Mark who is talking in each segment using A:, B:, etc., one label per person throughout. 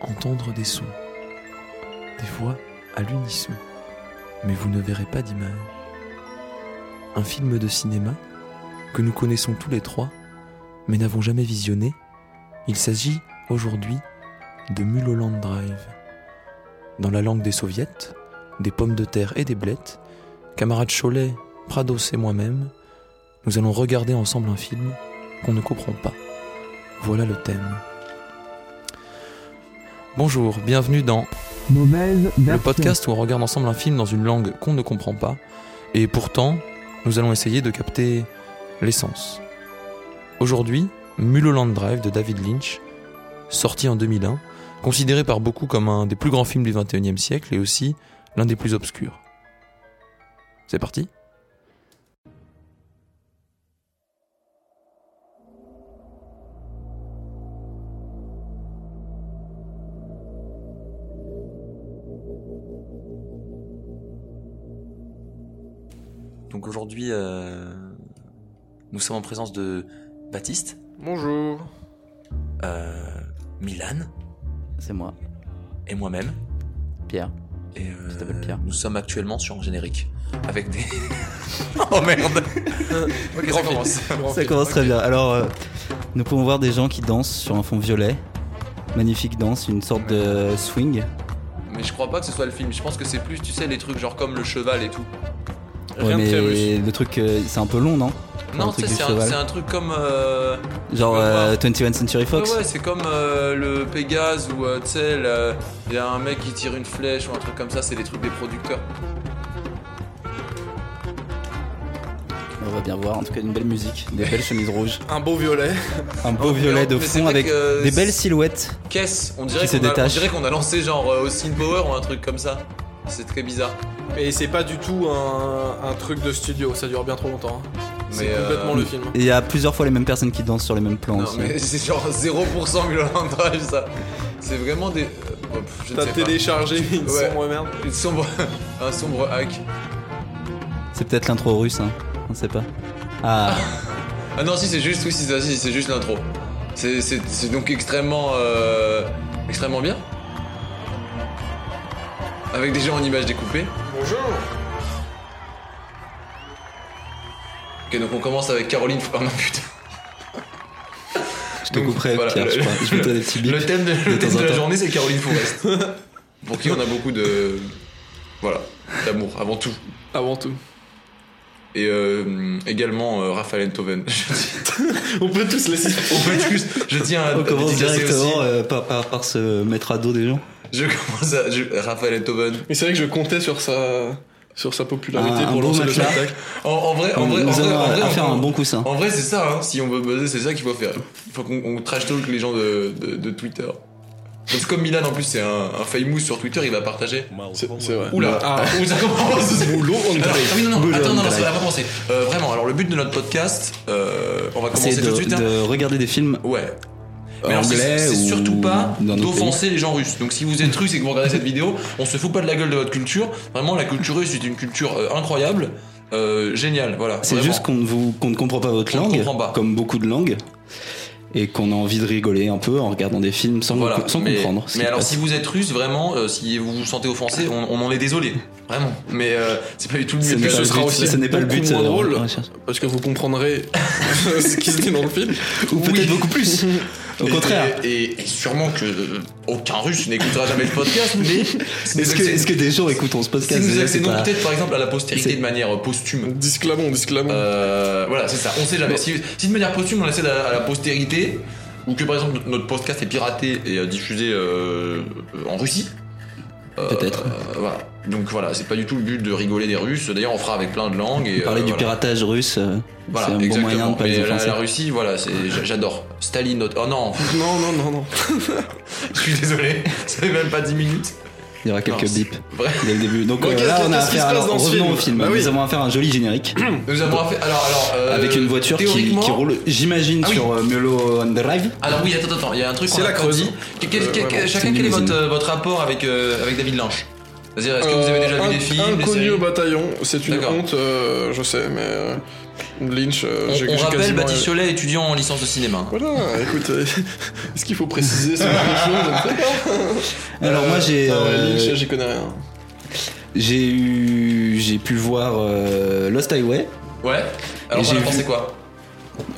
A: entendre des sons, des voix à l'unisson, mais vous ne verrez pas d'image. Un film de cinéma que nous connaissons tous les trois, mais n'avons jamais visionné, il s'agit aujourd'hui de Mulholland Drive. Dans la langue des soviets, des pommes de terre et des blettes, camarades Cholet, Prados et moi-même, nous allons regarder ensemble un film qu'on ne comprend pas. Voilà le thème. Bonjour, bienvenue dans
B: Mauvaise
A: le
B: version.
A: podcast où on regarde ensemble un film dans une langue qu'on ne comprend pas, et pourtant, nous allons essayer de capter l'essence. Aujourd'hui, Mulholland Drive de David Lynch, sorti en 2001, considéré par beaucoup comme un des plus grands films du XXIe siècle et aussi l'un des plus obscurs. C'est parti Donc aujourd'hui, euh, nous sommes en présence de Baptiste,
C: Bonjour.
A: euh, Milan
D: C'est moi,
A: et moi-même.
D: Pierre.
A: Et euh,
D: Je t'appelle Pierre.
A: nous sommes actuellement sur un générique avec des. oh merde
C: Ok,
A: Grand
C: ça commence.
D: Ça commence très bien. Alors, euh, nous pouvons voir des gens qui dansent sur un fond violet. Magnifique danse, une sorte de swing.
A: Mais je crois pas que ce soit le film, je pense que c'est plus, tu sais, les trucs genre comme le cheval et tout.
C: Rien de
D: mais
C: très russe.
D: le truc, euh, c'est un peu long, non
A: Non,
D: le
A: tu sais,
D: truc du
A: c'est un,
D: cheval.
A: c'est un truc comme. euh,
D: Genre
A: Ouais,
D: euh, 21 Century
A: Ouais,
D: Fox
A: ouais, c'est comme euh, le Pégase ou euh, tu sais, le- il y a un mec qui tire une flèche ou un truc comme ça, c'est des trucs des producteurs.
D: On va bien voir, en tout cas, une belle musique, des belles chemises rouges,
C: Un beau violet.
D: un beau violet de
A: Oh, Mais c'est
D: fond
A: vrai
D: avec
A: que, euh,
D: des belles silhouettes.
A: Caisse, on dirait
D: Qui se
A: qu'on a, on
D: détache.
A: dirait qu'on a lancé genre euh, Austin Power ou un truc comme ça. C'est très bizarre.
C: Mais c'est pas du tout un, un truc de studio, ça dure bien trop longtemps. hein. C'est
A: Mais, euh,
C: complètement le film.
D: Et il y a plusieurs fois les mêmes personnes qui dansent sur les mêmes plans
A: Non,
D: aussi.
A: mais c'est genre 0% Mulholland Drive ça. C'est vraiment des. euh, pff, je ne
C: T'as
A: sais pas.
C: téléchargé une
A: Ouais.
C: sombre merde.
A: Une sombre- un sombre hack.
D: C'est peut-être l'intro russe, hein. on sait pas. Ah,
A: Ah non, si c'est juste, oui, si, si, si, c'est juste l'intro. C'est- C'est c'est donc extrêmement, euh, extrêmement bien. Avec des gens en images découpées.
C: Bonjour.
A: Ok, donc on commence avec Caroline. Ah non, putain.
D: je te couperai,
A: Voilà,
D: Pierre,
A: le-
D: je crois. Je mettrai des petits bips.
A: Le thème de, le
D: De
A: thème
D: temps en
A: de la
D: temps.
A: journée, c'est Caroline Forest. Pour qui on a beaucoup de. Voilà, d'amour avant tout.
C: Avant tout.
A: Et euh, également euh, Raphaël Enthoven. Je dis-
C: On peut tous laisser.
A: on peut tous- je tiens à,
D: On
A: à
D: commence
A: dédicacer
D: directement
A: aussi.
D: euh, par, par- par se mettre à dos des gens.
A: Je commence à. je- Raphaël Enthoven.
C: Mais c'est vrai que je comptais sur sa sur sa popularité
D: Un- un
C: pour
D: beau
C: lancer le
D: matelas.
C: spectacle.
A: En, en vrai, en vrai, en
D: nous
A: vrai,
D: avons
A: en
D: à-
A: vrai,
D: à
A: on-
D: faire un bon coussin.
A: En vrai, c'est ça, hein. si on veut buzzer, c'est ça qu'il faut faire. Il faut qu'on on trash talk les gens de, de, de Twitter. Parce que comme Milan, en plus, c'est un, un famous sur Twitter, il va partager.
C: C'est c'est vrai.
A: Oula,
C: Ah.
A: Ouh, ça commence
C: Boulot on
A: Alors,
C: drive.
A: Ah oui, non, non,
D: Boulot,
A: attends, non,
D: on
A: non, ça
D: drive.
A: va commencer. Euh, vraiment, alors le but de notre podcast, euh, on va
D: C'est
A: commencer
D: de,
A: tout de suite. hein.
D: de regarder des films
A: Ouais. Mais alors, c'est-
D: Anglais
A: c'est
D: ou
A: surtout pas
D: dans d'autres
A: d'offenser les gens russes. Donc si vous êtes russe et que vous regardez cette vidéo, on se fout pas de la gueule de votre culture. Vraiment, la culture russe c'est une culture euh, incroyable, euh, géniale. Voilà.
D: C'est
A: vraiment.
D: juste qu'on ne, vous- qu'on ne comprend pas votre
A: On ne
D: langue,
A: comprend pas.
D: comme beaucoup de langues, et qu'on a envie de rigoler un peu en regardant des films sans,
A: Voilà.
D: sans
A: mais,
D: comprendre. ce
A: mais
D: qui
A: alors,
D: passe.
A: si vous êtes russe, vraiment, euh, si vous vous sentez offensé, on, on en est désolé. Vraiment. Mais euh, c'est pas du tout le but.
D: ce n'est
C: mais
D: pas,
C: ce
D: le
C: sera
D: but,
C: aussi
D: ce n'est pas le
C: beaucoup
D: but.
C: moins
D: euh,
C: drôle.
D: on recherche.
C: Parce que vous comprendrez ce qui se dit dans le film.
D: Ou peut-être beaucoup plus. Au
A: Et-
D: contraire.
A: Et, et sûrement que euh, aucun russe n'écoutera jamais le podcast, mais. si
D: Est-ce
A: nous
D: que,
A: accé-
D: est-ce que des gens écouteront ce
A: si
D: podcast
A: nous
D: déjà, c'est
A: accédons
D: pas-
A: peut-être par exemple à la postérité
D: C'est-
A: de manière euh, posthume.
C: Disclamons, disclamons.
A: Euh, voilà, c'est ça, on sait jamais. Si, si de manière posthume on accède à, à la postérité, ou que par exemple no- notre podcast est piraté et euh, diffusé euh, euh, en Russie. euh,
D: Peut-être.
A: euh, voilà. Donc voilà, c'est pas du tout le but de rigoler des Russes. D'ailleurs, on fera avec plein de langues. Et,
D: Parler
A: euh,
D: du
A: voilà.
D: piratage russe, euh,
A: Voilà,
D: c'est un bon
A: exactement. euh,
D: moyen de pas
A: Mais
D: les
A: la,
D: offenser.
A: la Russie, voilà, c'est- j'a- j'adore. Staline, notre. Oh non,
C: Non, non, non, non.
A: je suis désolé, ça fait même pas 10 minutes.
D: Il y aura quelques
A: Non, c'est-
D: bips
A: Vrai.
D: dès le début. Donc
C: Donc,
D: euh,
C: qu'est-ce-
D: là, on a
C: qu'est-ce qui
D: affaire.
C: se passe
D: Alors,
C: dans ce
D: revenons
C: film
D: au film.
C: Bah oui.
D: Nous avons affaire à un joli générique
A: Nous avons fait. Alors, alors. euh,
D: avec une voiture qui- qui,
A: théoriquement-
D: roule, j'imagine,
A: Ah oui.
D: sur euh, Melo on Drive.
A: Alors oui, attends, attends, il y a un truc
C: C'est
A: qu'on a
C: la
A: pas
C: creuse.
A: dit. Que- que-
C: Euh,
A: que- chacun,
C: vraiment.
D: C'est
A: quel est
D: l'usine.
A: votre, euh, votre rapport avec, euh, avec David Lynch C'est-à-dire, est-ce que vous avez déjà vu
C: Euh,
A: des
C: inc-
A: films des
C: Inconnu
A: séries
C: au bataillon, c'est une
A: D'accord.
C: honte, euh, je sais, mais. euh, Lynch, euh,
A: On,
C: j'ai
A: on
C: j'ai
A: rappelle
C: quasiment-
A: Baptiste Cholet, étudiant en licence de cinéma.
C: Voilà, écoute, euh, est-ce qu'il faut préciser ce genre de choses
D: Alors moi j'ai
C: Ah ouais,
D: euh,
C: Lynch, j'y connais rien.
D: j'ai eu j'ai pu voir euh, Lost Highway.
A: Ouais. Alors,
D: j'ai
A: on a
D: vu-
A: pensé quoi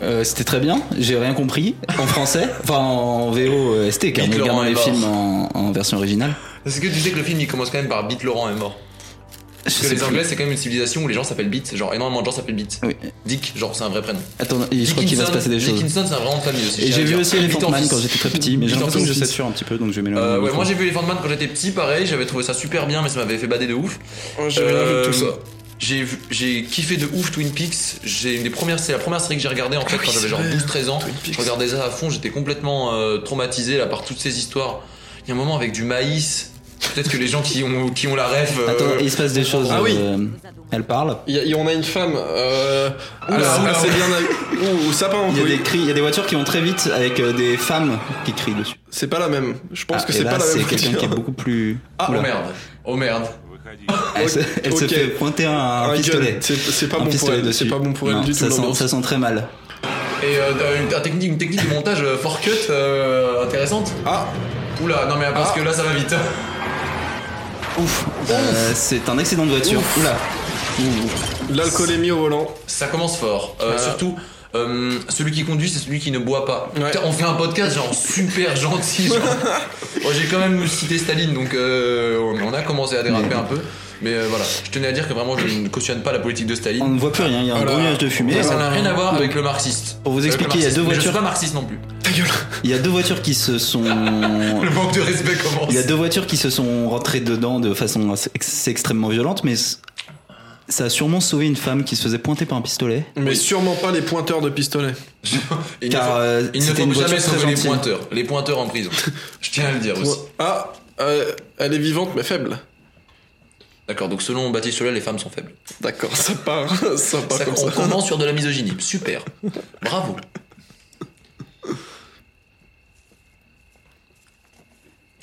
D: Euh, C'était très bien. J'ai rien compris en français, enfin en VO ST car on
A: Vite, Laurent
D: regarde
A: est
D: les
A: mort.
D: films en, en version originale.
A: Parce que tu sais que le film il commence quand même par Beat Laurent est mort.
D: Je
A: Parce que
D: sais
A: les
D: plus.
A: Anglais c'est quand même une civilisation où les gens s'appellent Beat, genre énormément de gens s'appellent Beat.
D: Oui.
A: Dick, genre c'est un vrai prénom.
D: Attends, je crois qu'il va se passer des choses.
A: Dickinson c'est un vrai nom de famille aussi.
D: Et
A: je tiens
D: j'ai
A: à
D: vu
A: dire.
D: aussi Elephant
A: Beat en
D: Man
A: fils.
D: quand j'étais très petit, mais j'ai
A: Beat en
D: l'impression que je
A: fils.
D: sature un petit peu, donc je vais m'éloigner.
A: Euh,
D: du
A: ouais,
D: micro.
A: moi j'ai vu Elephant Man quand j'étais petit, pareil, j'avais trouvé ça super bien, mais ça m'avait fait bader de ouf.
C: Ouais, J'ai rien vu de tout ça.
A: Euh, J'ai vu- j'ai kiffé de ouf Twin Peaks. J'ai une des premières, c'est la première série que j'ai regardée en fait
C: Ah oui,
A: quand j'avais
C: c'est
A: genre
C: vrai,
A: 12-13 ans.
C: Twin Peaks.
A: Je regardais ça à fond, j'étais complètement euh, traumatisé là par toutes ces histoires. Il y a un moment avec du maïs. Peut-être que les gens qui ont qui ont la ref. euh,
D: Attends, il se passe des choses.
C: Ah oui.
D: euh, elle parle.
C: Il y a- il y- on a une femme. Euh,
A: Oula,
C: alors,
A: oula,
C: assez
A: oula.
C: bien. Ouh, au sapin, on
D: Il y, a
C: peut-
D: des cris, il y a des voitures qui vont très vite avec euh, des femmes qui crient dessus.
C: C'est pas la même. Je pense
D: Ah,
C: que
D: et
C: c'est
D: là,
C: pas la même.
D: c'est quelqu'un
C: voiture.
D: qui est beaucoup plus.
A: Ah, oh
D: Oula.
A: merde, oh merde.
D: Elle, se, elle se
C: Ok.
D: fait pointer un, un
C: Un
D: pistolet.
C: gun. C'est c'est pas,
D: Un
C: bon pour
D: pistolet
C: elle.
D: dessus.
C: C'est pas bon pour elle
D: Non,
C: du tout.
D: ça sent,
C: l'ambiance.
D: ça sent très mal.
A: Et euh, t'as une, t'as technique, une technique de montage euh, fort cut euh, intéressante.
C: Ah,
A: Oula, non mais parce
C: Ah.
A: que là ça va vite.
D: Ouf. Euh, c'est un accident de voiture. Oula.
C: l'alcoolémie au volant.
A: Ça commence fort. Euh,
C: Voilà.
A: Surtout, euh, celui qui conduit, c'est celui qui ne boit pas.
C: Ouais.
A: Putain, On fait un podcast genre super gentil. genre. Bon, J'ai quand même cité Staline, donc euh, on on a commencé à déraper
D: Mais-
A: un peu. Mais euh, voilà, je tenais à dire que vraiment je ne cautionne pas la politique de
D: On
A: Staline.
D: ne voit plus rien. Il y a un
C: Voilà.
D: gros nuage de fumée. hein.
A: Et ça n'a
C: Euh,
A: rien à voir avec le marxiste.
D: Pour vous
A: Avec
D: expliquer,
A: le
D: il y a
A: marxiste.
D: deux
A: Mais Je suis
D: voitures.
A: pas marxiste non plus.
D: Il y a deux voitures qui se sont.
A: Le manque de respect commence.
D: Il y a deux voitures qui se sont rentrées dedans de façon assez- c'est extrêmement violente, mais c- ça a sûrement sauvé une femme qui se faisait pointer par un pistolet.
C: Mais sûrement pas les pointeurs de pistolet.
A: Il ne
D: Car
A: faut-
D: euh,
A: il
D: c'était une
A: ne faut jamais
D: voiture très
A: sauver les
D: gentille.
A: pointeurs. Les pointeurs en prison. Je tiens à le dire aussi.
C: Ah, euh, elle est vivante mais faible.
A: D'accord, donc selon Baptiste Soleil, les femmes sont faibles.
C: D'accord, ça part, ça part
A: Ça,
C: comme
A: on
C: ça.
A: commence sur de la misogynie. Super. Bravo.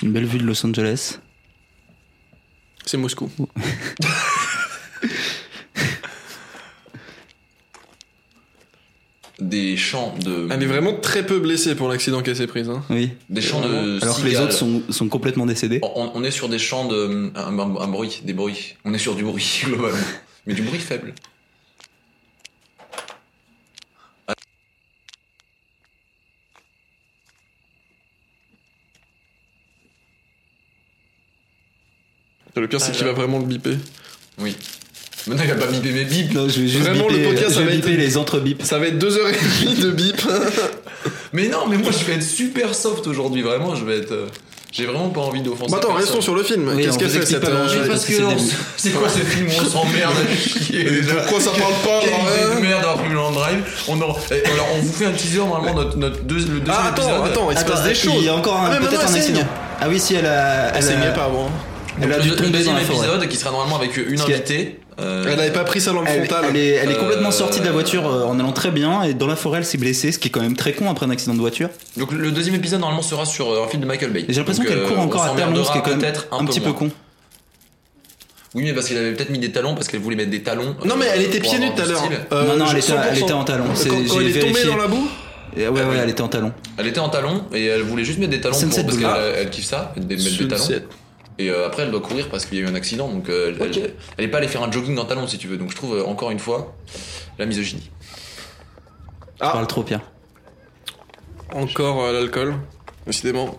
D: Une belle vue de Los Angeles.
C: C'est Moscou.
A: Des champs de.
C: Elle est Ah, vraiment très peu blessée pour l'accident qu'elle s'est prise. hein.
D: Oui.
A: Des champs de.
D: Alors que les
A: cigales.
D: autres sont, sont complètement décédés.
A: On, on est sur des champs de. Un, un- un bruit, des bruits. On est sur du bruit, globalement. Mais du bruit faible.
C: Le pire,
D: Ah,
C: c'est qu'il va vraiment le biper.
A: Oui. Maintenant, il a pas bipé mes bips.
D: Non, je vais juste
C: Vraiment,
D: biper,
C: le podcast,
D: je
C: ça
D: vais
C: va être-
D: biper les entre bips.
C: Ça va être 2h30 de bip.
A: Mais non, mais moi, je vais être super soft aujourd'hui. Vraiment, je vais être. euh, J'ai vraiment pas envie d'offenser.
C: Bah attends,
A: personne.
C: restons sur le film.
D: Oui,
C: Qu'est-ce
D: on
C: qu'elle
D: vous
C: fait
D: explique
C: cette.
D: pas
C: euh,
A: Mais parce
D: Ouais, parce que
A: que
D: c'est
A: on-
D: des-
A: c'est quoi ce film où on s'emmerde à chier déjà
C: Pourquoi ça parle pas
A: Quelle
C: alors,
A: idée
C: hein
A: de merde d'avoir pris le land drive on, en- eh, alors, on vous fait un teaser normalement notre, notre deux- le deuxième
C: Ah
A: épisode.
C: attends, attends, il se passe
D: Attends,
C: des
D: il
C: choses.
D: y a encore un-
C: Ah, mais
D: peut-être
C: maintenant,
D: un
C: elle
D: accident.
C: saigne.
D: Ah oui, si elle a,
C: Elle
D: elle
C: saignait
D: a,
C: pas avant.
D: elle a
A: Donc,
D: dû
A: le- le
D: tomber dans
A: deuxième
D: la forêt.
A: épisode qui sera normalement avec une
D: Parce que-
A: invitée. euh,
C: Elle avait pas pris sa lampe
D: Elle,
C: frontale.
D: elle est, elle est complètement
A: Euh,
D: sortie de la voiture euh, en allant très bien et dans la forêt elle s'est blessée, ce qui est quand même très con après un accident de voiture.
A: Donc le deuxième épisode normalement sera sur euh, un film de Michael Bay.
D: Et J'ai l'impression
A: Donc,
D: qu'elle
A: euh,
D: court
A: on
D: encore à terre long, ce
A: s'emmerdera
D: qui est quand même
A: peut-être
D: un, petit peu
A: moins.
D: con.
A: Oui mais parce qu'il avait peut-être mis des talons parce qu'elle voulait mettre des talons.
C: Non,
A: euh,
C: mais elle était
A: pour
C: pieds nus
A: avoir
C: tout
A: du
C: à l'heure.
A: style.
C: Euh,
D: non, non, elle était,
C: 100%.
D: elle était en talon.
C: Quand,
D: c'est-
C: quand
D: J'ai
C: elle est tombée
D: vérifié.
C: dans la boue,
D: Et Ouais,
C: Ah
A: oui.
D: ouais, elle était en talon.
A: Elle était en talons et elle voulait juste mettre des talons
D: Sunset
A: pour, parce qu'elle
D: Boulevard.
A: elle kiffe ça, mettre des, mettre des talons.
C: Sunset.
A: Et euh, après elle doit courir parce qu'il y a eu un accident donc euh, elle, elle- elle est pas allée faire un jogging en talons si tu veux. Donc je trouve euh, encore une fois la misogynie.
D: Je
C: Ah.
D: parle trop Pierre.
C: Encore euh, l'alcool, décidément.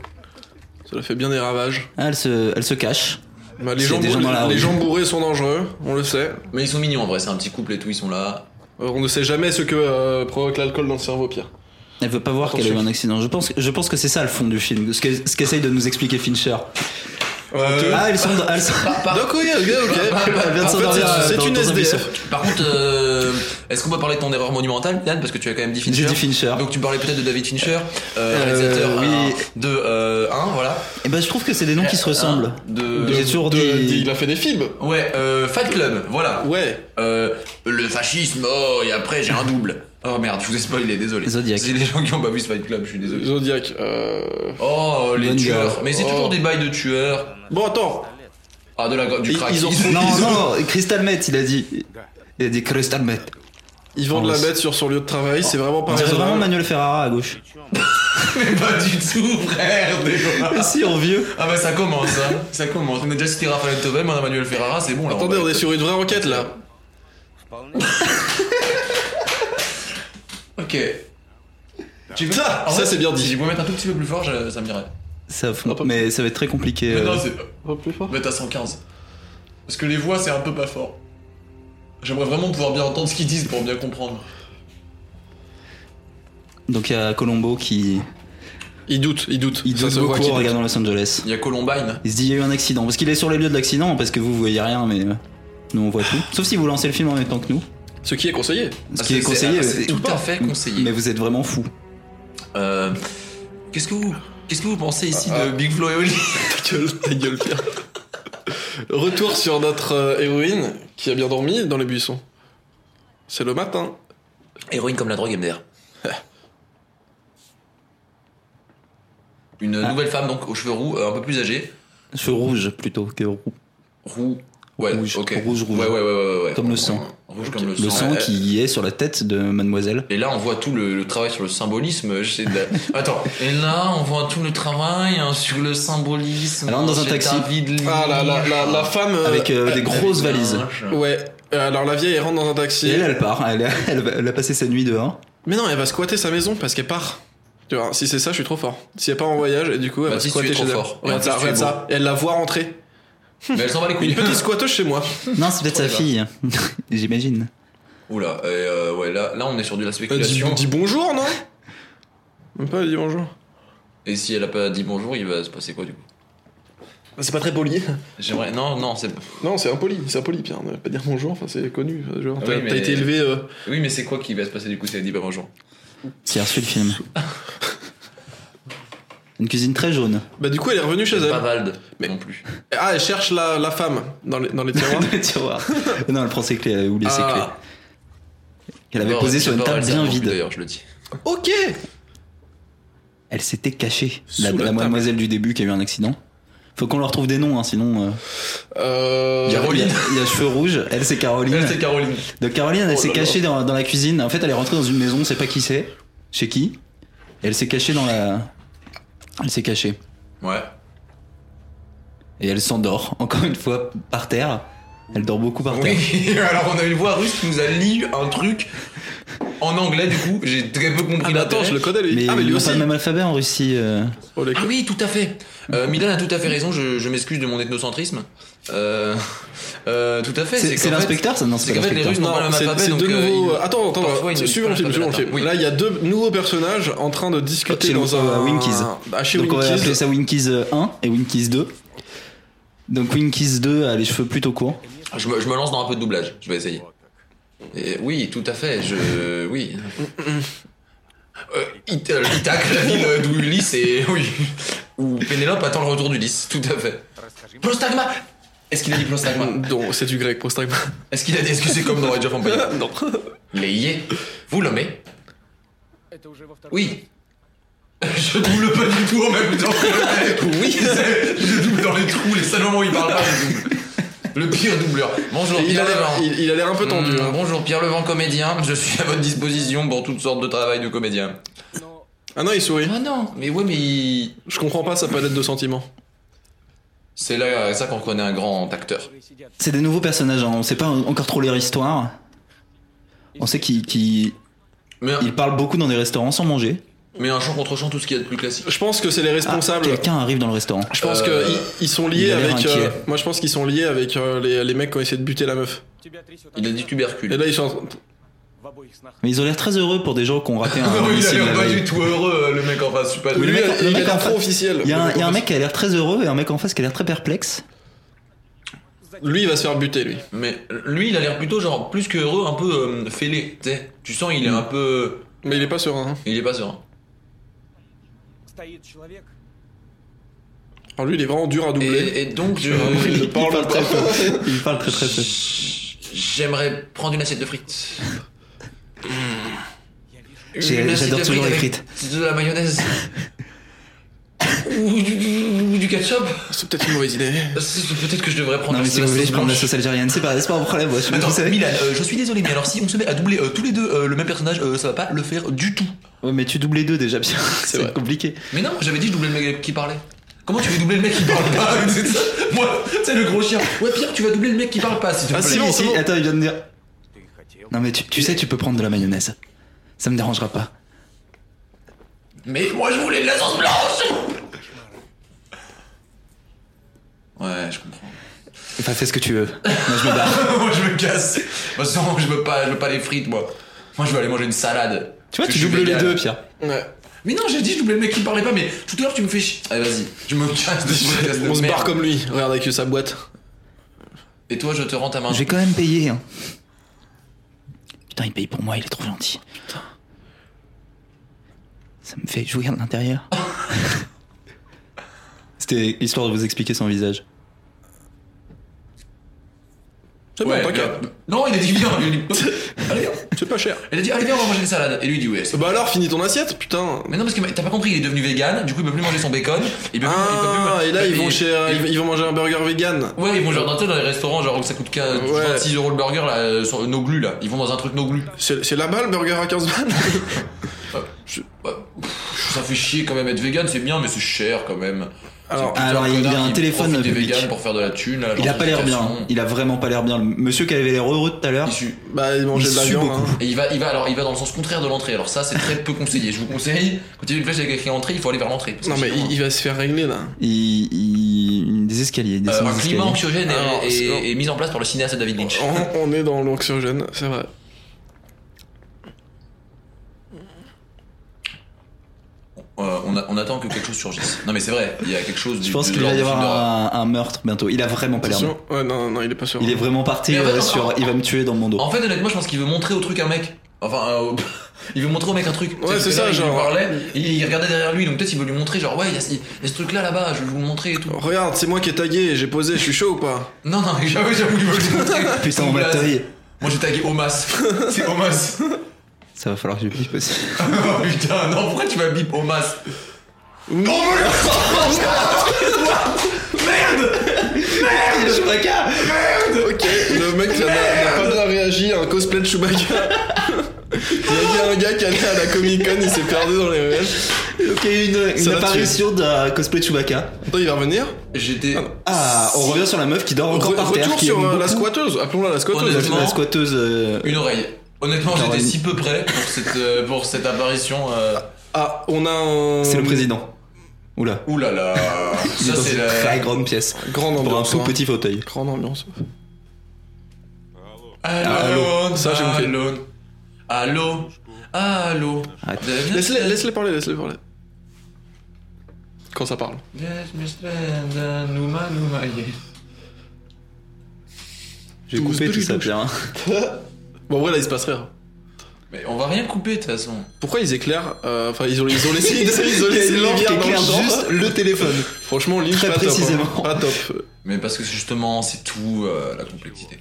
C: Cela fait bien des ravages.
D: Ah, elle, se, elle se cache.
C: Bah, les,
D: C'est
C: gens
D: des gens
C: bourrés-
D: dans la
C: les
D: rue.
C: gens bourrés sont dangereux, on le sait.
A: Mais ils sont mignons en vrai, c'est un petit couple et tout, ils sont là.
C: Euh, on ne sait jamais ce que euh, provoque l'alcool dans le cerveau, Pierre.
D: Elle veut pas voir qu'elle a eu
C: Attention.
D: un accident. Je pense, je pense que c'est ça le fond du film, ce qu'elle- ce qu'essaye de nous expliquer Fincher. Ah, elles sont, dans- elles sont-
C: Euh, Donc oui, ok, ok.
D: Elle vient de
C: En fait,
D: s'endormir,
C: c'est-
D: euh,
C: c'est
D: dans-
C: une
D: dans un buisson.
C: SDF.
A: Par contre, euh, est-ce qu'on peut parler de ton erreur monumentale, Yann Parce que tu as quand même dit Fincher.
D: J'ai dit Fincher.
A: Ah, Donc tu parlais peut-être de David Fincher, euh, réalisateur
D: oui.
A: un, de 1, voilà.
D: Et ben, je trouve que c'est des noms qui se
A: Un,
D: ressemblent.
A: De...
D: J'ai toujours
C: De-
D: dit-
C: dit- Il a fait des films.
A: Ouais, euh, Fat Club, voilà.
C: Ouais.
A: Euh, le fascisme, oh, et après j'ai un double. Oh merde, je vous ai spoilé, désolé.
D: Zodiac.
A: C'est les gens qui ont pas vu ce Fight Club, je suis désolé.
C: Zodiac. euh,
A: Oh, les
D: Bonne
A: tueurs.
D: gueule.
A: Mais c'est
C: Oh.
A: toujours des bails de tueurs.
C: Bon, attends.
A: Ah, de la, du
C: Ils-
A: crack.
C: ils ont-
D: Non, non, Crystal Meth, il a dit. Il a dit Crystal Meth.
C: Ils vendent
D: Ah,
C: la
D: ouais.
C: bête sur son lieu de travail, c'est vraiment pas
D: On dirait
C: raisonnable.
D: vraiment Manuel Ferrara à gauche.
A: Mais pas du tout, frère, déjà.
D: si, en vieux.
A: Ah bah ça commence, hein. ça commence. On a déjà cité Raphaël Tobem, on a Manuel Ferrara, c'est bon là.
C: Attendez,
A: va
C: on est
A: être-
C: sur une vraie enquête là.
A: Ok. Tu veux-
C: Ça,
A: En
C: ça,
A: vrai,
C: c'est bien
A: si
C: dit.
A: je pouvais mettre un tout petit peu plus fort, je- ça m'irait.
D: Ça
C: Non, pas-
D: fond, mais ça va être très compliqué.
A: Mais
D: euh.
A: non, c'est pas.
C: Pas plus fort.
A: Mettre à 115. Parce que les voix, c'est un peu pas fort. J'aimerais vraiment pouvoir bien entendre ce qu'ils disent pour bien comprendre.
D: Donc il y a Colombo qui
C: Il doute, il doute.
D: il
C: Ça
D: doute
C: se voit
D: beaucoup
C: qu'il
D: en regardant Los Angeles.
A: Il y a Columbine.
D: Il se dit il y a eu un accident parce qu'il est sur les lieux de l'accident parce que vous vous voyez rien mais euh, nous on voit tout. Sauf si vous lancez le film en même temps que nous,
C: Ce qui est conseillé.
D: ce
A: Ah,
D: qui
A: c'est-
D: est, conseillé.
A: c'est- c'est
D: mais-
A: tout à fait conseillé.
D: Mais vous êtes vraiment fou.
A: Euh, qu'est-ce que vous, qu'est-ce que vous pensez ici
C: Ah,
A: de Big Flo et Oli
C: Ta gueule, ta gueule, Pierre. Retour sur notre euh, héroïne qui a bien dormi dans les buissons. C'est le matin.
A: Héroïne comme la drogue MDR.
D: Ah.
A: Une nouvelle femme donc aux cheveux roux, euh, un peu plus âgée.
D: Cheveux rouge plutôt que roux.
A: Roux. Ouais,
D: Rouge,
A: ok.
D: rouge, rouge.
A: Ouais, ouais, ouais, ouais, ouais.
D: Comme le sang.
A: Rouge comme le, sang.
D: Le sang
A: Euh,
D: qui est sur la tête de mademoiselle.
A: Et là, on voit tout le, le travail sur le symbolisme. J'essaie de la- Attends. Et là, on voit tout le travail hein, sur le symbolisme.
D: Elle rentre dans un
A: J'ai
D: taxi.
A: envie de lire.
C: Ah la, la, la, la femme. euh,
D: Avec euh, des grosses
A: Avec
D: valises.
A: un linge.
C: Ouais. Euh, Alors la vieille elle rentre dans un taxi.
D: Et elle, elle part. Elle, elle va- elle a passé sa nuit dehors.
C: Mais non, elle va squatter sa maison parce qu'elle part. Tu vois, si c'est ça, je suis trop fort. Si elle part en voyage, et du coup, elle va
A: Baptiste,
C: squatter
A: Bah, tu es
C: chez
A: trop
C: elle.
A: fort.
C: Regarde
A: Baptiste,
C: ça,
A: tu
C: regarde
A: es
C: ça. Elle la voit rentrer.
A: Mais elle s'en bat les couilles.
C: Une petite squatteuse chez moi.
D: Non, c'est peut-être sa fille. J'imagine.
A: Oula. Et euh, ouais, là, là, on est sur de la
C: Elle dit,
A: spéculation.
C: dit bonjour, non Même pas, elle dit bonjour.
A: Et si elle a pas dit bonjour, il va se passer quoi du coup
C: Ah, C'est pas très poli.
A: J'aimerais. Non, non, c'est.
C: Non, c'est impoli, c'est impoli, Pierre. Ne pas dire bonjour, enfin, c'est connu. Enfin, genre,
A: Ah
C: T'as
A: oui, mais-
C: t'as été élevé. euh,
A: Oui, mais c'est quoi qui va se passer du coup si elle dit pas bonjour
D: Si elle a reçu le film. Une cuisine très jaune.
C: Bah, du coup, elle est revenue chez
A: C'est Pas
C: elle.
A: Valde
C: Mais-
A: non plus.
C: Ah, elle cherche la, la femme dans les, dans les tiroirs.
D: Le tiroir. non, elle prend ses clés. Elle a oublié ses clés.
C: ah,
D: Qu'elle avait posées sur une table bien vide.
A: D'ailleurs, je le dis.
C: ok
D: Elle s'était cachée. La,
C: Sous la
D: la
C: table.
D: mademoiselle du début qui a eu un accident. Faut qu'on leur trouve des noms, hein, sinon. euh,
C: euh,
D: il y a-
A: Caroline.
D: Il y, a- il y a cheveux rouges. Elle, c'est Caroline.
A: Elle, c'est Caroline.
D: Donc Caroline, elle
A: Oh
D: s'est
A: là
D: cachée dans, dans la cuisine. En fait, elle est rentrée dans une maison, on sait pas qui c'est, chez qui. Et elle s'est cachée dans la. Elle s'est cachée.
A: Ouais.
D: Et elle s'endort, encore une fois, par terre. Elle dort beaucoup par terre.
A: Oui, alors on a une voix russe qui nous a lu un truc en anglais du coup, j'ai très peu compris
C: Ah, mais
D: bah,
C: attends,
A: l'intérêt.
C: je le connais, lui.
D: Mais,
C: ah, mais lui
D: ils ont
C: aussi.
D: pas le même alphabet en Russie. euh.
C: Oh, les
A: Ah oui, tout à fait. Euh, Milan a tout à fait raison, je, je m'excuse de mon ethnocentrisme. Euh, euh, tout à fait.
D: C'est
A: qu'en
D: c'est
A: fait-
D: l'inspecteur, ça Non,
A: c'est
D: c'est pas
A: qu'en fait, les
D: l'inspecteur.
A: Russes n'ont pas le
C: Non,
A: même
C: c'est
A: alphabet.
C: c'est
A: donc,
C: deux
A: euh,
C: nouveaux.
A: ils-
C: Attends, attends,
A: parfois, ils-
C: suivons le film,
A: ils-
C: suivons le film.
A: Oui.
C: Là, il y a deux nouveaux personnages en train de discuter
D: Chez
C: dans
D: nous,
C: un.
D: euh, Winkies.
C: Ah, chez
D: Donc on va appeler
C: Winkies.
D: ça Winkies euh, 1 et Winkies 2. Donc Winkies 2 a les cheveux plutôt courts.
A: Je me, je me lance dans un peu de doublage, je vais essayer. Et oui, tout à fait, je. Oui. Euh, il, ta- il tacle la ville d'où Ulysse et. Oui. Où Pénélope attend le retour d'Ulysse, tout à fait. Prostagma Est-ce qu'il a dit prostagma
C: Non, c'est du grec pour Strike.
A: Est-ce qu'il a dit. Est-ce que c'est comme dans Age of Empires
C: Non.
A: L'ayez Vous nommez Oui. Je double pas du tout en même temps. oui, c'est- je double dans les trous, les seuls moments où il parle pas, je double. Le pire doubleur. Bonjour,
C: Il
A: Pierre
C: a l'air-
A: Levent.
C: il- il a l'air un peu tendu.
A: Mm,
C: hein.
A: Bonjour Pierre Levent, comédien. Je suis à votre disposition pour toutes sortes de travail de comédien.
C: Ah non, il sourit.
A: Ah non, mais ouais, mais il-
C: Je comprends pas sa palette de sentiments.
A: c'est là ça qu'on connaît un grand acteur.
D: C'est des nouveaux personnages, hein, on sait pas encore trop leur histoire. On sait qu'ils qu'ils-
A: Mais, un-
D: ils parlent beaucoup dans des restaurants sans manger.
A: mais un chant contre chant, tout ce qu'il y a de plus classique.
C: Je pense que c'est les
D: Ah,
C: responsables.
D: Quelqu'un arrive dans le restaurant.
C: je pense
A: Euh,
C: qu'ils ils sont liés
D: il a l'air
C: avec. euh,
D: inquiet.
C: moi, je pense qu'ils sont liés avec euh, les, les mecs qui ont essayé de buter la meuf.
A: Il a dit
C: Et
A: tubercule.
C: là, ils sont. en train-
D: Mais ils ont l'air très heureux pour des gens qui ont raté un
A: Ah oui, il a
D: domicile
A: l'air
D: la
A: pas
D: veille.
A: du tout heureux, euh, le mec en face. Je suis pas
D: Oui,
C: Lui,
D: le mec- le
C: il
D: mec
C: est
D: en
C: trop
D: face.
C: officiel.
D: Il y a un, il y a un mec qui a l'air très heureux et un mec en face qui a l'air très perplexe.
C: Lui, il va se faire buter, lui.
A: Mais lui, il a l'air plutôt genre plus que heureux, un peu euh, fêlé. tu sais. Tu sens,
C: Mm.
A: il est un peu. euh,
C: Mais il est pas serein. hein.
A: Il est pas serein.
C: Alors, lui, il est vraiment dur à doubler.
A: Et, et donc, euh, je.
C: Il
D: Il
C: parle
D: parle très
C: pas.
D: peu. Il parle très très peu.
A: J'aimerais prendre une assiette de frites. Une
D: J'ai-
A: assiette
D: j'adore
A: de
D: toujours les
A: avec
D: frites.
A: De la mayonnaise. Ou du, du ketchup
C: C'est peut-être une mauvaise idée.
A: C'est- Peut-être que je devrais prendre
D: Non,
A: de
D: mais
A: la
D: si vous
A: sauce
D: voulez, je prends de la
A: blanche.
D: sauce algérienne. C'est pas, c'est pas un problème. Moi, je suis
A: Attends,
D: vous savez.
A: Milan, euh, je suis désolé, mais alors si on se met à doubler euh, tous les deux euh, le même personnage, euh, ça va pas le faire du tout.
D: Ouais, mais tu doubles les deux déjà, bien. C'est
C: vrai.
D: compliqué.
A: Mais non, j'avais dit je doublais le mec qui parlait. Comment tu veux doubler le mec qui parle pas C'est ça Moi, c'est le gros chien. Ouais, Pierre, tu vas doubler le mec qui parle pas, s'il te
C: Ah,
A: plaît.
C: si, bon,
D: Si,
C: c'est bon.
D: Attends, il vient de dire. Non, mais tu, tu sais, tu peux prendre de la mayonnaise. Ça me dérangera pas.
A: Mais moi, je voulais de la sauce blanche Ouais, je comprends.
D: Enfin, fais ce que tu veux. Moi, je me barre.
A: moi, je me casse. De toute façon, je veux pas, je veux pas les frites, moi. Moi, je veux aller manger une salade.
D: Tu
A: Parce
D: vois, tu
A: que je suis
D: doubles les
A: vegan.
D: deux, Pierre.
C: Ouais.
A: Mais non, j'ai dit, je doublais le mec qui parlait pas, mais tout à l'heure, tu me fais chier. Allez, vas-y, je me casse de ce podcast de
C: On se
A: merde.
C: barre comme lui. Regarde avec sa boîte.
A: Et toi, je te rends ta main.
D: Je vais quand même payer. Hein. Putain, il paye pour moi, il est trop gentil. Putain. Ça me fait jouir de l'intérieur. C'était histoire de vous expliquer son visage.
C: C'est
A: Ouais,
C: bon, pas
A: là-
C: grave.
A: Non, il a dit, viens. Il a dit, allez, viens.
C: C'est pas cher.
A: Il a dit, allez, viens, on va manger une salade. Et lui, il dit, ouais, c'est
C: Bah alors, finis ton assiette, putain.
A: Mais non, parce que t'as pas compris, il est devenu vegan, du coup il peut plus manger son bacon. Il peut plus, il peut
C: Ah,
A: plus-
C: et là, ils
A: il-
C: vont chez, euh,
A: il-
C: ils ils vont manger un burger vegan.
A: Ouais, ils vont genre dans, tu sais, dans les restaurants, genre où ça coûte 15,
C: Ouais.
A: 26 euros le burger, là, euh, sur, no glue là. Ils vont dans un truc no glue.
C: C'est c'est là-bas le burger à 15 balles
A: Bah, pff, ça fait chier quand même être vegan, c'est bien, mais c'est cher quand même.
C: Alors,
A: C'est le
D: Ah, alors,
A: putain de
D: il a
A: connard
D: un
A: qui
D: téléphone
A: profite des
D: public.
A: vegans pour faire de la thune. là,
D: Il a
A: genre,
D: pas l'air bien. hein.
A: éducation.
D: Il a vraiment pas l'air bien. Le monsieur qui avait l'air heureux tout à l'heure.
A: Il suit.
C: Bah, ils mangeaient
D: Il
C: de la
D: sue
C: viande.
D: beaucoup.
C: hein.
A: Et il va, il va, alors, il va dans le sens contraire de l'entrée. Alors ça, c'est très peu conseillé. Je vous conseille, quand il y a une flèche avec écrit entrée, il faut aller vers l'entrée. parce que
C: Non, mais
A: sinon,
C: il, il va se faire régler là.
D: Il, il- Oh. des escaliers, des
A: euh,
D: descend
A: un
D: des
A: climat
D: escaliers.
A: anxiogène est-
C: Alors,
A: est,
C: c'est bon.
A: est mis en place par le cinéaste David Lynch.
C: On, on est dans l'anxiogène, c'est vrai.
A: Euh, on, a- on attend que quelque chose surgisse. Non mais c'est vrai, il y a quelque chose.
D: Je
A: du-
D: pense
A: de
D: qu'il va
A: l'ordre
D: y
A: du film d'horreur.
D: avoir un, un meurtre bientôt. Il a vraiment pas l'air bien.
C: Attention. Ouais, non, non, il est pas sûr.
D: Il est vraiment parti
A: Mais Oh, en fait,
D: euh,
A: en-
D: sur il va me tuer dans mon dos.
A: En fait, honnêtement, je pense qu'il veut montrer au truc un mec. Enfin, euh, il veut montrer au mec un truc. Tu
C: Ouais,
A: sais,
C: c'est
A: tout à
C: ça,
A: l'heure, Il lui
C: genre.
A: parlait, il il regardait derrière lui, donc peut-être il veut lui montrer, genre, ouais, il y, a ce- il y a ce truc là là-bas, je vais vous le montrer et tout.
C: Regarde, c'est moi qui ai tagué, j'ai posé, je suis chaud ou pas
A: Non, non, j'avoue, j'avoue, il veut le montrer.
D: Putain, on
A: Son
D: m'a
A: blaze.
D: taillé.
A: Moi j'ai tagué Omas. C'est Omas.
D: Ça va falloir que je bip aussi.
A: oh putain, non, pourquoi tu m'as bip Omas
C: Non,
D: Chewbacca
C: Ok, le mec ça n'a n'a pas bien réagi à un cosplay de Chewbacca. Il y a un gars qui allait à la Comic Con, il s'est perdu dans les ruelles.
D: Ok, une, une
C: Ça va
D: apparition d'un cosplay de Chewbacca.
C: Attends, il va revenir
A: J'étais.
D: Ah, on revient sur la meuf qui dort encore
C: Re-
D: par terre.
C: Retour
D: qui
C: sur
D: aime
C: euh, la
D: beaucoup.
C: squatteuse, appelons-la la squatteuse.
A: Honnêtement,
D: La squatteuse. euh,
A: Une oreille. Honnêtement,
D: Caroline.
A: j'étais si peu près pour cette, euh, pour cette apparition. euh,
C: Ah, on a un.
D: C'est le président. Oula.
A: Ouh là là.
D: Il est
A: Ça
D: dans
A: c'est
D: une
A: la.
D: très grande pièce.
C: Grande
D: Pour un
C: ambiance.
D: tout
C: hein.
D: petit fauteuil.
C: Grande ambiance.
A: Allô,
C: Ça, j'ai bouffé.
A: Allô, allô, allô.
D: Arrête.
A: Deviens-
C: Laisse-les laisse-les parler, laisse-les parler. Quand ça parle.
A: Laisse-moi stand, euh, nouma, nouma, yeah.
D: J'ai coupé tout ça, Pierre. hein.
C: Bon, en vrai, là, il se passe rien.
A: Mais on va rien couper de toute façon.
C: Pourquoi ils éclairent euh, Enfin, ils ont, ils ont laissé, ils ont
D: Il y a
C: laissé
D: une lampe
C: les
D: qui
C: bières dans le
D: éclaire
C: genre.
D: juste le téléphone.
C: Franchement, Lynch,
D: Très
C: pas top.
D: précisément.
C: hein. Pas top.
A: Mais parce que justement, c'est tout euh, la complexité.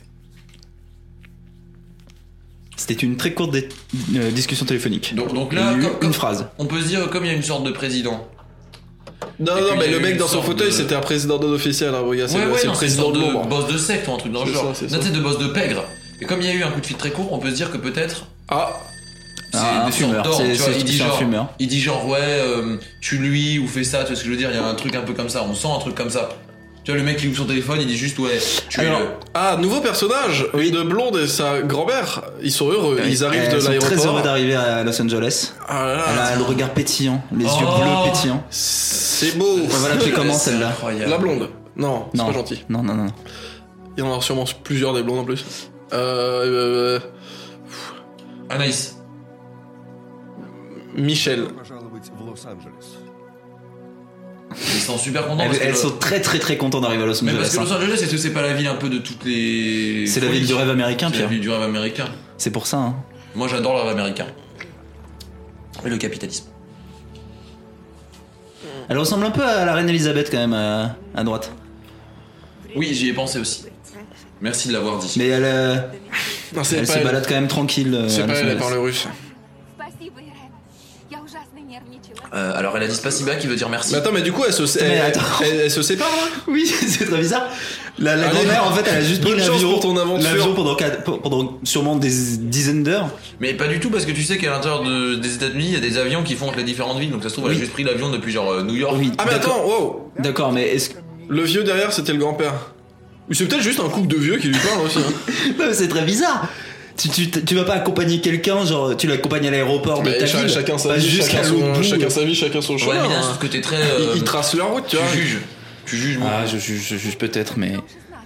D: C'était une très courte dé- euh, discussion téléphonique.
A: Donc, donc là,
D: Il y a eu
A: comme-
D: une
A: comme-
D: phrase.
A: on peut se dire comme il y a une sorte de président.
C: Non,
A: Et puis,
C: non,
A: il
C: mais
A: y a
C: le
A: eu
C: mec dans
A: une
C: son
A: sorte
C: fauteuil,
A: de-
C: c'était un président non officiel, hein, regarde, c'est
A: ouais, ouais,
C: c'est
A: non,
C: le
A: c'est une
C: président
A: sorte
C: de
A: de
C: l'ombre.
A: boss de secte ou un truc dans le
C: C'est
A: genre.
C: ça, c'est
A: Non,
C: ça.
A: c'est de boss de pègre. Et comme il y a eu un coup de fil très court, on peut se dire que peut-être
C: Ah,
A: c'est
D: Ah, un
A: des sortes
D: fumeur.
A: d'ordres,
D: C'est
A: tu vois, il
D: c'est-
A: dit
D: c'est un
A: genre-
D: fumeur.
A: Il dit genre ouais, euh, tu lui ou fais ça, tu vois ce que je veux dire, il y a un truc un peu comme ça, on sent un truc comme ça. Tu vois le mec qui ouvre son téléphone, il dit juste ouais, tu es
C: alors-
A: le...
C: ah, nouveau personnage de Blonde et sa grand-mère. Ils sont heureux, ils arrivent
D: Elles
C: de
D: sont très heureux
C: l'aéroport.
D: d'arriver à Los Angeles.
C: Ah là
D: Elle
C: là,
D: a le regard pétillant, les yeux
A: Oh.
D: bleus pétillants.
C: c'est beau.
D: On va l'appeler comment celle-là
A: incroyable.
C: La blonde. Non, c'est
D: Non.
C: pas gentil.
D: Non, non, non. non.
C: Il y en a sûrement plusieurs des blondes en plus. Euh, euh,
A: Anaïs.
C: Michel.
E: пожаловать в Лос-Анджелес.
A: Ils sont super contents
D: Elles,
A: parce que-
D: elles sont très très très contentes d'arriver à Los
A: Mais parce
D: Angeles.
A: que
D: hein.
A: Los Angeles, est-ce que c'est pas la ville un peu de toutes les...
D: C'est la
A: folies
D: ville du rêve américain,
A: C'est la
D: Pierre.
A: ville du rêve américain.
D: C'est pour ça. hein.
A: Moi j'adore le rêve américain. Et le capitalisme.
D: Elle ressemble un peu à la reine Elisabeth quand même euh, à droite.
A: Oui, j'y ai pensé aussi. Merci de l'avoir dit.
D: Mais elle, euh,
C: Non, c'est
D: elle
C: pas
D: se
C: elle.
D: balade quand même tranquille. euh, à
C: C'est
D: Los
C: pas elle, elle
D: Angeles.
C: parle russe.
F: Спасибо, Ирен. Я ужасно нервничала.
A: Euh, alors elle a dit Spasiba qui veut dire merci.
C: Mais attends, mais du coup, elle se, elle,
D: Mais attends.
C: elle- elle se sépare là
D: Oui, c'est très bizarre. La, la
C: Allez,
D: grand-mère, en fait, elle a juste
C: Ah bonne
D: pris
C: chance
D: l'avion
C: pour ton aventure.
D: l'avion pendant, quatre- pour- pendant sûrement des dizaines d'heures.
A: Mais pas du tout parce que tu sais qu'à l'intérieur de- des États-Unis, il y a des avions qui font entre les différentes villes. Donc ça se trouve, elle a
D: Oui.
A: juste pris l'avion depuis genre euh, New York.
D: Oui.
C: Ah, mais
D: D'accord.
C: attends, wow
D: D'accord, mais est-ce que.
C: Le vieux derrière, c'était le grand-père. Ou c'est peut-être juste un couple de vieux qui lui parle aussi. hein.
D: Non, mais c'est très bizarre. Tu, tu, tu vas pas accompagner quelqu'un, genre tu l'accompagnes à l'aéroport de
C: Mais
D: ta
C: cha-
D: ville,
C: chacun sa
D: pas
C: vie,
D: jusqu'à
C: chacun
D: l'autre
C: son,
D: bout.
C: chacun sa vie, chacun son
A: Ouais,
C: chemin.
A: mais d'un
C: hein.
D: Ah,
A: autre côté très.
C: Ils-
A: euh,
C: Ils tracent leur route,
A: tu
C: tu vois.
A: juges. Tu juges beaucoup.
D: Ah, je juge, je juge peut-être, mais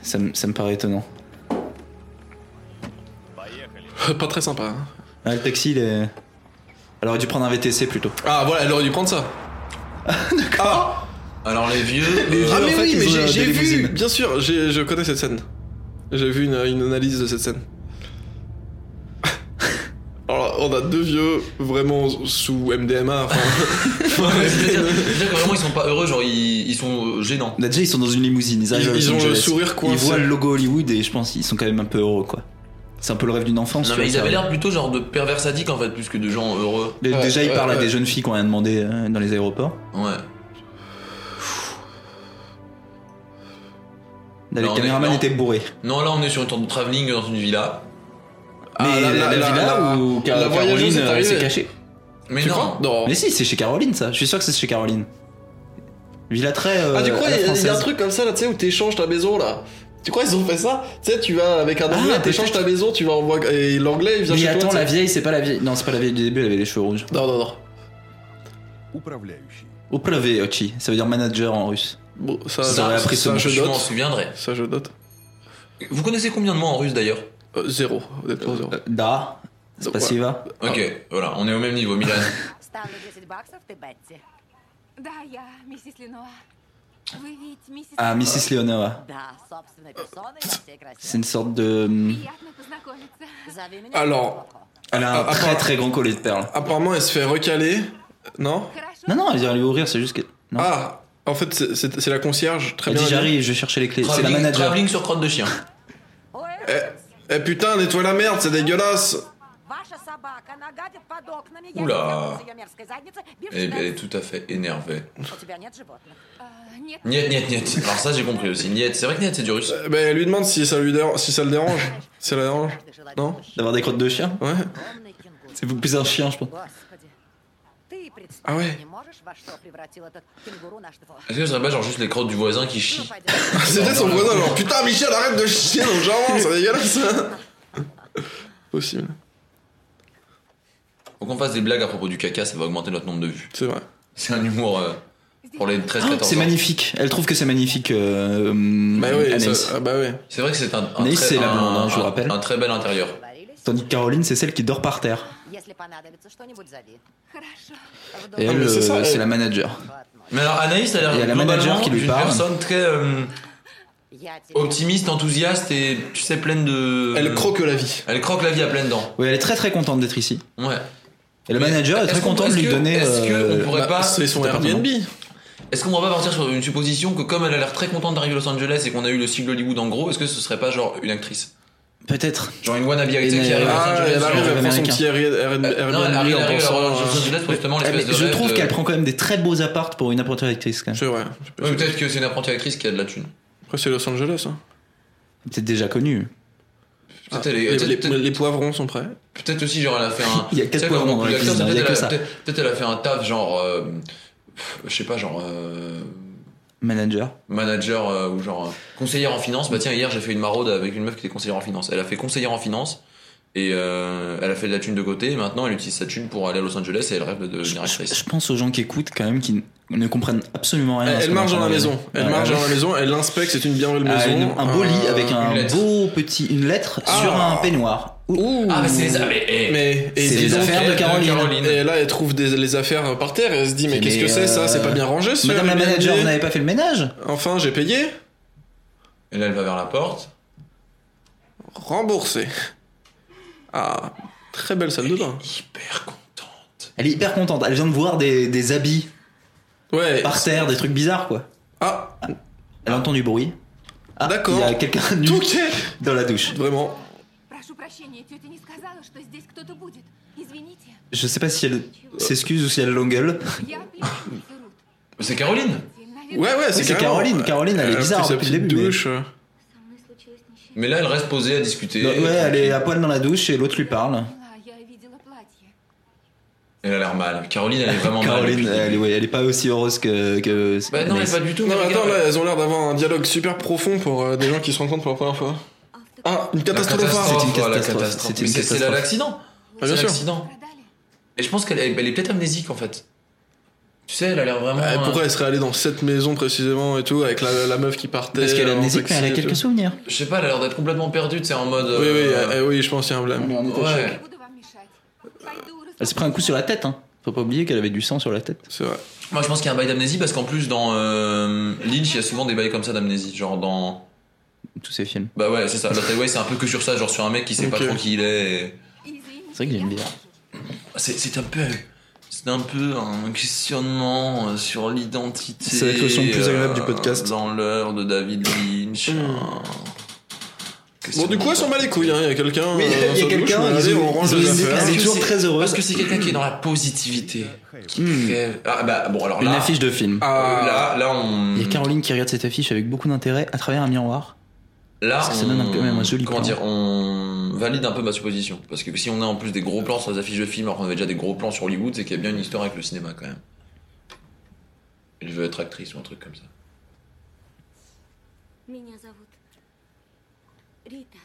D: ça, me- ça me paraît étonnant.
C: Pas très sympa. hein.
D: Ah, le taxi, il est. Elle aurait dû prendre un VTC plutôt.
C: Ah, voilà, elle aurait dû prendre ça. D'accord.
A: Alors les vieux.
D: Ah. Les
A: euh,
D: vieux,
C: Ah
D: en
C: mais
D: fait,
C: oui,
D: ils
C: mais
D: ont, euh,
C: j'ai- j'ai
D: des
C: vu,
D: limousines.
C: bien sûr, j'ai- je connais cette scène. J'ai vu une, une analyse de cette scène. Alors, on a deux vieux vraiment sous MDMA. Enfin,
A: C'est-à-dire c'est-à-dire que vraiment ils sont pas heureux, genre ils, ils sont euh, gênants.
D: Là, Bah, déjà, ils sont dans une limousine, ils arrivent
C: Ils-
D: à Los
C: ils ont le
D: Angeles.
C: sourire coincé.
D: Ils voient le logo Hollywood et je pense qu'ils sont quand même un peu heureux, quoi. C'est un peu le rêve d'une enfance.
A: Non
D: tu
A: mais
D: vois,
A: ils
D: ça.
A: avaient l'air plutôt genre de pervers sadiques en fait, plus que de gens heureux.
D: Dé-
C: Ouais,
D: Déjà, ils
C: ouais,
D: parlent à
C: ouais.
D: des jeunes filles qui ont rien demandé euh, dans les aéroports.
A: Ouais.
D: Là,
A: Non,
D: le caméraman
A: non.
D: était bourré.
A: Non là on est sur une sorte de travelling dans une villa.
C: Ah,
D: mais
C: la-
D: la,
C: la-
D: la
C: la-
D: villa
C: la-
D: où Car-
C: la voyageuse
D: Caroline
C: est
D: euh,
C: arrivée. Oh.
D: s'est cachée.
A: Mais
C: tu
A: non.
C: crois Non.
D: Mais si, c'est chez Caroline ça. Je suis sûr que c'est chez Caroline. Villa très. euh,
C: Ah, tu
D: à
C: crois,
D: la
C: il y a- il y, a un
D: française.
C: truc comme ça là, tu sais, où t'échanges ta maison là Tu crois, ils ont fait ça Tu sais, tu vas avec un
D: Ah,
C: anglais, t'échanges ta
D: peut-être.
C: maison, tu vas en voie- Et l'anglais, il vient
D: Mais
C: chez
D: attends,
C: toi.
D: la
C: tu sais.
D: vieille, c'est pas la vieille. Non, c'est pas la vieille du début, elle avait les cheveux rouges.
C: Non, non, non.
E: Управляющий.
D: Oplavé, Ochi, ça veut dire manager en russe.
C: Bon, ça,
D: Ça,
C: ça,
D: j'aurais appris ce
C: ça,
D: mot.
C: je
A: Je m'en
C: note.
A: souviendrai.
C: Ça, je note.
A: Vous connaissez combien de mots en russe d'ailleurs
C: Euh, zéro, honnêtement, zéro.
D: Euh, Da, c'est
C: Donc,
D: pas si va.
A: Ok, voilà, on est au même niveau, Milan.
F: Ставлю 10 баксов, ты Бетти.
G: Да, я, миссис Леноа. Вы ведь миссис...
D: Ah, Mrs. Leonora.
F: Да, собственной персоной во всей
D: C'est
F: красе.
D: une sorte de. hum,
G: Приятно познакомиться.
F: Зови меня.
C: Alors,
F: Коко.
D: Elle a un
C: Ah,
D: très
C: attends.
D: très grand collier de perles.
C: Apparemment, elle se fait recaler. Non
G: Хорошо?
D: Non, non, elle vient lui ouvrir, c'est juste que. Non.
A: Hein.
C: Ah, en fait, c'est- c'est c'est la concierge. Très
D: elle dit
C: bien. habillée.
D: j'arrive, je vais chercher les clés. C'est la
A: Travelling-
D: manager.
A: travelling sur crotte de chien.
F: Ой,
C: Eh putain, nettoie la merde, c'est dégueulasse.
F: ваша собака нагадит под окнами. Я
A: Ура.
F: не с ее мерзкой задницы.
A: Elle, elle est
F: Бежит.
A: tout à fait énervée.
F: У тебя нет животных.
G: А, нет.
A: Niet, niet, niet. Alors ça, j'ai compris aussi. Niet, c'est vrai que niet, c'est du russe.
C: Euh, Bah, elle lui demande si ça lui dérange, si ça le dérange. Si ça la dérange.
F: Каждый желательно
C: Non
F: мужчина,
D: D'avoir des crottes de chien
C: Ouais.
F: огромный кенгуру.
D: C'est beaucoup plus un chien, je pense.
F: Господи. Ты
C: А вы-
F: представить не можешь, во что превратил этот кенгуру наш двор.
A: Est-ce que ce serait pas genre juste les crottes du voisin qui
F: Ну,
A: chie
F: пойдем.
C: C'est peut-être Ah, son voisin, genre putain, Michel, arrête de chier dans le jardin, c'est dégueulasse. hein. Possible,
A: Faut qu'on fasse des blagues à propos du caca, ça va augmenter notre nombre de vues.
C: c'est vrai.
A: C'est un humour euh, pour les 13-14 ans.
D: C'est magnifique. Elle trouve que c'est magnifique. euh, hum,
C: Bah oui,
D: Anaïs.
C: ça- ah bah oui.
A: C'est vrai que c'est un, un,
D: Naïs,
A: très,
D: c'est la
A: un-
D: blonde, hein, je vous
A: un-
D: rappelle.
A: un très bel intérieur.
F: Договорились.
D: Tandis que Caroline, c'est celle qui dort par terre.
F: Если понадобится что-нибудь, зови.
G: Хорошо.
F: В дом
D: Et elle,
C: mais c'est
D: euh,
C: ça, elle-
D: c'est la manager.
F: его относят.
A: Mais alors Anaïs, elle a
D: Il y a
A: l'air
D: la
A: globalement
D: manager qui lui
A: d'une
D: parle.
A: personne très euh,
F: Я тебе-
A: optimiste, enthousiaste et tu sais pleine de.
C: Elle croque la vie.
A: Elle croque la vie à pleines dents.
D: Oui, elle est très très contente d'être ici.
A: Ouais.
D: Et le
A: Mais
D: manager est
A: est-ce
D: très
A: qu'on-
D: content de
A: est-ce
D: lui
A: que-
D: donner.
A: est-ce que
D: euh,
A: on pourrait
C: Bah,
A: pas-
C: c'est son
D: cet
C: Airbnb.
A: Est-ce qu'on va pas partir sur une supposition que comme elle a l'air très contente d'arriver à Los Angeles et qu'on a eu le sigle Hollywood en gros, est-ce que ce serait pas genre une actrice
D: Peut-être.
A: Genre une wannabe actrice
D: Une- euh,
A: qui arrive à Los
C: Ah,
A: Angeles
C: elle
A: genre-
C: arrive, elle prend son
D: américain.
C: petit Air- Air- Airbnb.
A: Euh, Non, elle arrive, elle
C: en
A: arrive à
C: pensant,
A: Los
C: euh,
A: Angeles pour justement
D: Ah,
A: l'espèce
D: mais
A: de
D: je
A: rêve
D: trouve
A: de-
D: qu'elle prend quand même des très beaux appartes pour une apprentie actrice. Quand même.
C: euh, C'est vrai.
A: Ouais, Peut-être que c'est une apprentie actrice qui a de la thune.
C: Après, c'est Los Angeles. Hein.
D: Peut-être déjà connue.
C: Ah,
A: Peut-être elle est-
C: les,
A: peut-être-
C: les-
A: peut-être-
C: les poivrons sont prêts.
A: Peut-être aussi, genre, elle a fait un.
D: Il y a quatre
A: Tu sais, quand
D: poivrons
A: on
D: dans la
A: coupe l'acteur,
D: cuisine,
A: c'est
D: il y a
A: peut-être
D: que
A: elle a- Peut-être peut-être elle a fait un taf, genre. euh, pff, je sais pas, genre. euh,
D: Manager.
A: manager euh, ou genre. euh, conseillère en finance. Bah tiens, hier, j'ai fait une maraude avec une meuf qui était conseillère en finance. Elle a fait conseillère en finance. Et euh, elle a fait de la thune de côté. Et maintenant, elle utilise sa thune pour aller à Los Angeles et elle rêve de
D: Je,
A: devenir
D: je-
A: actrice.
D: je pense aux gens qui écoutent quand même qui n- ne comprennent absolument rien. à
C: Elle,
D: ce Ah,
C: elle
D: qu'on
C: marche
D: entend
C: dans la maison. Elle
D: Ouais,
C: marche
D: ouais.
C: dans la maison, elle inspecte, c'est une bien belle
D: Ah, Euh, une-
C: maison. Euh,
D: un beau lit avec un
A: une lettre.
D: beau petit une lettre
C: Ah.
D: sur un peignoir. Ouh.
A: Ah, mais c'est ça, mais. eh,
C: Mais et
D: C'est
C: dis
D: les
C: donc,
D: affaires de
C: elle-
D: Caroline.
C: Et là, elle trouve des, les affaires par terre. Elle se dit, mais
D: Mais,
C: qu'est-ce que c'est ça
D: euh,
C: C'est pas bien rangé ce
D: Madame la
C: Airbnb
D: manager, vous n'avez pas fait le ménage
C: Enfin, j'ai payé.
A: Et là, elle va vers la porte.
C: Remboursé. Ah, très belle salle de bain.
A: Hyper contente.
D: Elle est hyper contente. Elle vient de voir des, des habits
C: Ouais.
D: par terre, des trucs bizarres quoi.
C: Ah,
D: Elle entend du bruit. Ah,
C: D'accord.
D: Il y a quelqu'un nu
C: tout est
D: dans la douche.
C: Vraiment.
G: Прошу прощения, тетя не сказала, что здесь кто-то будет. Извините.
D: Je sais pas si elle s'excuse ou si elle l'engueule.
G: Я племянница Рут.
A: C'est Caroline
G: Наверное,
C: Ouais, ouais, c'est
D: c'est
C: carrément- euh,
D: Caroline. Caroline, elle est
C: a
D: bizarre hein,
C: pris
D: depuis
C: sa
D: le
C: petite
D: début, mais-
C: douche. euh.
G: со мной случилось несчастье.
A: Mais là, elle reste posée à discuter.
D: Non, ouais, elle est à poil dans la douche et l'autre lui parle.
G: Поняла, Я видела платье.
A: Elle a l'air mal. Caroline, elle est vraiment mal.
D: Caroline,
A: depuis-
D: elle est, ouais, elle est pas aussi heureuse que. que
A: Bah non, mais
D: Anaïs.
A: pas du tout.
C: Non,
A: mais
C: mais attends,
A: regarde.
C: là, elles ont l'air d'avoir un dialogue super profond pour euh, des gens qui se rencontrent pour la première fois. Ah, une
A: La
C: catastrophe.
D: hein. C'est une
A: voilà, la
D: catastrophe, c'est une
A: Mais C'est c'est là
D: catastrophe.
A: l'accident.
C: Ah, bien
A: C'est
C: sûr.
A: l'accident.
G: Продали?
A: Et je pense qu'elle elle est peut-être amnésique en fait. Tu sais, elle a l'air vraiment.
C: Ah, pourquoi elle serait allée dans cette maison précisément et tout, avec la, la meuf qui partait
D: Parce qu'elle est
C: euh, en
D: amnésique,
C: taxi
D: mais elle a
C: et
D: quelques
C: tout.
D: souvenirs.
A: euh, Je sais pas, elle a l'air d'être complètement perdue, tu sais, en mode.
C: Oui, oui,
A: euh,
C: euh, oui, je pense qu'il y a un blâme.
G: Не
A: Ouais.
G: буду вам мешать. Пойду
D: Elle s'est pris un coup sur la tête, hein. Faut pas oublier qu'elle avait du sang sur la tête.
C: C'est vrai.
A: Moi je pense qu'il y a un bail d'amnésie parce qu'en plus dans euh, Lynch, il y a souvent des bails comme ça d'amnésie. Genre dans.
D: Tous ces films.
A: Bah ouais, c'est ça. Lost Highway, c'est un peu que sur ça, genre sur un mec qui sait pas
C: Ok.
A: trop qui il est. et-
G: Извините,
D: C'est vrai que j'aime
G: я
D: bien.
G: ухожу.
A: C'est c'est un peu. C'est un peu un questionnement euh, sur l'identité. euh,
C: C'est la question la plus agréable du podcast.
A: Dans l'heure de David Lynch.
C: Mm.
A: un
C: Bon, du coup, elles sont mal les couilles, hein. Il y a quelqu'un.
D: Oui, il y a-
C: euh,
D: il y a
C: sous la douche,
D: quelqu'un,
C: mais
D: ils
C: allez,
D: ont-
C: on range
D: ils ont
C: les
D: une
C: affaires.
D: Elle est toujours très heureuse.
A: Parce que c'est quelqu'un qui est dans la positivité. Qui
D: Hmm.
A: crève. Ah bah bon alors
D: Une
A: là. euh,
D: affiche de film.
C: Ah,
A: Là, là on.
D: Il y a Caroline qui regarde cette affiche avec beaucoup d'intérêt à travers un miroir.
A: Là,
D: Parce que ça
A: on-
D: donne un- quand même un joli
A: Comment
D: plan.
A: dire On valide un peu ma supposition. Parce que si on a en plus des gros plans sur les affiches de films, alors qu'on avait déjà des gros plans sur Hollywood, c'est qu'il y a bien une histoire avec le cinéma quand même. Elle veut être actrice ou un truc comme ça.
H: Меня зовут Рита.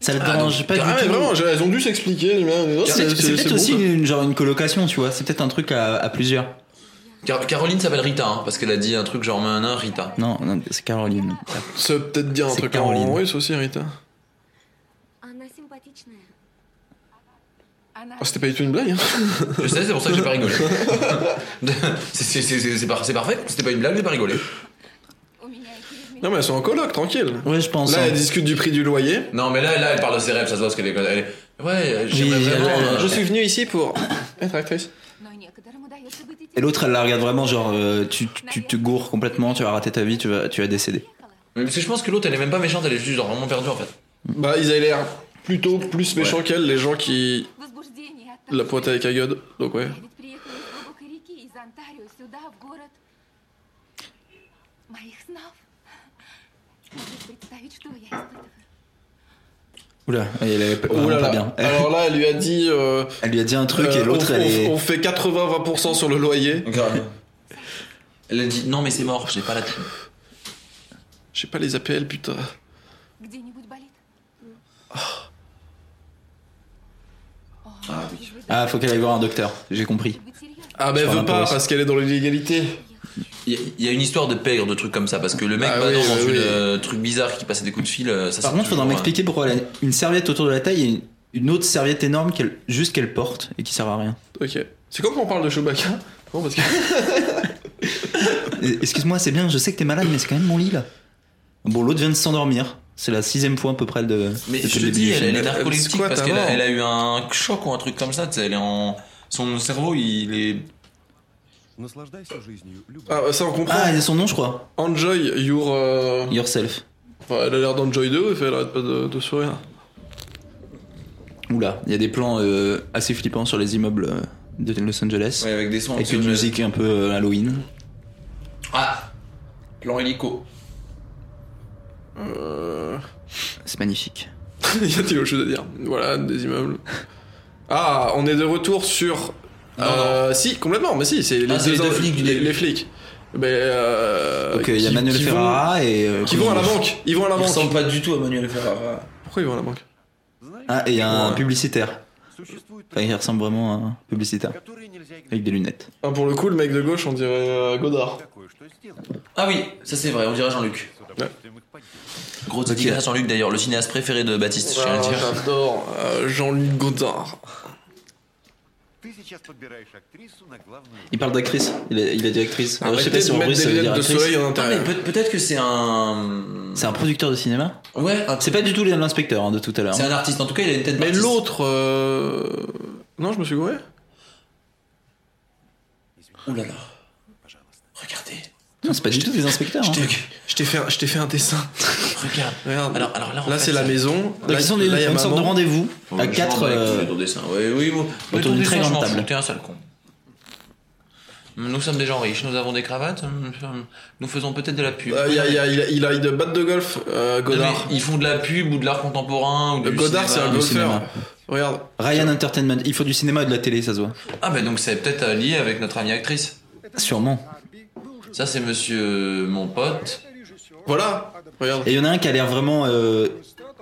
D: Ça la
A: Ah,
D: dérange
A: donc,
D: pas
C: Ah,
D: du
C: mais
D: tout.
C: vraiment, elles ont dû s'expliquer. mais, euh,
D: C'est c'est peut-être
C: bon,
D: aussi
C: quoi.
D: une, genre une colocation, tu vois. C'est peut-être un truc à, à plusieurs.
A: Car- Caroline s'appelle Rita, hein, parce qu'elle a dit un truc genre un un Rita.
D: Non, non, c'est Caroline.
C: Ça veut peut-être dire un
D: C'est
C: truc
D: Caroline.
C: en russe aussi, Rita.
H: Она симпатичная.
G: Она
C: Ah, c'était pas du tout une blague. Hein.
A: Je sais, c'est pour ça que j'ai pas rigolé. c'est c'est- c'est- c'est par- c'est parfait, c'était pas une blague, j'ai pas rigolé.
G: у меня и через
C: Non,
G: меня.
C: mais elles sont en coloc, tranquille.
D: Ouais, je pense. hein.
C: Là, elles discutent du prix du loyer.
A: Non, mais là, là, elle parle de ses rêves, ça se voit parce qu'elle est. elle est- Ouais, j'aimerais
D: Oui,
A: vraiment.
D: elle-
A: euh,
D: je
C: suis venu ici pour être actrice.
G: Но некоторым удается быть и
D: Et
G: тем.
D: l'autre, elle la regarde vraiment genre euh, tu, tu, tu te gourres complètement, tu vas rater ta vie, tu vas, tu vas décéder.
G: Приехала.
A: mais Parce que je pense que l'autre, elle est même pas méchante, elle est juste genre vraiment perdue en fait.
C: Bah, ils avaient l'air plutôt plus méchants qu'elles, les gens qui
G: Возбуждение от
C: la
G: того,
C: pointaient avec la gueule. Donc, ouais.
G: Я ведь приехала из глубокой реки, из Онтарио, сюда, в город моих снов. Можешь представить, что я испытываю?
D: Oula, elle est pas-
C: Oh
D: vraiment
C: là
D: pas
C: là.
D: bien. Elle,
C: Alors là, elle lui a dit. euh,
D: elle lui a dit un truc et
C: euh,
D: l'autre,
C: on,
D: elle
C: on-
D: est.
C: on fait 80-20% sur le loyer.
A: Grave. Elle a dit non mais c'est mort, j'ai pas la thune.
C: J'ai pas les APL, putain.
G: Где-нибудь болит?
A: Ah,
G: Может быть,
D: Ah, faut qu'elle aille voir un docteur. J'ai compris.
G: может быть, серьезно?
C: Ah, mais
D: Je
C: elle
D: parle
C: veut
D: un peu
C: pas
D: russe.
C: parce qu'elle est dans l'illégalité.
A: Il y, a- il y a une histoire de pègre, de trucs comme ça, parce que le mec
C: Ah
A: maintenant
C: oui,
A: dans
C: oui,
A: une
C: oui.
A: euh, truc bizarre qui passait des coups de fil, euh, ça
D: Par
A: c'est
D: contre, faudra
A: toujours,
D: m'expliquer pourquoi elle a une serviette autour de la taille et une, une autre serviette énorme qu'elle juste qu'elle porte et qui sert à rien.
C: Ok. C'est quand qu'on parle de Chewbacca Non, parce que.
D: Et- Excuse-moi, c'est bien, je sais que t'es malade, mais c'est quand même mon lit là. Bon, l'autre vient de s'endormir. C'est la sixième fois à peu près de.
A: euh. Mais
D: depuis
A: je te
D: le début
A: dis,
D: du
A: elle,
D: film.
A: elle est narcoleptique
C: C'est quoi,
A: parce
C: ta
A: qu'elle a,
C: mort
A: elle a eu un choc ou un truc comme ça, tu sais, elle est en... Son cerveau, il est...
E: Наслаждайся жизнью, любовь.
C: Ah, ça, on comprend.
D: Ah, elle a son nom, je crois.
C: Enjoy your. euh,
D: Yourself.
C: enfin, elle a l'air d'enjoy de ouf, elle arrête pas de, de sourire.
D: Oula, il y a des plans euh, assez flippants sur les immeubles euh, de Los Angeles.
A: Ouais, avec des sons...
D: Avec une
A: anxiogènes.
D: musique un peu euh, Halloween.
A: Ah Plan hélico.
C: Euh...
D: C'est magnifique.
C: Il y a des choses à dire. Voilà, des immeubles. Ah, on est de retour sur.
A: Non,
C: euh, Si, complètement, mais si, c'est les,
A: Ah, c'est les deux flics du
C: les,
A: début.
C: les flics. Mais, euh,
D: Donc euh, il y a
C: qui-
D: Manuel
C: qui vont-
D: Ferrara et. euh,
C: qui vont à la banque. Ils vont à la banque.
A: pas du tout à Manuel Ferrara.
C: Pourquoi ils vont à la banque
E: Знаете,
D: Ah, et il y a un
C: Ouais.
D: publicitaire.
E: существует
D: Enfin, il ressemble vraiment à un publicitaire.
E: которые нельзя
D: Avec des
E: игнорировать.
D: lunettes.
C: Ah, Pour le coup, le mec de gauche, on dirait euh, Godard.
E: Такое, что сделано.
A: Ah oui, ça c'est vrai, on dirait Jean-Luc.
E: С удовольствием их поддерживаю.
A: Gros dédicace à Jean-Luc d'ailleurs, le cinéaste préféré de Baptiste, je tiens à
C: Ah,
A: le dire.
C: J'adore euh, Jean-Luc Godard.
E: Ты сейчас подбираешь actrice на главную
D: Il parle d'actrice. Il, a- il a dit actrice. Alors, je sais
C: Arrêtez
D: pas si
C: de
D: en
C: mettre
D: russe
C: des
D: ça veut dire
C: lunettes de
D: actrice.
C: soleil en
A: Ah, mais
C: intérieur.
A: peut- peut-être que c'est un...
D: C'est un producteur de cinéma
A: Ouais, un-
D: C'est pas du tout l'inspecteur hein, de tout à l'heure.
A: c'est un artiste, en tout cas il a une tête
C: Mais
A: d'artiste.
C: l'autre. euh, Non, je me suis gouré
A: Ouh là là. Regardez.
D: Non, c'est pas du tout des inspecteurs.
C: Je
D: hein.
C: t'ai- je t'ai fait, un- je t'ai fait un dessin.
A: Regarde.
C: Regarde.
A: Alors, alors là, en
C: là,
A: fait,
C: c'est la
A: ça- Oh,
C: maison.
D: Donc,
C: Là,
D: ils sont des,
C: là, il y a
D: une sorte de
C: maman.
D: rendez-vous
A: Faut
D: à
A: que je
D: quatre.
A: vende avec
D: euh,
A: tous les tours dessins. Oui, oui, bon.
D: autour
A: Les tours
D: d'une
A: dessins,
D: très
A: je
D: grande
A: m'en
D: table.
A: fous, T'es un sale con. Nous sommes des gens riches, nous avons des cravates, euh, nous faisons peut-être de la pub.
C: Euh, Il y a, il y a- il a- il a une batte de golf, euh,
A: Non, mais
C: Godard.
A: Ils font de la pub ou de l'art contemporain ou
C: Euh,
A: du
C: Godard, c'est
A: cinéma.
C: un
D: du
C: golfeur.
D: cinéma.
C: Regarde.
D: Ryan Entertainment. Il faut du cinéma et de la télé, ça se voit.
A: Ah bah donc c'est peut-être euh, lié avec notre amie actrice.
D: Sûrement.
A: Ça c'est monsieur euh, mon pote.
C: Voilà. Regarde.
D: Et il y en a un qui a l'air vraiment. euh,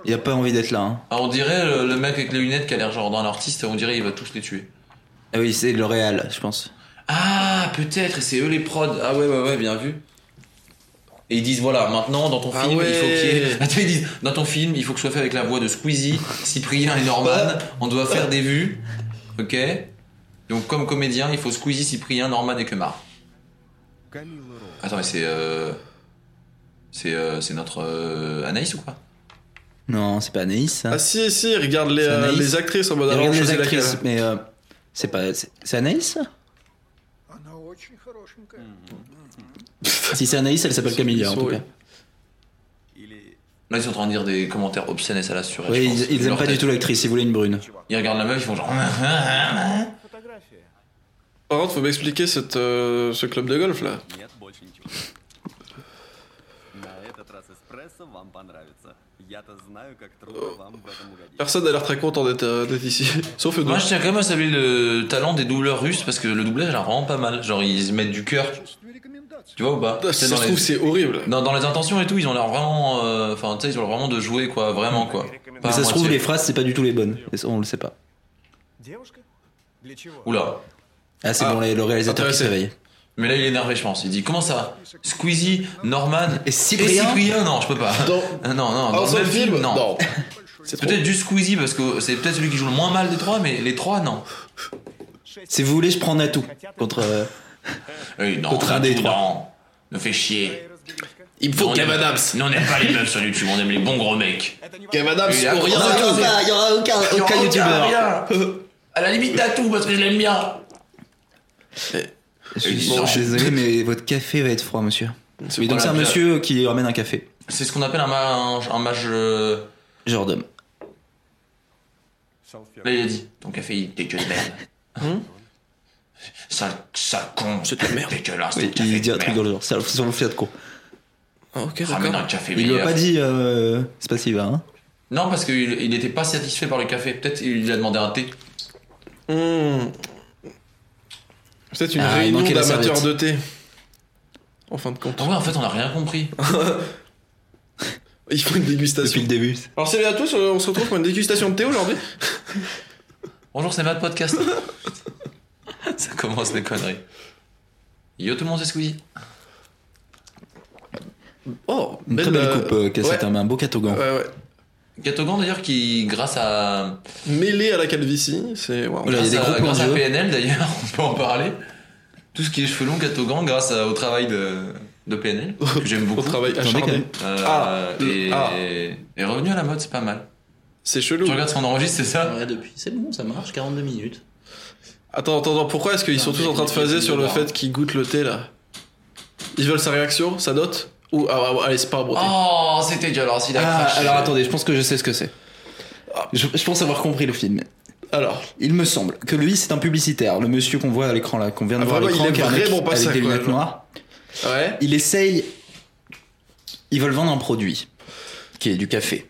D: il a pas envie d'être là. hein.
A: Ah on dirait le, le mec avec les lunettes qui a l'air genre d'un artiste, on dirait il va tous les tuer.
D: Ah oui, c'est L'Oréal, je pense.
A: Ah peut-être, et c'est eux les prods. Ah ouais ouais ouais, bien vu. Et ils disent voilà, maintenant dans ton
C: Ah
A: film, il faut
C: ouais.
A: qu'il y ait... Attends, ils disent dans ton film, il faut que ce soit fait avec la voix de Squeezie, Cyprien et Norman, on doit faire des vues. OK Donc comme comédien, il faut Squeezie, Cyprien, Norman et Kemar. Attends, mais c'est euh... c'est euh, c'est notre euh, Anaïs ou quoi
D: Non, c'est pas Anaïs. ça.
C: Ah si, si, regarde les,
D: C'est
C: euh,
D: Anaïs.
C: les actrices en mode
D: Il
C: avant,
D: regarde
C: je
D: les
C: sais
D: actrices,
C: laquelle. hein.
D: mais euh, c'est pas. c'est- C'est Anaïs ça Si c'est Anaïs, elle s'appelle Camilla en tout cas.
A: Là, ils sont en train de dire des commentaires obscènes et ça l'assure.
D: Oui, ils, ils aiment pas du tout l'actrice, ils voulaient une brune.
A: Ils regardent la meuf, ils font genre. hein
C: Par contre, faut m'expliquer cette, euh, ce club de golf là.
I: Нет, больше ничего. На этот раз эспрессо вам понравится. Я-то знаю, как трудно вам в этом угодить.
C: Personne n'a l'air très content d'être euh, d'être ici. Sauf eux deux.
A: Moi, je tiens quand même à saluer le talent des doubleurs russes parce que le doublage, genre, vraiment pas mal. Genre, ils mettent du cœur. Tu vois ou pas
C: Putain,
A: C'est
C: Si
A: dans
C: ça
A: les-
C: se trouve, c'est horrible.
A: dans, dans les intentions et tout, ils ont l'air vraiment. euh, Enfin, tu sais, ils ont l'air vraiment de jouer, quoi. Vraiment, quoi. Pas
D: Mais
A: à
D: ça se trouve,
A: moitié.
D: les phrases, c'est pas du tout les bonnes. Et ça, On le sait pas.
E: Девушка? Для чего?
A: Oula.
D: Ah, c'est
C: Ah,
D: bon, les- le réalisateur qui se
C: intéressé.
D: réveille.
A: Mais là, il est énervé, je pense. Il dit Comment ça Squeezie, Norman
D: Et Cyprien
A: et Cyprien Non, je peux pas.
C: Dans-
A: Ah, Non, non,
C: Ah,
A: dans le même film, non.
C: C'est trop.
A: Peut-être du Squeezie parce que c'est peut-être celui qui joue le moins mal des trois, mais les trois, non.
D: Si vous voulez, je prends Natou contre. euh,
A: Eh, non,
D: Contre un
A: on a
D: des
A: tout,
D: trois.
A: non. Ne fais chier.
C: Il
A: Non, on aime- Non, on n'aime pas les meufs sur YouTube, on aime les bons gros mecs.
C: Kev Adams,
A: Il a-
C: pour rien
A: Ah,
C: du
A: non,
C: tout.
D: il y aura aucun, aucun youtubeur.
A: À la limite, t'as tout parce que je l'aime bien.
D: Je suis
A: Bon,
D: je suis désolé, mais votre café va être froid, monsieur. Oui, donc
A: pas
D: c'est un
A: la-
D: monsieur qui ramène un café.
A: C'est ce qu'on appelle un, ma- un, un mage. euh,
D: Genre d'homme.
A: Là, il a dit Ton café, il dégueule merde.
D: Hmm
A: Ça, ça con, c'est de la merde. Dégueulasse, ton
D: Oui,
A: café
D: il
A: de
D: dit un truc
A: merde.
D: dans le genre. Ça, sur le fiat, quoi.
C: Ah, ok,
A: Ramène
C: d'accord.
A: un café
D: Il lui a
A: meilleur.
D: pas dit. euh, C'est pas s'il va, hein.
A: Non, parce qu'il il était pas satisfait par le café. Peut-être il lui a demandé un thé.
C: Hmm. Peut-être une
D: Ah, il
C: réunion
D: manquait la
C: d'amateurs de
D: serviette.
C: thé. En fin de compte.
A: Ah ouais, en fait, on a rien compris.
C: Ils font une
D: Depuis
C: dégustation.
D: le début.
C: Alors salut à tous, euh, on se retrouve pour une dégustation de thé aujourd'hui.
A: Bonjour, c'est Matt Podcast. ça commence les conneries. Yo tout le monde, c'est Squeezie.
C: Oh,
D: Une très belle coupe, euh, cassette,
C: ouais.
D: hein, un beau catogan.
C: Ouais, ouais.
A: Gatogan d'ailleurs qui, grâce à,
C: Mêlée à la calvitie, c'est... waouh.
D: Oh là, il
A: grâce
D: y a des
A: à-
D: gros plans
A: grâce à
D: de jeu.
A: PNL d'ailleurs, on peut en parler. Tout ce qui est cheveux longs, Gatogan, grâce à- au travail de, de PNL, que j'aime
C: Au
A: beaucoup.
C: travail
D: Attendez, quand
C: acharné.
D: même.
A: Euh,
C: Ah,
A: et,
C: ah.
A: et revenu à la mode, c'est pas mal.
C: C'est chelou.
A: Tu regardes ce qu'on enregistre, c'est ça
J: Ouais, depuis, c'est bon, ça marche, 42 minutes.
C: Attends, attends, attends, pourquoi est-ce qu'ils sont
J: Non,
C: tous en train de
J: mais-
C: phaser sur le
J: mais-
C: fait qu'ils goûtent le thé, là Ils veulent sa réaction, sa note Ou... Ah, ah, allez, c'est pas un bon thé.
A: Oh, c'était dégueulasse, il a
D: Ah,
A: craché.
D: alors attendez, je pense que je sais ce que c'est. Je, je pense avoir compris le film.
C: Alors,
D: Il me semble que lui, c'est un publicitaire, le monsieur qu'on voit à l'écran là, qu'on vient de
C: Ah,
D: voir à
C: vraiment,
D: l'écran,
C: il est
D: qui est un mec
C: vraiment pas
D: avec
C: ça,
D: des
C: quoi,
D: lunettes
C: genre.
D: noires.
C: ouais
D: Il essaye. Ils veulent vendre un produit qui est du café.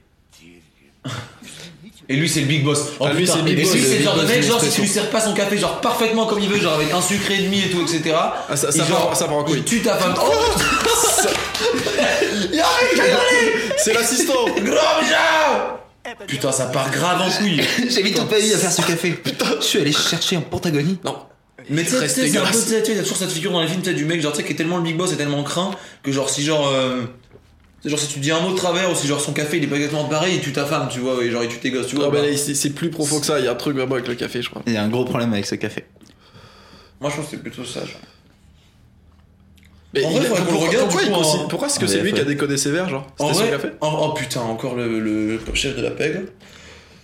A: Et lui, c'est le big boss. En
C: Ah, lui, c'est le big
A: et
C: boss,
A: lui,
C: le
A: c'est le
D: big
A: genre de
D: boss
A: mec,
D: de
A: genre, si tu
D: l'expression.
A: lui sers pas son café, genre, parfaitement comme il veut, genre, avec un sucre et demi et tout, etc.
C: Ah, ça- ça
A: Et
C: part- ça part en couille.
A: Il tue ta femme. Oh,
C: C'est l'assistant Ah,
A: grave, genre Putain, ça part grave en couille.
D: J'ai mis toute ma vie à faire ce café. Putain, je suis allé chercher en Pentagonie.
A: Non. Mais tu sais, tu
C: Reste
A: sais, c'est un peu, tu
C: dégueulasse.
A: sais, tu sais, t'as toujours cette figure dans les films, tu sais, du mec, genre, tu sais, qui est tellement le big boss et tellement craint que, genre, si, genre, euh, tu sais, genre, si tu dis un mot de travers ou si, genre, son café, il est pas exactement pareil, il tue ta femme, tu vois, et genre, il tue tes gosses, tu vois.
C: Non,
A: bah.
C: mais là, c'est c'est plus profond que ça, il y a un truc vraiment avec le café, je crois.
D: Il y a un gros problème avec ce café.
A: Moi, je pense que c'est plutôt ça, genre.
C: Mais
A: En vrai,
C: il-
A: faudrait qu'on le
C: pourquoi,
A: regarde,
C: pourquoi
A: du
C: il
A: coup,
C: considère-
A: en-
C: pourquoi est-ce que
D: en
C: c'est lui
D: VF,
C: qui a
D: ouais.
C: déconné sévère, genre
A: En
C: C'était son
A: vrai,
C: café
A: oh, oh, putain, encore le, le chef de la peg.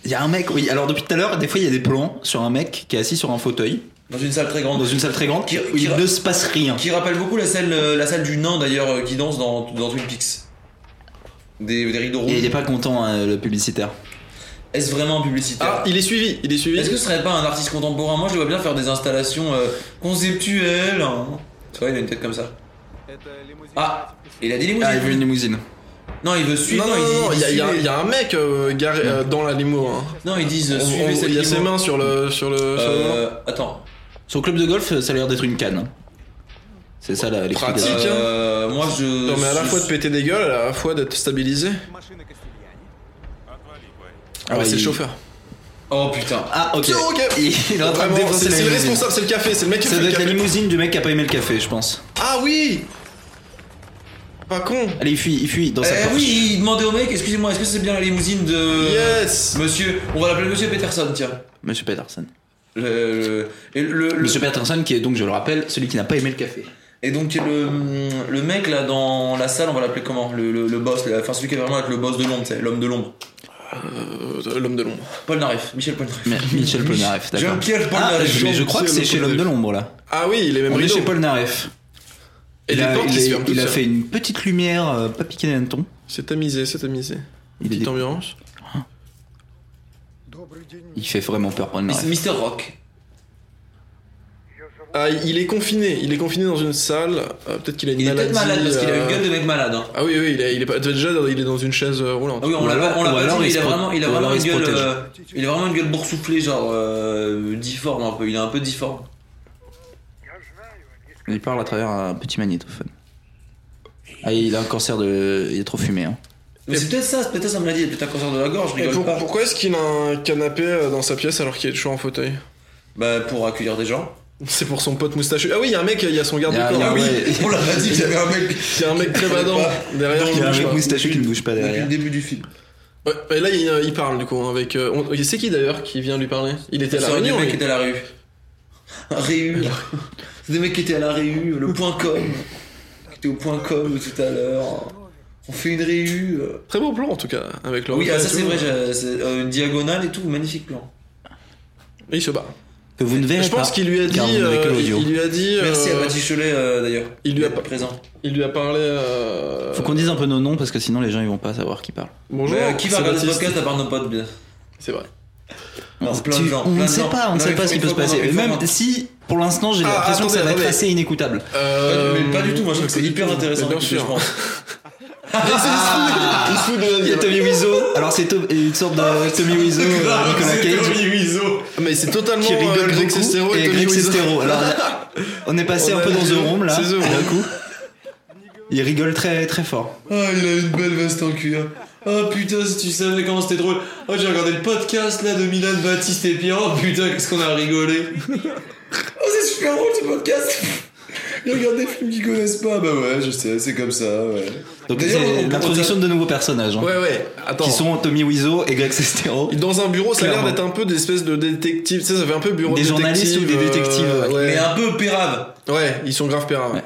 D: Il y a un mec, oui, alors depuis tout à l'heure, des fois il y a des plans sur un mec qui est assis sur un fauteuil
J: Dans une salle très grande.
D: Dans une salle très grande
J: Qui-
D: où
J: qui-
D: il ne se passe rien.
J: Qui rappelle beaucoup la salle, euh, la salle du nain d'ailleurs euh, qui danse dans, dans Twin Peaks. Des, des rideaux
D: Et
J: rouges.
D: il est pas content, hein, le publicitaire.
J: Est-ce vraiment un publicitaire
C: Ah, il est suivi, il est suivi.
J: Est-ce que ce serait pas un artiste contemporain Moi je le vois bien faire des installations euh, conceptuelles. hein. Tu vois, il a une tête comme ça.
E: А,
J: Ah, il a des limousines.
D: Ah, il veut une limousine.
J: Non, il veut suivre.
C: Non, non,
J: il dit-
C: non,
J: il
C: il y, a- il y a-
J: suivez-
C: il y a un mec euh, garé euh, dans la limo. hein.
J: Non, ils disent
C: On-
J: euh,
C: on-
J: suivez cette
C: il y a ses
J: limo.
C: mains sur le. Sur le, sur le volant.
J: Euh, attends.
D: Son club de golf, ça a l'air d'être une canne. hein. C'est ça la les prix
C: Pratique.
D: des-
C: Tiens.
J: Euh,
D: hein.
J: moi je.
C: Non, mais à la
J: je-
C: fois de péter des gueules, à la fois d'être stabilisé. Ah, ouais,
D: Ah,
C: c'est le
D: il-
C: chauffeur.
J: Oh putain.
D: Ah ok.
C: Ok, ok.
D: Il est en train de
C: Vraiment,
D: défoncer
C: c'est
D: la
C: c'est le
D: limousine.
C: responsable, c'est le café, c'est le mec qui a
D: Ça
C: fait
D: doit
C: le
D: être la
C: café.
D: limousine du mec qui a pas aimé le café, je pense.
C: Ah oui Pas con
D: Allez, il fuit, il fuit dans sa
J: Eh
D: Porsche.
J: oui, il demandait au mec, excusez-moi, est-ce que c'est bien la limousine de.
C: Yes
J: Monsieur, on va l'appeler Monsieur Peterson, tiens.
D: Monsieur Peterson.
J: Le, le- et, le, le-
D: Monsieur Peterson qui est donc, je le rappelle, celui qui n'a pas aimé le café.
J: et donc le, le mec là dans la salle, on va l'appeler comment le, le, le boss, là. enfin celui qui est vraiment être le boss de l'ombre, c'est l'homme de l'ombre.
C: Euh, L'homme de l'ombre.
J: Paul Naref, Michel Paul Naref.
D: Mais- Michel Polnareff, d'accord.
J: Jean-Pierre Paul
D: Ah,
J: Naref.
D: mais je crois que c'est
C: Jean-Pierre
D: chez l'homme de l'ombre là.
C: Ah oui, il est même
D: On est
C: rideau.
D: chez Polnareff.
C: Et
D: il
C: les
D: a,
C: portes
D: il
C: qui
D: a-
C: se ferment
D: il
C: tout
D: a
C: seul.
D: fait une petite lumière, euh, pas piquée d'un ton.
C: C'est tamisé, c'est tamisé.
D: Il, est
C: Petite
D: dé-
C: ambiance.
D: il fait vraiment peur Polnareff.
J: Mister Rock.
C: Ah, il est confiné, il est confiné dans une salle. euh, Peut-être qu'il a une
J: Il est
C: maladie.
J: peut-être malade parce qu'il a
C: euh,
J: une gueule de mec malade. Hein.
C: Ah oui, oui, il, est, il est pas... déjà il est dans une chaise euh, roulante.
J: Ah oui, on
D: Ou
J: l'a
D: alors-
J: on l'a
D: ou
J: pas
D: alors
J: dit, mais
D: il
J: il a
D: se pro-
J: vraiment, il a
D: ou
J: vraiment
D: alors
J: une
D: il se
J: gueule,
D: protège.
J: euh, il a vraiment une gueule boursouflée, genre euh, difforme un peu. Il est un peu difforme.
D: Il parle à travers un petit magnétophone. Ah, il a un cancer de. Il est trop fumé. Hein.
J: Mais
C: Et-
J: c'est peut-être ça, c'est peut-être ça, me l'a dit. Peut-être un cancer de la gorge, je
C: Et
J: rigole
C: pour-
J: pas.
C: pourquoi est-ce qu'il a un canapé euh, dans sa pièce alors qu'il est toujours en fauteuil
J: Bah pour accueillir des gens.
C: C'est pour son pote moustachu. Ah oui, il y a un mec, il y a son garde
D: Il y a-
C: du
D: il y
C: corps.
D: a-
C: Ah oui.
D: ouais.
J: On l'a pas dit qu'il y avait un mec
C: Il y a un mec très badant derrière qui bouge pas.
D: moustachu qui ne bouge pas
J: depuis le début du film.
C: Ouais, et là, il, il parle du coup avec. euh, on- C'est qui d'ailleurs qui vient lui parler Il était à la
J: C'est
C: réunion.
J: des mecs
C: lui.
J: qui étaient à la rue. Réu. C'est des mecs qui étaient à la réu, le point com. Qui étaient au point com tout à l'heure. On fait une réu.
C: Très beau plan en tout cas avec le.
J: Oui,
C: reflet
J: ah, ça
C: et
J: c'est
C: tout.
J: vrai, j'ai- c'est, euh, une diagonale et tout, magnifique plan.
C: Et il se bat.
D: Que vous ne
J: Eh,
D: verrez
C: Je
D: pas.
C: pense qu'il lui a dit.
D: car vous n'avez que
C: euh, il,
D: l'audio.
C: il lui a dit. euh,
J: Merci à Mathieu Cholet euh, d'ailleurs.
C: il lui a
J: d'être
C: pas-
J: présent.
C: Il lui a parlé. euh,
D: Faut qu'on dise un peu nos noms parce que sinon les gens ils vont pas savoir qui parle.
C: Bonjour.
J: Mais, euh, qui va
C: c'est
J: regarder ce
C: Baptiste.
J: podcast à part nos potes bien
C: C'est vrai.
J: Non,
D: Tu-
J: plein de gens,
D: on
J: plein
D: ne
J: de
D: sait
J: gens.
D: pas, on
J: Non,
D: ne sait
J: il faut-
D: pas ce qui
J: il
D: peut
J: faut
D: se passer.
J: qu'on- il
D: Et
J: faut
D: même
J: qu'on-
D: si pour l'instant j'ai
C: Ah,
D: l'impression que ça va
C: attendez,
D: être
C: attendez.
D: assez inécoutable.
C: Euh,
J: Mais pas du tout, moi je trouve que c'est
C: pas du
J: hyper
C: tout.
J: intéressant.
C: Mais Bien
J: d'écouter, je
C: sûr.
J: pense.
D: Ah. Il
C: Il se fout de la
D: y a
C: gueule.
D: Tommy Wiseau. Alors c'est Tom- une sorte de Tommy Wiseau, euh, Nicolas Cage
C: Mais c'est totalement.
D: qui
C: euh,
D: rigole
C: Greg Sestero
D: beaucoup et
C: Tommy
D: Greg
C: Wiseau.
D: Sestero. Alors on est passé
C: On
D: un
C: a
D: peu dans
C: dit,
D: The Room là.
C: c'est The Room.
D: D'un coup, il rigole très très fort.
J: Ah, il a une belle veste en cuir. Ah putain, si tu savais comment c'était drôle. Ah, j'ai regardé le podcast là de Milan Baptiste et Pierre. Oh putain, qu'est-ce qu'on a rigolé. oh, c'est super drôle ce podcast. Il regarde des films qu'ils connaissent pas. Bah ouais, je sais, c'est comme ça, ouais.
D: Donc
J: D'ailleurs, on-
D: c'est
J: on-
D: l'introduction de nouveaux personnages. hein,
C: Ouais, ouais. Attends.
D: Qui sont Tommy Wiseau et Greg Sestero.
C: Dans un bureau, ça a l'air
D: Clairement.
C: d'être un peu des espèces de détectives. Tu sais, ça fait un peu bureau
D: Des
C: de
D: journalistes
C: détective,
D: ou des détectives,
C: euh,
D: ouais.
J: Mais
C: ouais.
J: un peu pérave.
C: Ouais, ils sont grave pérables.
D: Ouais.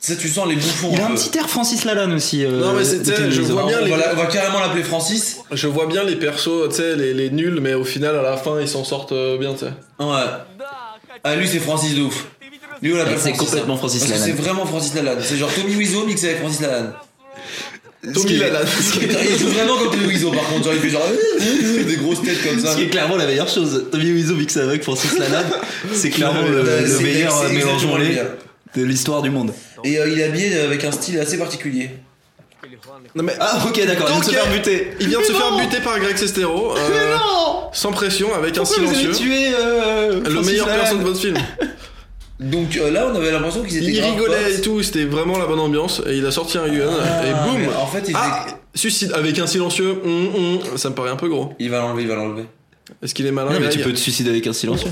J: Tu sais, tu sens les bouffons.
D: Il a
J: un
D: un
J: peu.
D: petit air Francis Lalanne aussi. euh,
C: Non, mais c'est-
D: de
C: tu sais,
D: Tommy
C: je
D: Wiseau.
C: vois
J: On
C: bien les-
J: va, la- on va carrément l'appeler Francis.
C: Je vois bien les persos, tu sais, les, les nuls, mais au final, à la fin, ils s'en sortent euh, bien, tu sais.
J: Ouais.
E: А,
J: Ah, lui, c'est Francis de ouf. Lui, on l'appelle
D: C'est
J: Francis,
D: complètement
J: hein.
D: Francis
J: Parce que
D: Lalanne.
J: C'est vraiment Francis Lalanne. C'est genre Tommy Wiseau mixé avec Francis Lalanne.
D: Ce qui
C: Tommy
D: est-
C: Lalanne.
J: Il joue vraiment comme Tommy Wiseau par contre. Genre, il fait genre des grosses têtes comme ça.
D: Ce qui est clairement la meilleure chose. Tommy Wiseau mixé avec Francis Lalanne, c'est clairement le,
C: bah,
J: Euh,
D: le
J: c'est-
D: meilleur
J: c'est
D: mélange
J: exactement le
D: journée
J: meilleur.
D: de l'histoire du monde.
J: Et euh, il est habillé avec un style assez particulier.
C: Non, mais
D: Ah ok d'accord, il vient de se
C: Ok.
D: faire buter.
C: il vient de
D: Mais
C: se faire
D: non
C: buter par Greg Sestero, euh,
D: Mais non
C: sans pression, avec un
D: Pourquoi vous avez
C: silencieux.
D: tué euh,
C: Le
D: Francis
C: meilleur
D: Lalanne
C: perso de votre film.
J: Donc euh, là, on avait l'impression qu'ils étaient.
C: Il
J: grave
C: rigolait
J: potes.
C: et tout, c'était vraiment la bonne ambiance. Et il a sorti un yuan,
J: Ah,
C: et boum
J: mais En fait, il,
C: Ah
J: faisait-
C: Suicide avec un silencieux, hum, hum, ça me paraît un peu gros.
J: il va l'enlever, il va l'enlever.
C: Est-ce qu'il est malin
D: Non mais tu
C: Greg
D: peux te suicider avec un silencieux.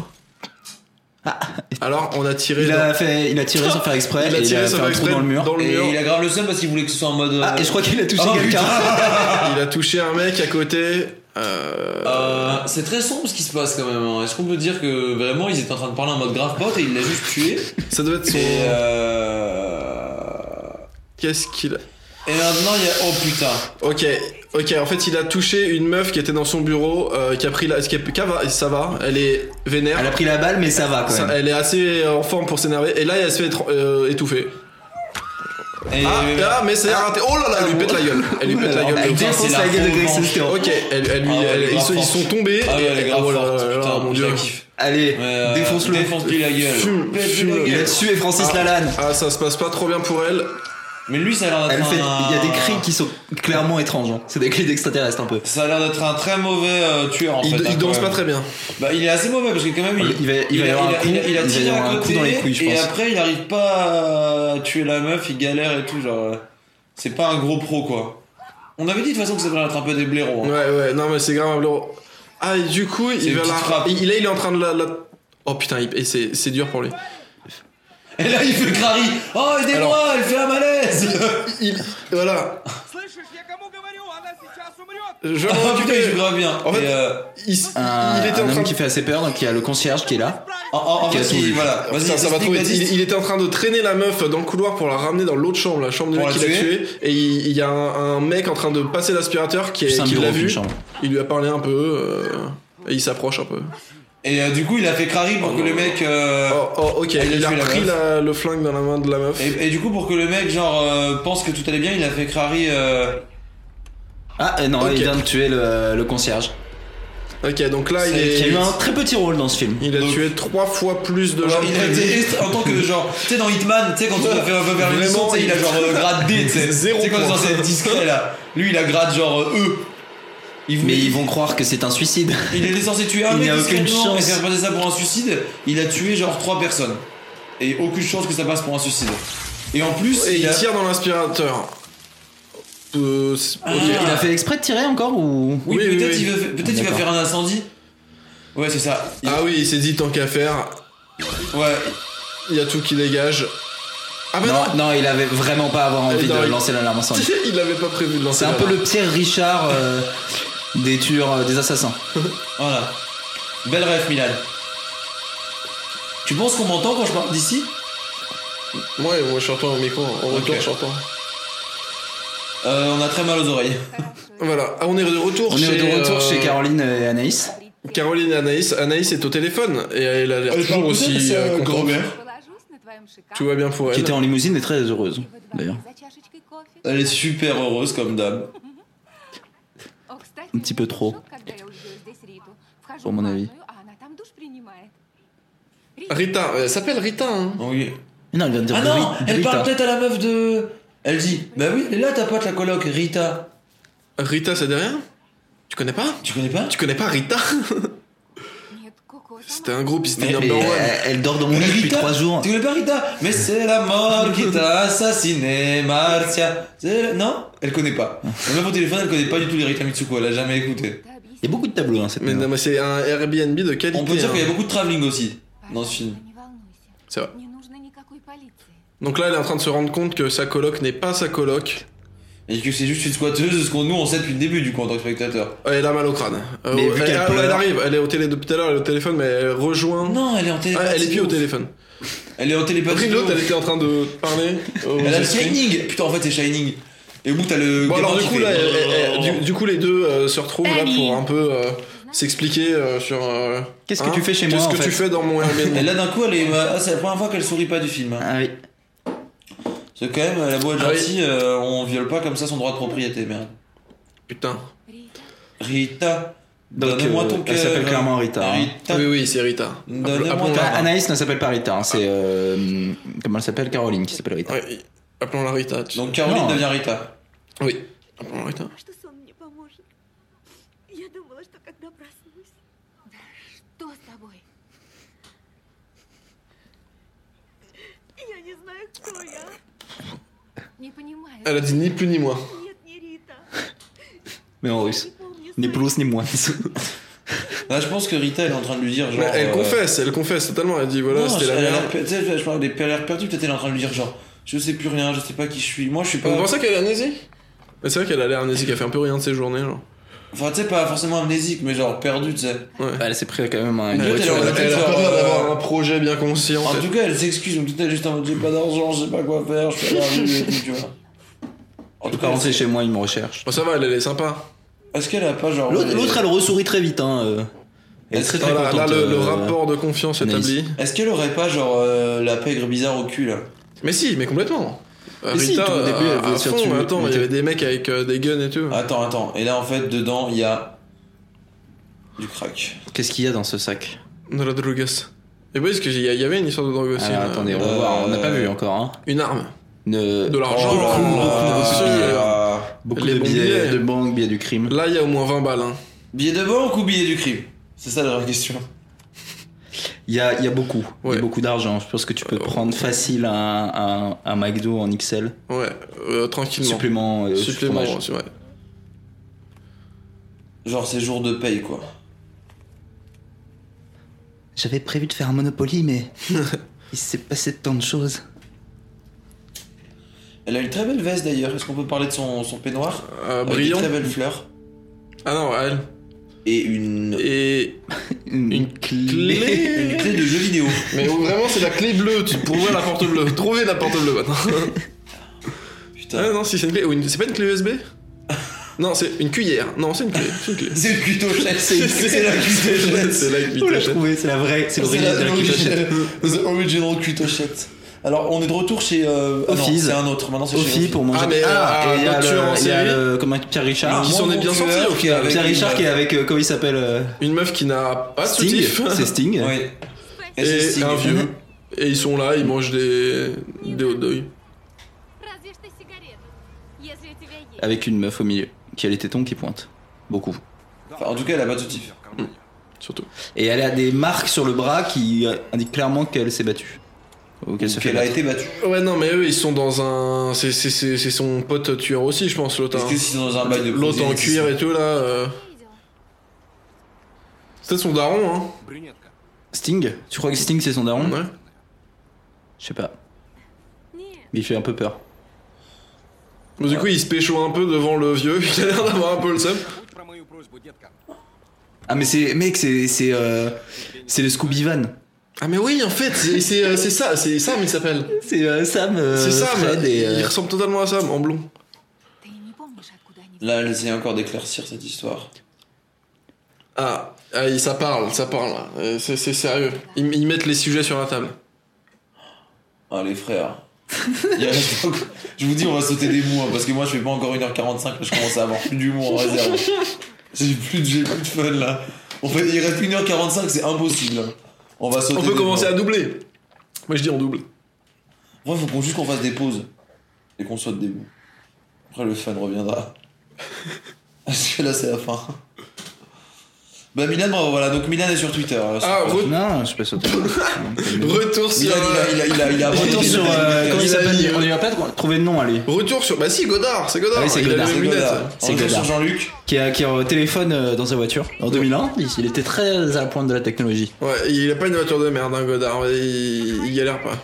C: Alors, on a tiré.
D: Il
C: dans-
D: a, fait, il a tiré sans faire exprès,
C: il a
D: et il
C: tiré
D: a
C: ça
D: fait un trou dans le mur.
C: Dans le Oh,
J: Et
C: mur.
J: il aggrave le seum parce qu'il voulait que ce soit en mode. euh,
D: Ah, et je crois qu'il a touché
J: Ah,
D: quelqu'un.
C: Il a touché un mec à côté. euh,
D: Ah.
J: euh, c'est très sombre ce qui se passe quand même. hein. Est-ce qu'on peut dire que vraiment ils étaient en train de parler en mode grave pote et il l'a juste tué
C: Ça doit être son.
J: Et euh...
C: Qu'est-ce qu'il.
J: Et maintenant, il y a. Oh putain.
C: Ok, ok. En fait, il a touché une meuf qui était dans son bureau, euh, qui a pris la, qui a- qui a- ça va. Elle est vénère.
D: Elle a pris la balle, mais ça va quand
C: Ça-
D: même.
C: elle est assez en forme pour s'énerver. Et là, elle se fait être, euh, étouffer.
J: Et-
C: Ah, ah, mais c'est raté. Oh là là, elle lui pète la gueule. Elle lui pète la gueule.
D: Elle
J: putain,
D: Bah, défonce
J: c'est
D: la gueule de Greg
J: revanche.
D: Sestero.
C: Ok, elle, elle lui,
J: Ah ouais,
C: elle-
J: elle est
C: ils, se-
J: grave
C: ils sont tombés.
J: Ah ouais, elle est
C: et-
J: grave
C: oh là
J: forte,
C: là là,
J: putain,
C: mon
J: je
C: dieu.
J: la kiffe.
D: Allez,
J: Ouais,
D: défonce-le.
J: Défonce-lui la gueule.
C: Fume, fume le
D: Il a
C: gars.
D: tué Francis
C: Ah.
D: Lalanne.
C: Ah, ça se passe pas trop bien pour elle.
J: Mais lui, ça a l'air d'être
D: Elle fait,
J: un-
D: il y a des cris qui sont clairement étranges. hein. C'est des cris d'extraterrestres un peu.
J: Ça a l'air d'être un très mauvais euh, tueur en
C: il,
J: fait.
C: il
J: hein,
C: danse pas
J: quand même.
C: très bien.
J: Bah, il est assez mauvais parce que quand même il,
D: Il va- il va y
J: a-
D: avoir un
J: il a-
D: coup-
J: il a- il
D: il
J: a
D: va y
J: tiré
D: avoir
J: à
D: un
J: côté
D: coup dans les couilles, je
J: et
D: pense.
J: après il arrive pas à euh, tuer la meuf, il galère et tout genre. euh, C'est pas un gros pro quoi. On avait dit de toute façon que ça devrait être un peu des blaireaux.
C: Ouais,
J: hein.
C: ouais, non, mais c'est grave, hein, blaireau. Ah, et du coup,
J: C'est
C: il
J: une
C: va
J: petite frappe.
C: la. Il, là, il est en train de la. la- Oh putain, il- et c'est c'est dur pour lui.
J: Et là il fait crari. Oh aidez-moi, elle fait un malaise.
C: Il. Voilà. Je
J: Ah
C: m'en
J: putain
C: occuper.
J: il joue grave bien.
C: En fait-
J: Et, euh,
C: Il, s-
D: Un,
C: il était en
D: un
C: train
D: homme
C: de.
D: qui fait assez peur, donc il y a le concierge qui est là.
J: en, en- en
D: Qui a
J: fait
D: tout
J: il,
D: vu.
J: voilà.
C: Putain,
J: Vas-y
C: ça va
J: explique,
C: trop vite.
J: Baptiste.
C: Il, il était en train de traîner la meuf dans le couloir pour la ramener dans l'autre chambre, la chambre du
J: Pour
C: mec
J: la
C: qu'il a
J: tuer.
C: tué. Et il, il y a un, un mec en train de passer l'aspirateur qui, est-
D: Juste un
C: qui
D: bureau,
C: l'a
D: une
C: vu.
D: chambre.
C: Il lui a parlé un peu. euh, et il s'approche un peu.
J: Et euh, du coup il a fait crari pour que le mec. euh,
C: Oh, oh, ok,
J: Elle a
C: il a
J: tué la
C: pris
J: meuf.
C: la- le flingue dans la main de la meuf.
J: Et, et du coup pour que le mec genre euh, pense que tout allait bien il a fait crari. euh,
D: Ah euh, non,
C: Ok.
D: il vient de tuer le, le concierge.
C: Ok, donc là, il,
D: Qui a
C: est-
D: eu un très petit rôle dans ce film.
C: il a
J: Donc-
C: tué trois fois plus de gens.
J: Genre, il a
C: que lui.
J: été est- en tant que genre, tu sais, dans Hitman, tu sais, quand on a fait un peu vers le
C: Vraiment,
J: tu sais, il a genre euh, grade D, tu sais.
C: Zéro
J: Tu sais, quand
C: point.
J: ils sont censés être discrets là. Lui, il a grade genre euh, E. Il,
D: Mais ils vont croire que c'est un suicide.
J: il était censé tuer un
D: Il
J: mec
D: n'y a aucune
J: discrètement,
D: chance.
J: Et faire passer ça pour un suicide, il a tué genre trois personnes. Et aucune chance que ça passe pour un suicide. Et en plus,
C: Et
J: il
C: il
J: a-
C: tire dans l'aspirateur. Euh, c'est- ok.
D: Il a fait exprès de tirer encore ou
J: Ah. Oui,
C: Oui, oui,
J: peut-être
C: oui.
J: il, veut- peut-être il va
D: D'accord.
J: faire un incendie. Ouais, c'est ça. Il-
C: Ah oui, il s'est dit tant qu'à faire,
J: Ouais.
C: il y a tout qui dégage. Ah bah non,
D: non, non, il avait vraiment pas avoir envie
C: non,
D: de
C: il-
D: lancer l'alarme incendie.
C: Il avait pas prévu de lancer
D: C'est un
C: la
D: peu
C: lame.
D: le Pierre Richard euh, des tueurs, euh, des assassins.
J: Voilà. Belle rêve, Milan. Tu penses qu'on m'entend quand je parle d'ici
C: Ouais, moi je t'entends au micro, en
J: Ok.
C: retour je t'entends.
J: Euh, On a très mal aux oreilles.
C: Voilà, ah, on est de retour
D: On
C: chez...
D: est de retour
C: euh,
D: chez Caroline et Anaïs.
C: Caroline et Anaïs. Anaïs est au téléphone et elle a l'air toujours aussi euh, contente.
G: Положусь на твоем шикарном...
C: Tout va bien pour
D: Qui
C: elle.
D: était en limousine mais très heureuse,
G: пиве вдвоем
D: d'ailleurs.
G: За чашечкой кофе.
J: Elle est super heureuse comme dame.
G: О, кстати,
D: Un petit peu trop,
G: шок, когда я увидела здесь Риту. Вхожу
D: pour
G: в
D: mon avis.
G: ванную, а она там душ принимает. Рита,
C: Rita, elle s'appelle Rita, hein.
J: Oui.
D: Non, elle vient de dire
J: Ah non,
D: Ri-
J: elle
D: Rita.
J: parle peut-être à la meuf de. Elle dit Bah oui, elle est là ta pote, la coloc, Rita.
C: Rita, c'est derrière Tu connais pas
J: Tu connais pas
C: Tu connais pas Rita
G: Нет, Коко, сама
C: C'était un groupe, c'était
D: Mais- mais
C: number one.
D: elle, elle dort dans mon lit depuis
J: Rita
D: trois jours.
J: Tu connais pas Rita Mais c'est la mort qui t'a assassiné, Marcia. C'est- Non Elle connaît pas. La meuf au téléphone, elle connaît pas du tout les Rita Mitsuko, elle a jamais écouté.
G: это объяснит.
D: Il y a beaucoup de tableaux hein, cette
C: Mais, non,
D: maison.
C: mais c'est un Airbnb de qualité.
J: On peut dire
C: hein.
J: qu'il y a beaucoup de travelling aussi dans
G: Пожалуйста,
J: ce film.
G: не волнуйся.
C: C'est vrai.
G: Не нужно никакой полиции.
C: Donc là, elle est en train de se rendre compte que sa coloc n'est pas sa coloc.
J: Et que c'est juste une squatteuse de ce qu'on nous on sait depuis le début du coup en tant que spectateur.
C: Elle a mal au crâne. Euh,
D: Mais vu
C: elle,
D: qu'elle
C: elle-
D: pleure-
C: elle arrive, elle est au télé depuis tout à l'heure, elle est au téléphone, mais elle rejoint.
J: Non, elle est en téléphone.
C: Ah, elle est plus au téléphone.
J: Elle est en
C: Après
J: télépathie.
C: l'autre, elle était en train de parler. au-
J: Elle a le
C: au-
J: Shining Putain, en fait, c'est Shining. Et au bout, t'as le.
C: Bon
J: gamin
C: alors du
J: qui
C: coup
J: fait-
C: là, elle- elle-
J: Oh.
C: du, du coup les deux euh, se retrouvent là pour un peu euh, s'expliquer euh, sur. euh,
D: Qu'est-ce que
C: hein,
D: tu fais chez moi
C: Qu'est-ce
D: en
C: que
D: fait
C: tu fais dans mon Airbnb
J: Et là, d'un coup, elle est. Ah, c'est la première fois qu'elle sourit pas du film. hein.
D: Ah oui.
J: C'est quand même, elle a beau être
C: Ah oui.
J: gentille, euh, on viole pas comme ça son droit de propriété, merde.
C: Putain.
G: Рита,
J: Rita,
D: Donc,
J: donne-moi
D: euh,
J: ton cœur.
D: elle s'appelle clairement Rita. hein.
J: Rita.
C: Oui oui c'est Rita.
J: Donnez-moi
C: Appelons-
J: ta
D: Ah,
J: main.
D: Anaïs ne s'appelle pas Rita, hein, c'est euh, comment elle s'appelle Caroline qui s'appelle Rita.
C: Ouais, Appelons la Rita. tu-
J: Donc Caroline
D: Non.
J: devient Rita.
C: Oui. Appelons la Rita.
H: А что сон мне поможет? Я думала, что когда проснусь,
G: что с тобой?
H: я не знаю, кто я.
G: Не понимаю.
C: Elle a dit ni plus ni moins.
H: Нет, не Рита.
D: Mais en russe.
H: Не помню.
D: Ni
H: своего
D: plus ni moins.
J: Là, Bah, je pense que Rita, elle est en train de lui dire genre.
C: Mais elle
J: euh,
C: confesse, elle confesse totalement. Elle dit voilà
D: euh,
J: non,
C: c'était la
J: elle a
C: merde.
J: l'air per- tu sais, Je parle des l'air perdu, peut-être elle est en train de lui dire genre. Je sais plus rien, je sais pas qui je suis. Moi, je suis pas.
C: Vous pensez qu'elle est amnésique Mais c'est vrai qu'elle a l'air amnésique, elle fait un peu rien de ses journées genre.
J: Enfin, tu sais, pas forcément amnésique, mais genre perdu, tu sais.
D: elle s'est pris quand même un.
J: Mais-
D: Ouais.
J: elle aurait pu
C: elle a
J: faire,
C: pas l'air d'avoir
J: euh,
C: un projet bien conscient.
J: En tout cas, elle s'excuse, donc tout est juste en mode j'ai pas d'argent, je sais pas quoi faire, je suis à la rue et tout, tu vois. En tout cas, rentrez chez moi, ils me recherchent.
C: Bon, ça va, elle, elle est sympa.
J: Est-ce qu'elle a pas genre. euh,
D: L'autre, l'autre, elle ressourit très vite. Hein, euh. Elle est très très
C: Attends, là,
D: contente.
C: là, le, le
D: euh,
C: rapport de confiance
D: Anaïs.
C: établi.
J: Est-ce qu'elle aurait pas genre euh, la pègre bizarre au cul là
C: Mais si, mais complètement. Euh,
J: Mais si,
C: Rita,
J: tout au début,
C: à-
J: elle veut
C: à
J: se faire
C: fond,
J: tuer.
C: attends, il y avait des mecs avec euh, des guns et tout.
J: Attends, attends. Et là, en fait, dedans, il y a. du crack.
D: Qu'est-ce qu'il y a dans ce sac
C: De la drogas. Et vous voyez, parce qu'il y a- il y avait une histoire de drogue aussi.
D: Alors,
C: hein.
D: Ah, Attendez, on
J: euh,
D: va voir. On n'a pas vu encore. Hein.
C: Une arme.
D: Ne-
C: De l'argent.
D: Oh,
C: là
D: beaucoup,
C: là
D: beaucoup de
C: là
D: billets.
C: là.
D: Beaucoup
C: Les
D: de
C: bons
D: billets
C: billets.
D: de banque, billets du crime.
C: Là, il y a au moins 20 balles. hein.
J: Billet de banque ou billet du crime C'est ça la vraie question.
D: Il y a, il y a beaucoup. Il y
C: Ouais.
D: a beaucoup d'argent. Je pense que tu peux
C: Euh,
D: prendre facile un, un, un McDo en XL.
C: Ouais, euh, tranquillement.
D: Supplément. euh,
C: Supplément,
D: fromage.
C: ouais.
J: Genre, c'est jour de paye quoi.
D: J'avais prévu de faire un Monopoly, mais il s'est passé tant de choses.
J: Elle a une très belle veste d'ailleurs. Est-ce qu'on peut parler de son, son peignoir
C: Euh,
J: Avec une
C: brillant.
J: très belle fleur.
C: Ah non, elle.
J: Et une.
C: Et
D: Une,
C: Une
D: clé.
J: Une
C: clé.
J: clé de jeu vidéo.
C: Mais vraiment, c'est la clé bleue. Tu pourrais la porte bleue. Trouver la porte bleue maintenant.
J: Putain.
C: Ah non, si c'est une clé. ou une- C'est pas une clé USB Non, c'est une cuillère. Non, c'est une clé. C'est une clé.
J: C'est le cuto chef, c'est c'est la cuto
C: C'est la
D: On l'a
C: cuillère.
D: trouvé, c'est la vraie. C'est l'origine de la cuitochette.
J: The original cuitochette. Alors, on est de retour chez. Euh... ah non,
D: Office.
J: c'est un autre. Maintenant, c'est
D: Au
J: chez
D: fil pour manger
C: Ah, mais, euh,
D: et il y a
C: un
D: le,
C: tueur en
D: il y a
C: série.
D: le- comment Pierre Richard
C: Qui s'en est bien sorti, au final.
D: Pierre Richard qui est
J: a.
D: avec euh, comment il s'appelle euh,
C: Une meuf qui n'a pas de
D: Sting
C: soutif.
D: c'est Sting
J: Oui. Et c'est
C: Et
J: Sting.
C: un vieux. Et ils sont là, ils mangent des, des hot dogs.
G: Разве что сигарету, если у тебя есть.
D: avec une meuf au milieu qui a les tétons qui pointent beaucoup
J: Enfin, en tout cas, elle a pas de soutif.
C: Surtout.
D: et elle a des marques sur le bras qui euh, indiquent clairement qu'elle s'est battue ou qu'elle se fait
J: Qu'elle a
D: battre.
J: été battue.
C: Ouais, non, mais eux, ils sont dans un. C'est c'est- c'est- c'est son pote tueur aussi, je pense, l'autre.
J: Est-ce
C: hein.
J: que c'est dans un bail de
C: L'autre en
J: proxénétisme
C: cuir et tout, là. euh,
G: Видел.
C: C'est peut-être son daron, hein.
E: Брюнетка.
D: Sting tu crois que Sting c'est son daron
C: Ouais.
D: je sais pas
G: Нет,
D: mais il fait un peu peur
C: Mais du coup, il se pécho un peu devant le vieux. Il a l'air d'avoir un peu le seum.
E: Будь про мою просьбу, детка.
D: ah mais c'est mec c'est c'est euh, c'est le Scooby Van
C: Ah, mais oui, en fait, c'est c'est, euh, c'est ça, c'est Sam, il s'appelle.
D: c'est euh, Sam euh,
C: C'est Sam,
D: Fred et euh,
C: il ressemble totalement à Sam, en blond.
G: ты не помнишь, откуда они
J: Là, elle essaie encore d'éclaircir cette histoire.
C: Ah, ah, il- ça parle, ça parle. là. Euh, C'est c'est sérieux. Ils, ils mettent les sujets sur la table.
J: Ah, les frères. Il reste encore- Je vous dis, on va sauter des mots, hein, parce que moi, je fais pas encore 1h45, là, je commence à avoir plus d'humour en réserve. J'ai plus, de- j'ai plus de fun, là. En fait, il reste 1h45, c'est impossible. hein. On va sauter
C: On peut
J: des
C: commencer
J: mots.
C: à doubler. Moi, je dis on double.
J: Moi, faut qu'on juste qu'on fasse des pauses. Et qu'on saute des mots. Après, le fun reviendra. Parce que là, c'est la fin. Bah, Milan, bravo, voilà. Donc, Milan est sur Twitter. hein, sur-
C: Ah, re-
D: non je suis pas sauté
C: retour sur.
J: Milan, il a, il a, il a, il a
D: Retour sur. euh, comment il
C: Il a-
D: s'appelle On lui a pas trouvé de nom, allez.
C: Retour sur. Bah si, Godard, c'est Godard.
D: Ah oui, c'est
C: il
D: Godard.
C: a les
J: C'est
C: mêmes lunettes.
J: Godard.
D: C'est
J: Retour
D: Godard.
J: sur Jean-Luc.
D: Qui a, qui a un téléphone euh, dans sa voiture en 2001. Il, il était très à la pointe de la technologie.
C: Ouais, il a pas une voiture de merde, hein, Godard. mais Il, il galère pas.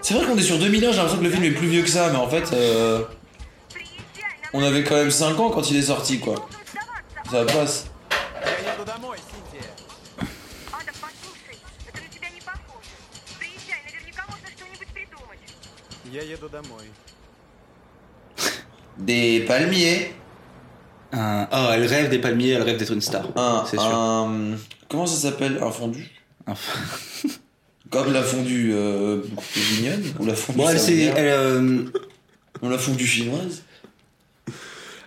J: C'est vrai qu'on est sur 2001, j'ai l'impression que le film est plus vieux que ça, mais en fait, euh, on avait quand même 5 ans quand il est sorti, quoi. Ça passe.
E: Я еду домой, Синтия.
H: Адам, послушай, это на тебя не похоже. Приезжай, наверняка можно что-нибудь придумать.
E: Я еду домой.
J: Des palmiers.
D: Un- Ah, elle rêve des palmiers, elle rêve d'être une star.
J: Un,
D: C'est sûr.
J: un- comment ça s'appelle Un fondu
D: Un f-
J: Comme la fondue euh, bourguignonne Ou la fondue
D: Bon, elle, c'est,
J: savoyarde
D: elle, euh,
J: Ou la fondue chinoise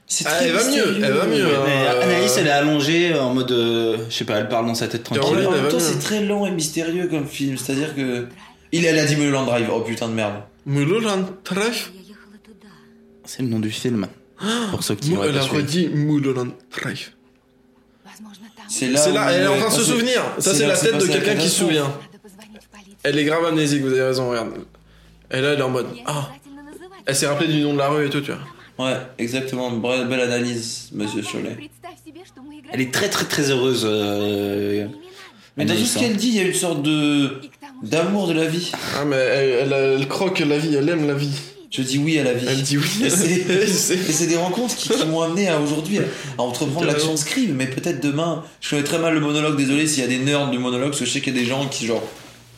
J: C'est
C: Ah, elle va
J: mystérieux.
C: mieux, elle va mieux, hein.
D: mais
C: Euh,
D: Anaïs, elle est allongée en mode. euh, je sais pas, elle parle dans sa tête
J: Et
D: tranquille.
C: Caroline.
J: en même
C: elle va
J: temps,
C: mieux.
J: c'est très lent et mystérieux comme film, c'est-à-dire que... Il est à la Land Drive, oh putain de merde.
C: Mulholland Drive.
G: Я ехала туда.
D: C'est le nom du film. Pour ceux qui
C: Mou-
D: auraient
C: Elle
D: pas
C: a
D: suivi.
C: redit Mulholland Drive.
G: Возможно, там...
J: C'est
C: C'est là,
J: où-
C: elle est en train de se
J: passé-
C: souvenir. Ça,
J: c'est
C: c'est
J: là
C: la
J: où
C: tête de
J: passé la
C: quelqu'un qui se
J: catastrophe.
C: souvient.
G: Надо позвонить в полицию.
C: Elle est grave amnésique, vous avez raison, regarde. Et là, elle est en mode.
G: Я
C: Ah,
G: обязательно называть.
C: elle s'est rappelée du nom de la rue et tout, tu vois.
J: Ouais, exactement. Bra- Belle analyse, monsieur Cholet.
G: Представь себе, что мы играем
D: Elle est très très très heureuse.
A: Э,
D: euh,
G: с именами.
J: Mais dans tout
D: Anaïs,
J: ce
D: hein.
J: qu'elle dit, il y a une sorte de
G: И к тому же
J: d'amour de la vie.
C: Ah, mais elle, elle- elle croque la vie, elle aime la vie.
J: Je dis oui à la
C: Elle
J: vie.
C: dit oui.
J: Et c'est-
C: Elle sait.
J: Et c'est des rencontres qui, qui m'ont amené à aujourd'hui à entreprendre l'action scribe, mais peut-être demain. Je connais très mal le monologue, désolé s'il y a des nerds du monologue, parce que je sais qu'il y a des gens qui genre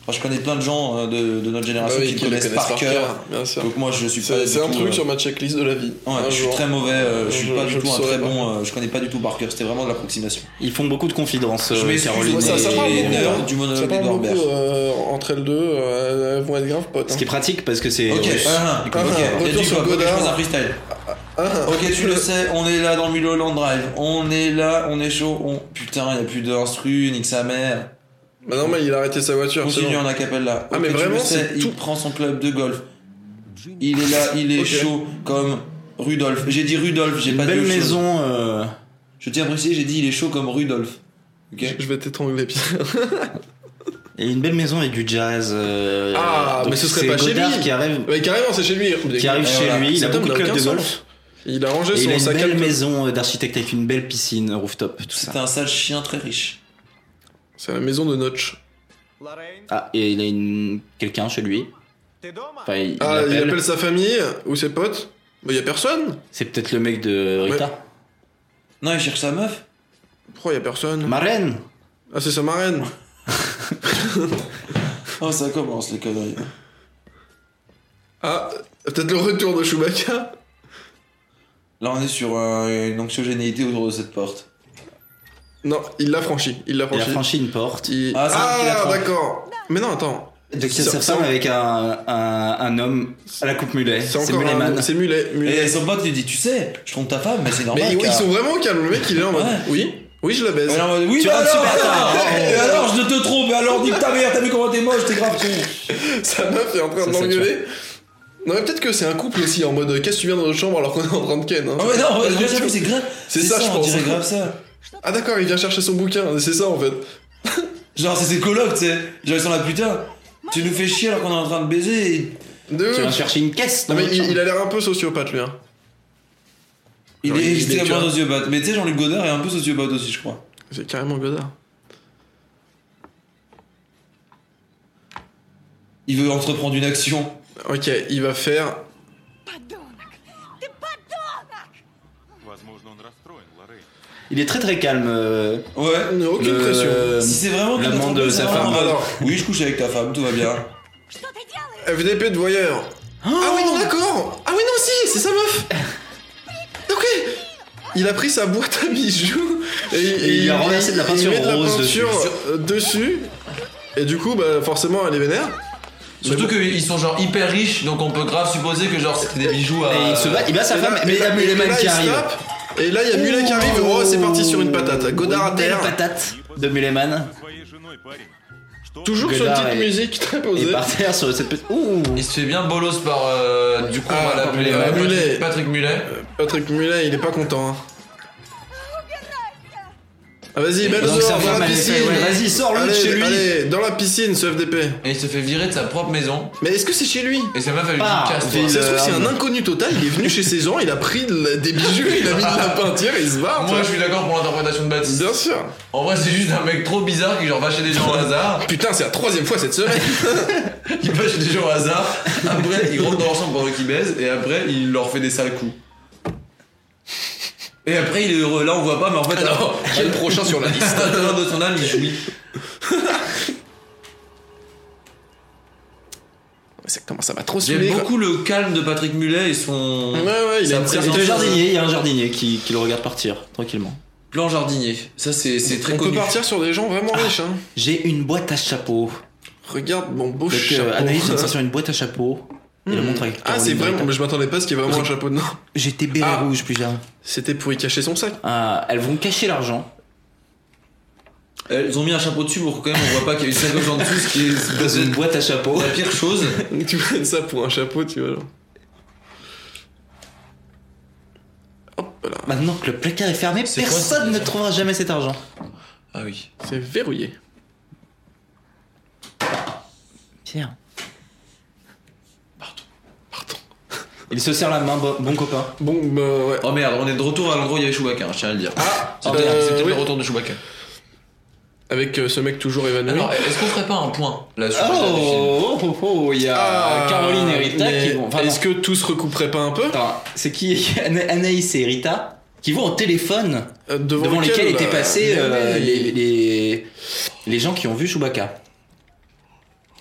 J: Enfin, je connais plein de gens euh, de, de notre génération
C: Ah oui,
J: qui,
C: qui
J: le
C: le
J: connaissent par cœur.
C: bien sûr.
J: Donc moi je suis pas
C: C'est
J: du
C: c'est un
J: tout,
C: truc
J: euh,
C: sur ma checklist de la vie.
J: ouais,
C: Un
J: je suis
C: jour.
J: très mauvais, euh, je suis
C: Je-
J: pas
C: je
J: du
C: le
J: tout un
C: saurais
J: très
C: pas.
J: bon, euh, je connais pas du tout par cœur, c'était vraiment de l'approximation.
D: Ils font beaucoup de confidences,
J: Je
D: euh,
J: m'excuse,
D: Caroline
J: moi,
C: ça, ça
D: et-
C: parle
D: et
C: beaucoup,
D: Norbert.
C: hein.
J: Du
C: Ça
J: monologue de
C: parle beaucoup
J: Norbert.
C: euh, entre elles deux, euh, elles vont être graves potes.
D: Ce
C: hein.
D: qui est pratique parce que c'est.
J: Ok,
D: russe.
J: ah,
D: Du
J: ok,
D: coup,
C: Ah,
J: il y a
C: retour
J: du
C: sur
J: quoi, faut que je
C: Godard.
J: fasse un freestyle.
C: Ah,
J: Ok, tu le sais, on est là dans le Mulholland Drive. On est là, on est chaud. On... Putain, il y a plus d'instru, nique sa mère.
C: Bah non, mais il a arrêté sa voiture. c'est
J: Continue hein,
C: bon.
J: en acapella.
C: Ah,
J: Ok,
C: mais
J: tu le
C: vraiment,
J: sais,
C: c'est
J: il
C: tout-
J: prend son club de golf. Il est là, il est
C: Ok.
J: chaud comme Rudolf. J'ai dit Rudolf, j'ai
D: Une
J: pas
D: belle
J: dit autre chose.
D: maison. euh,
J: Je tiens à préciser, j'ai dit il est chaud comme Rudolf. Ok
C: Je vais t'étrangler, Pierre.
D: Et une belle maison avec du jazz. euh,
C: Ah,
D: donc
C: mais ce serait
D: c'est
C: pas chez
D: Godard
C: lui.
D: qui arrive,
C: Mais carrément, c'est chez lui.
D: qui arrive
C: Et
D: chez
C: voilà.
D: lui. Il a
C: Cet
D: beaucoup
C: homme
D: de
C: n'a
D: clubs de
C: aucun
D: golf.
C: sens. Il a rangé
D: Et il a
C: son
D: une
C: sac à
D: belle
C: dos.
D: maison euh, d'architecte avec une belle piscine, rooftop, tout ça.
J: C'était un sale chien très riche.
C: C'est la maison de Notch.
E: Лоррейн,
D: Ah, et il a une... quelqu'un chez lui.
E: ты дома?
D: Enfin, il, il
C: Ah, il
D: appelle.
C: appelle sa famille ou ses potes Bah, y a personne.
D: C'est peut-être le mec de Rita.
J: Non, il cherche sa meuf.
C: Pourquoi y a personne
D: Ma reine
C: Ah, c'est sa marraine.
J: Oh, ça commence les conneries.
C: Ah, peut-être le retour de Chewbacca
J: Là, on est sur euh, une anxiogénéité autour de cette porte.
C: Non, il l'a franchi. Il l'a
D: Il a
C: franchi.
D: franchi une porte.
C: Il-
J: Ah, c'est un qu'il a
C: Ah,
J: franchi.
C: d'accord. Mais non, attends.
D: Donc il y a
C: Ça-
D: sa
C: ça-
D: femme avec un, un, un homme à la coupe mulet.
C: C'est
D: C'est Eh,
C: encore
D: Muleman.
C: un. C'est Mulet. Mulet.
J: Et son pote lui dit Tu sais, je trompe ta femme, mais c'est normal.
C: Mais ils,
J: car-
C: ils sont vraiment calmes. Le mec, il est en mode.
J: Ouais.
C: Oui, oui, je la baise.
J: Ouais, non, mais oui,
D: Tu
J: mais
D: rentres
J: alors,
D: super tard.
J: alors,
D: Ouais.
C: Oh.
J: et alors, je te trompe, et alors, dis ta mère, t'as vu comment t'es moche, t'es grave con.
C: Sa meuf est en train
D: Ça, ça
C: d'engueuler. Non, mais peut-être que c'est un couple aussi, en mode euh, qu'est-ce que tu viens dans notre chambre alors qu'on est en train de ken. hein.
J: Ah, mais non, mais j'avoue, c'est grave.
C: C'est ça, je
J: on
C: pense.
J: dirait grave ça.
C: Ah, d'accord, il vient chercher son bouquin, c'est ça en fait.
J: Genre, c'est ses colocs, tu sais. Genre, ils sont là, putain, tu nous fais chier alors qu'on est en train de baiser. et
C: De
D: Tu vas
C: ouf.
D: chercher une caisse dans
C: Non, mais
D: votre
C: il,
D: chambre.
C: il a l'air un peu sociopathe lui. Hein.
J: Il
C: Ouais,
J: est
C: il est
J: extrêmement
C: dur.
J: sociopathe. Mais tu sais, Jean-Luc Godard est un peu sociopathe aussi, je crois.
C: C'est carrément Godard.
J: Il veut entreprendre une action.
C: Ok, il va faire.
E: Возможно, он расстроен, Лоррейн.
D: Il est très très calme. euh,
J: Ouais.
C: Il n'a aucune
D: le-
C: pression.
J: Si c'est vraiment qu'il a
D: L'amant
J: trompé,
D: de
J: c'est
D: sa
J: vraiment
D: femme.
J: mal.
C: Alors.
J: Oui, je couche avec ta femme, tout va bien.
H: Что ты делаешь?
C: FDP de voyeur. ah oui,
D: Oh.
C: non, d'accord. Ah oui, non, si, c'est sa meuf. ok. Il a pris sa boîte à bijoux et,
D: Et il lui a renversé de la
C: il
D: peinture
C: met de la
D: rose
C: peinture,
D: dessus.
C: euh, dessus. Et du coup, bah, forcément, elle est vénère.
A: Surtout qu'ils sont genre hyper riches, donc on peut grave supposer que genre c'était des bijoux à.
D: Et il se bat, il bat sa
C: Et
D: femme,
C: là-
D: mais
C: et
D: il y a
C: là- et
D: Muleman
C: là,
D: qui
C: il
D: arrive.
C: snap. Et là, il y a Mulet qui arrive. Oh, c'est parti sur une patate. Godard à
D: Une belle
C: terre.
D: patate de Muleman.
E: Со своей женой, парень. Что?
C: Toujours sur une
D: Godard
C: petite
D: est-
C: musique très
D: Et
C: posée.
D: par terre sur cette petite. Ouh
A: Il se fait bien bolos par. euh, du coup,
C: Ah,
A: on va
C: par
A: l'appeler
C: Mulet.
A: euh,
C: Mulet.
A: Patrick, Patrick Mulet.
C: Patrick Mulet, il est pas content. hein. Ah, vas-y, mets-le
D: Donc sa
C: dehors, dans
D: femme
C: la
D: elle fait
C: piscine.
D: ouais, Vas-y, sors-le de
C: Allez,
D: chez lui
C: allez, dans la piscine, ce FDP.
A: Et il se fait virer de sa propre maison.
C: Mais est-ce que c'est chez lui
A: Et sa meuf, elle lui
D: Ah,
A: dit casse-toi.
D: il-
C: Ça se
D: euh,
C: trouve, c'est
D: ah,
C: un
D: bon.
C: inconnu total. Il est venu chez ses gens, il a pris de la- des bijoux, il a mis de la peinture et il se barre.
A: Moi,
C: tu
A: je suis d'accord pour l'interprétation de
C: vois.
A: Baptiste.
C: Bien sûr. Ah,
A: En vrai, c'est juste un mec trop bizarre qui genre va chez des gens au hasard.
C: Putain, c'est la troisième fois cette semaine.
A: Il va chez des gens au hasard. Après, il rentre dans leur chambre pendant qu'ils baisent. Et après, il leur fait des sales coups. Et après, il est heureux. Là, on voit pas, mais en fait, alors,
C: Qui est le prochain sur la liste
A: à l'intérieur de son âme, il jouit.
C: Ça commence à m'a trop saouler,
A: J'aime
C: quoi.
A: beaucoup le calme de Patrick Mulet et son
C: Ouais, ouais, il
A: Ça
C: a une
A: me tire
D: Et
C: présence-
D: le jardinier, il y a un jardinier qui, qui le regarde partir tranquillement.
A: plan jardinier. Ça, c'est c'est très
C: On
A: connu.
C: peut partir sur des gens vraiment riches. Hein.
D: J'ai une boîte à chapeau.
C: Regarde mon beau
D: Donc
C: chapeau.
D: euh, Anaïs vient de sortir une boîte à chapeau. Et le montre avec
C: ah, c'est
D: Caroline
C: vraiment.
D: Brita.
C: Mais je m'attendais pas à ce qu'il y ait vraiment un chapeau de nain.
D: J'étais béret
C: Ah.
D: rouge plus tard.
C: C'était pour y cacher son sac.
D: Ah, elles vont cacher l'argent.
A: Elles Euh, ont mis un chapeau dessus pour que quand même on voit pas qu'il y a une sacoche en dessous, ce qui est
D: Dans une boîte à chapeau.
A: la pire chose.
C: Donc, tu prends ça pour un chapeau, tu vois. Genre. Hop là,
D: Maintenant que le placard est fermé,
A: C'est quoi,
D: personne
A: cette
D: ne
A: affaire
D: trouvera jamais cet argent.
A: Ah oui.
C: c'est verrouillé.
D: Pierre.
C: Pardon.
D: Il se serre la main, bon, bon copain.
C: Bon, bah ouais.
A: Oh merde, on est de retour à l'endroit où il y avait Chewbacca, hein, je tiens à le dire.
C: Ah,
A: c'est
C: euh,
A: peut-être c'est peut-être
C: oui.
A: le retour de Chewbacca.
C: Avec euh, ce mec toujours évanoui.
A: Alors, est-ce qu'on ferait pas un point là-dessus
D: Oh, oh, oh, oh, il y a
C: Ah,
D: Caroline et Rita
C: mais
D: qui vont. Enfin, non.
C: Est-ce que tout se recouperait pas un peu
D: Attends, c'est qui Ana- Anaïs et Rita qui vont au téléphone
C: Euh,
D: devant, lesquels
C: lequel,
D: étaient
C: euh,
D: passés
C: mais
D: euh,
C: oui.
D: les, les, les gens qui ont vu Chewbacca.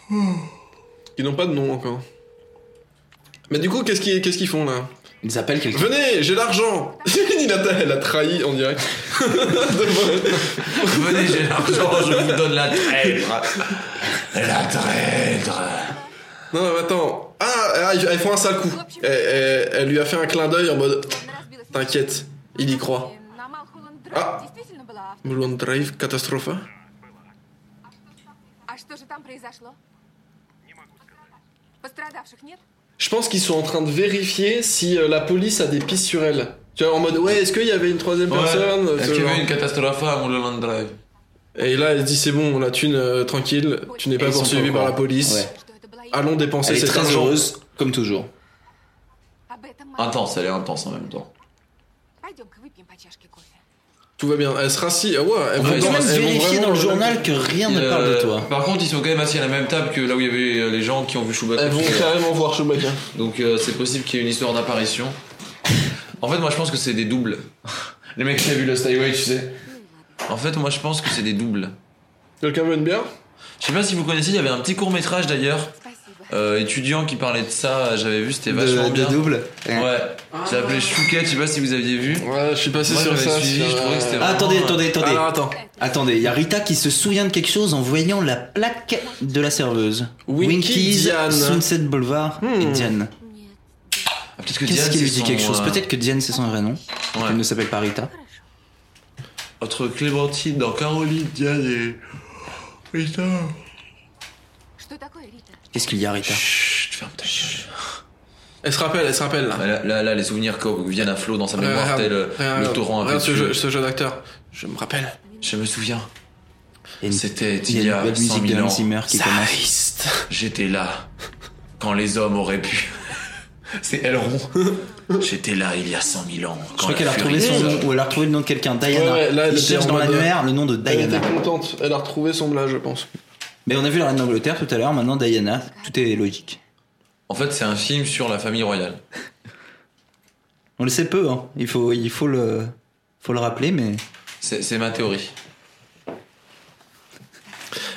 C: Ils n'ont pas de nom encore. Mais du coup, qu'est-ce qu'ils qu'est-ce qu'ils font là
A: Ils appellent quelqu'un.
C: Venez, j'ai l'argent Il a- Elle a trahi en direct.
A: Venez, j'ai l'argent, je vous donne la traître. La traître.
C: Non, mais attends. Ah, ah, ils ils font un sale coup. Elle, elle- elle lui a fait un clin d'œil en mode T'inquiète, il y croit.
G: На Малхолланд Драйв
C: А.
G: действительно была авто.
C: Mulholland Drive, catastrophe. hein.
G: А что же там произошло? Пострадавших нет?
C: Je pense qu'ils sont en train de vérifier si euh, la police a des pistes sur elle. Tu vois, en mode Ouais, est-ce qu'il y avait une troisième
A: Ouais.
C: personne
A: Est-ce
C: Ce
A: qu'il y
C: genre.
A: avait une catastrophe à Mulholland Drive
C: Et là, elle se dit C'est bon, la thune, euh, tranquille, tu n'es
A: Et
C: pas
A: ils sont
C: poursuivi
A: au
C: par la
A: courant.
C: police.
D: Ouais.
G: Что это была я?
C: Allons dépenser
A: Elle est
C: cet
A: très
C: argent.
A: heureuse, comme toujours.
G: Об этом мы-
A: Intense, elle est intense en même temps.
G: Пойдем-ка выпьем по чашке кофе.
C: Tout va bien. Elle se rassit. Ah ouais, elles vont
A: Ouais,
D: Ils ont
C: dans-
D: même
C: elles vont
D: vérifié
C: vraiment-
D: dans le journal que rien ne parle de
A: Euh,
D: toi.
A: Par contre, ils sont quand même assis à la même table que là où il y avait euh, les gens qui ont vu Chewbacca. euh,
C: Elles vont carrément voir Chewbacca.
A: Donc euh, c'est possible qu'il y ait une histoire d'apparition. En fait, moi je pense que c'est des doubles. Les mecs qui ont vu le Highway, tu sais. En fait, moi je pense que c'est des doubles.
C: Quelqu'un veut une bière
A: Je sais pas si vous connaissez, il y avait un petit court métrage d'ailleurs,
G: Спасибо.
A: euh, étudiant qui parlait de ça, j'avais vu, c'était vachement
D: de, de
A: bien.
D: double.
A: Ouais,
C: Ah
A: c'est appelé Chouquette, je sais pas si vous aviez vu.
C: Ouais, je suis passé
A: Moi,
C: sur
A: j'avais
C: ça.
A: suivi,
C: sur,
A: je trouvais que c'était
C: euh,
D: Ah, attendez, attendez, attendez.
C: Alors attends.
D: Attendez, il y a Rita qui se souvient de quelque chose en voyant la plaque de la serveuse.
C: Winky, Diane.
D: Sunset Boulevard et Diane.
G: Нет.
A: Ah, Peut-être que
D: Qu'est-ce
A: Diane,
D: qui lui
A: c'est
D: dit
A: son,
D: quelque chose
A: euh,
D: Peut-être que Diane c'est son vrai nom.
A: Ouais.
D: Elle ne s'appelle pas Rita.
A: Entre Clémentine dans Caroline, Diane et. Putain.
G: Что такое, Рита?
D: Qu'est-ce qu'il y a Rita
A: Chut, ferme ta gueule.
C: Elle se rappelle, elle se rappelle là.
A: Ah, Là, là, là, les souvenirs co- viennent à flot dans sa mémoire,
C: Regarde,
A: tel euh,
C: regarde,
A: le torrent
C: regarde ce,
A: impétueux.
C: jeu- ce jeune acteur. Je me rappelle.
A: Je me souviens,
D: Il y a une-
A: c'était
D: il y a
A: il
D: une
A: y a
D: belle
A: 100
D: musique de
A: 000
D: Hans
A: ans.
D: Zimmer qui commence.
A: J'étais là quand les hommes auraient pu. C'est Elrond. J'étais là il y a 100 000 ans.
D: Je crois qu'elle a retrouvé son nom, ou elle a retrouvé le nom de quelqu'un, Diana.
C: Ouais, ouais, là, elle
D: Il
C: était
D: cherche
C: en
D: dans
C: mode- euh,
D: l'annuaire le nom de
C: Elle
D: Diana.
C: était contente. Elle a retrouvé son blage, je pense.
D: Mais on a vu la reine d'Angleterre tout à l'heure, maintenant Diana, tout est logique.
A: En fait, c'est un film sur la famille royale.
D: On le sait peu, hein. il, faut, il faut, le, faut le rappeler, mais
A: C'est c'est ma théorie.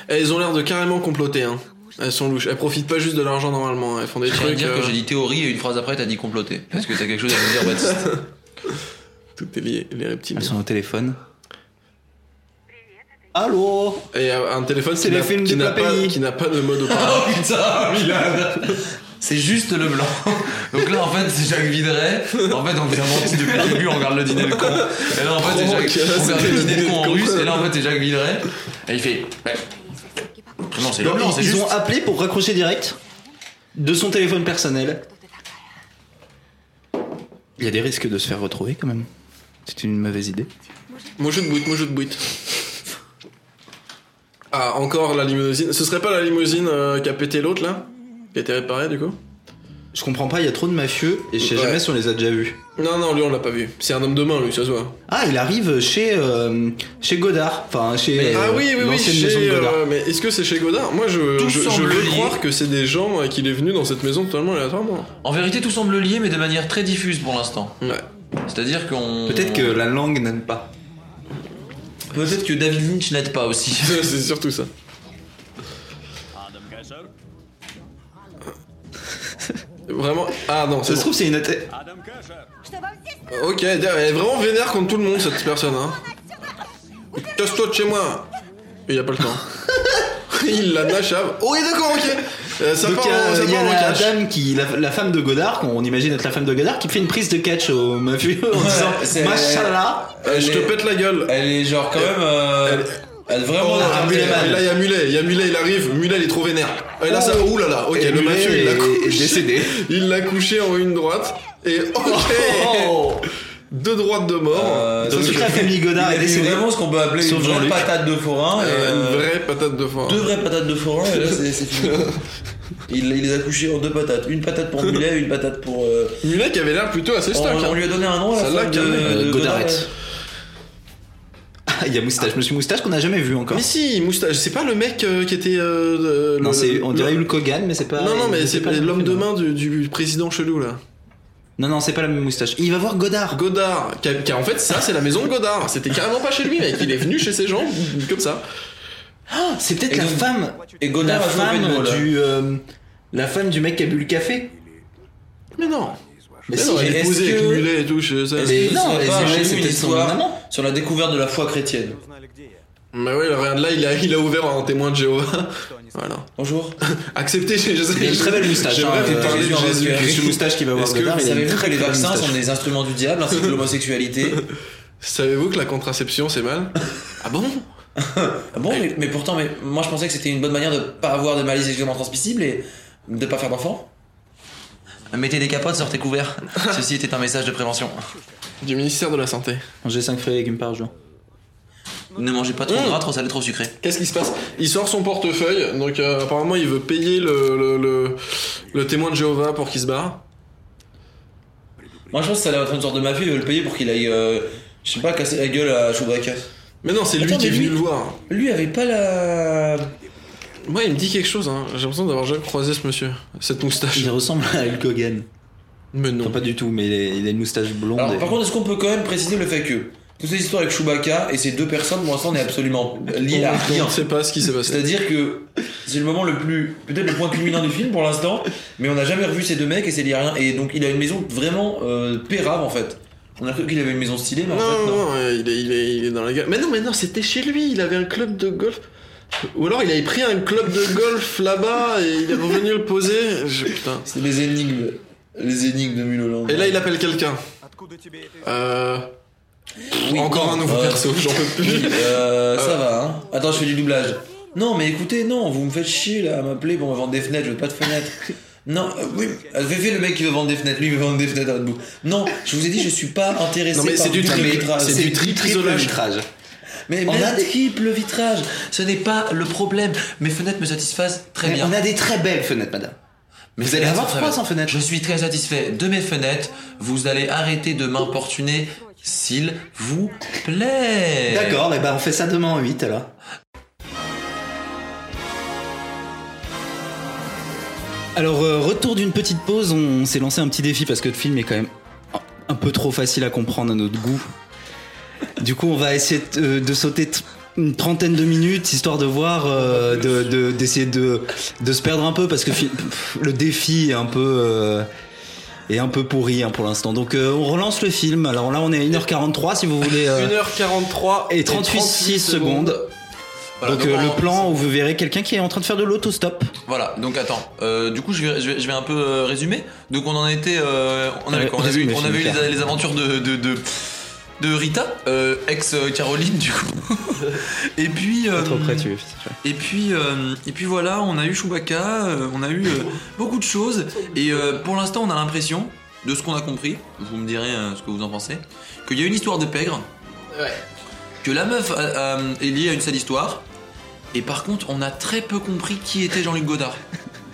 C: Et Eh, ils ont l'air de carrément comploter. Hein. Elles sont louches. Elles profitent pas juste de l'argent normalement. hein. Elles font des
A: Je viens de
C: trucs.
A: dire que
C: euh,
A: j'ai dit théorie et une phrase après, t'as dit comploter. Parce que t'as quelque chose à me dire, Baptiste.
C: Tout est lié. Les reptiles.
D: elles sont au téléphone. Allô
C: Et euh, un téléphone
D: C'est
C: qui
D: les
C: n'a-
D: films
C: qui
D: du
C: n'a pas,
D: Clapeyni.
C: qui n'a pas de mode opératoire.
A: putain, Milan C'est juste le blanc. Donc là, en fait, c'est Jacques Videret. En fait, on vient menti depuis le début, on regarde le dîner de con. Et là, en fait,
C: Oh,
A: c'est
C: ok, là,
A: Jacques. On regarde
C: c'était
A: le dîner de con en russe.
C: quoi.
A: Et là, en fait, c'est Jacques Videret. Et il fait. ouais. Non, c'est le
D: Donc,
A: blanc,
D: Ils
A: c'est
D: ils
A: juste.
D: ont appelé pour raccrocher direct de son téléphone personnel. Il y a des risques de se faire retrouver quand même. C'est une mauvaise idée.
C: Moi je de bout, moi je de bout. Ah, encore la limousine. Ce serait pas la limousine euh, qui a pété l'autre là Qui a été réparée du coup
D: Je comprends pas, il y a trop de mafieux et je sais
C: Ouais.
D: jamais si on les a déjà vus.
C: Non, non, lui on l'a pas vu. C'est un homme de main lui, ça se voit.
D: Ah, il arrive chez, euh, chez Godard. Enfin, chez
C: ah
D: euh,
C: oui, oui, oui,
D: l'ancienne
C: chez,
D: maison de Godard.
C: euh, mais est-ce que c'est chez Godard Moi, je,
A: Tout
C: je, je
A: semble
C: veux
A: lié.
C: croire que c'est des gens euh, qu'il est venu dans cette maison totalement aléatoirement.
A: En vérité, tout semble lié, mais de manière très diffuse pour l'instant.
C: Ouais.
A: C'est-à-dire qu'on.
D: Peut-être que la langue n'aime pas.
A: Peut-être que David Lynch n'aide pas aussi.
C: c'est surtout ça. Vraiment Ah non,
D: Ça
C: c'est
D: se trouve, c'est une athée.
F: Что вам здесь
C: bon. Ok, elle est vraiment vénère contre tout le monde cette personne. Hein. Casse-toi de chez moi Il y a pas le temps. Il la nachave. Oh, oui, d'accord, ok. Euh, ça
D: Donc
C: part
D: il y
C: en-
D: a,
C: ça
D: il y a
C: part en
D: la
C: cash.
D: dame qui, la, la femme de Godard, qu'on imagine être la femme de Godard, qui fait une prise de catch au mafieux en
A: c'est-
D: disant Machallah.
C: Euh, je te
A: Elle est-
C: pète la gueule.
A: Elle est genre quand même. euh, Elle est vraiment.
D: Oh,
A: attardée.
D: Mulan.
C: Et là, il y a Mulet, il y a Mulet, il arrive, Mulet, il est trop vénère. Et là, ça.
A: Oh.
C: Ouh là là, ok,
D: Et
C: le
D: Mulet
C: mafieux, il
D: est-
C: l'a couché.
D: est décédé.
C: Il l'a couché en une droite, et ok
D: Oh.
C: Deux droites de mort.
A: Euh,
D: Donc
A: ça,
D: toute
A: c'est-
D: la famille Godard
A: Il
D: est
A: avait
D: décédée.
A: vraiment ce qu'on peut appeler
D: Sauf
A: une vraie
D: Jean-Luc.
A: patate de forain. et,
C: Euh,
A: euh,
C: Une vraie patate de foin.
A: Deux vraies patates de forain, et là c'est c'est fini. Il, il les a couchés en deux patates. Une patate pour Mulet, une patate pour. euh,
C: Mulet qui avait l'air plutôt assez
A: On,
C: stock.
A: on
C: hein.
A: lui a donné un nom à la
C: Celle-là,
A: fin de,
C: quand même.
A: de
D: Euh,
A: Godard.
D: Godarette. Ah, Il y a Moustache, Monsieur Moustache qu'on n'a jamais vu encore.
C: Mais si, moustache, c'est pas le mec euh, qui était. euh, de-
D: Non,
C: le-
D: c'est, on
C: le-
D: dirait Hulk Hogan, mais c'est pas.
C: Non, non, mais c'est pas l'homme de
D: non.
C: main du, du président chelou là.
D: Non, non, c'est pas la même moustache. Et il va voir Godard.
C: Godard, qui a- qui a- en fait, ça c'est la maison de Godard. C'était carrément pas chez lui, mec. Il est venu chez ces gens, comme ça.
D: Ah, c'est peut-être la
A: Egon-
D: femme.
A: Egon a
D: la
A: joué
D: femme
A: Venmo, là.
D: du. euh, la femme du mec qui a bu le café.
C: Mais non.
A: Mais
D: Mais
A: non,
D: si,
A: elle est
D: est-ce
A: posée avec
D: que-
A: le
C: mulet et tout, je
A: Est-ce
C: sais.
A: que
D: Non,
A: ce serait
D: mais
A: pas
D: c'est-
A: chez nous
D: c'est
A: une
D: peut-être son
A: histoire
D: amant.
A: sur la découverte de la foi chrétienne
C: Mais ouais, regarde, là, il a, il a ouvert un témoin de Jéhovah. Voilà.
A: Bonjour.
C: Acceptez, je, je sais.
A: Il a une très belle moustache, hein,
C: J'aimerais vous
A: euh,
C: parler
A: Jésus
C: de
A: en
C: Jésus.
A: Est-ce que- est-ce que
C: mais il a une
A: Savez-vous que
C: très
A: les
C: belle
A: vaccins
C: moustache.
A: sont des instruments du diable ainsi que l'homosexualité
C: Savez-vous que la contraception c'est mal Ah bon
A: Ah bon, mais, mais pourtant, mais moi je pensais que c'était une bonne manière de pas avoir de maladies sexuellement transmissibles et de pas
J: Ah,
A: faire d'enfants. Mettez des capotes, sortez couverts. Ceci était un message de prévention.
C: Du ministère de la Santé.
A: Mangez 5 fruits et légumes par jour. Ne mangez pas trop
C: Mmh.
A: gras, trop salé, trop sucré.
C: Qu'est-ce qui se passe Il sort son portefeuille, donc euh, apparemment il veut payer le, le, le- le témoin de Jéhovah pour qu'il se barre.
A: Moi je pense que ça allait être une sorte de mafieux, ils veulent le payer pour qu'il aille, euh, je sais pas, casser la gueule à Chewbacca.
C: Mais non, c'est lui
A: Attends,
C: qui est
A: mais
C: venu
A: lui-
C: le voir.
A: Lui avait pas la.
C: Moi il me dit quelque chose, hein. j'ai l'impression d'avoir jamais croisé ce monsieur, cette moustache.
D: Il ressemble à Hulk Hogan.
C: Mais non.
D: pas du tout, mais il a, il a une moustache blonde.
A: Alors
D: et-
A: par contre, est-ce qu'on peut quand même préciser le fait que toutes ces histoires avec Chewbacca et ces deux personnes, pour l'instant, n'est absolument lié à
C: On
A: rien.
C: ne sait pas ce qui s'est passé.
A: C'est-à-dire que c'est le moment le plus, peut-être le point culminant du film pour l'instant, mais on n'a jamais revu ces deux mecs et c'est lié à rien. Et donc il a une maison vraiment euh, pérave en fait. On a cru qu'il avait une maison stylée, mais en
C: Non,
A: fait non.
C: non, euh, il, est, il, est, il est dans la gueule. Mais non, mais non, c'était chez lui, il avait un club de golf. Ou alors il avait pris un club de golf là-bas et il est revenu le poser. Je- putain.
A: C'est les énigmes, les énigmes de Mulholland.
C: Et là, il appelle quelqu'un. Euh...
A: Oui,
C: Encore
A: non,
C: un nouveau
A: euh,
C: perso, j'en peux plus.
A: oui, euh, ça va, hein. Attends, je fais du doublage. Non, mais écoutez, non, vous me faites chier là à m'appeler pour me vendre des fenêtres, je veux pas de fenêtres. Non, euh, oui, euh, fais fais le mec qui veut vendre des fenêtres, lui il veut vendre des fenêtres à l'autre bout. Non, je vous ai dit, je suis pas intéressé
C: Non, mais
A: par
C: c'est du
A: le
C: triple-
A: vitrage.
C: c'est du triple isolage.
A: Mais
D: On
A: même
D: a des-
A: triple vitrage, ce n'est pas le problème. Mes fenêtres me satisfassent très
D: Mais
A: bien.
D: On a des très belles fenêtres, madame.
A: Mais
D: Vous allez avoir froid
A: sans fenêtre. Je suis très satisfait de mes fenêtres. Vous allez arrêter de m'importuner, s'il vous plaît.
D: D'accord, et ben on fait ça demain en 8 alors. Alors, euh, retour d'une petite pause, on s'est lancé un petit défi parce que le film est quand même un- un peu trop facile à comprendre à notre goût. Du coup, on va essayer de, euh, de sauter t- une trentaine de minutes histoire de voir, euh, de- de- d'essayer de, de se perdre un peu parce que fi- pff, le défi est un peu. euh, est un peu pourri hein, pour l'instant. Donc euh, on relance le film. Alors là on est à 1h43 si vous voulez. euh,
C: 1h43
D: et 38 6 secondes.
A: Voilà,
D: donc
A: donc,
D: euh,
A: on-
D: le
C: hein.
D: plan où vous verrez quelqu'un qui est en train de faire de l'autostop.
A: Voilà, donc attends, euh, du coup je vais, je, vais, je vais un peu euh, résumer. Donc on en était, euh, on avait,
D: Ouais,
A: quoi on, avait,
D: résume,
A: eu- on
D: je
A: avait eu
D: vais faire.
A: les, les aventures de, de, de, de Rita, euh, ex-Caroline du coup. et puis... euh, Et puis, euh, et puis voilà, on a eu Chewbacca, euh, on a eu euh, beaucoup de choses. Et euh, pour l'instant, on a l'impression, de ce qu'on a compris, vous me direz euh, ce que vous en pensez, qu'il y a une histoire de pègre,
K: Ouais.
A: que la meuf euh, euh, est liée à une sale histoire. Et par contre, on a très peu compris qui était Jean-Luc Godard.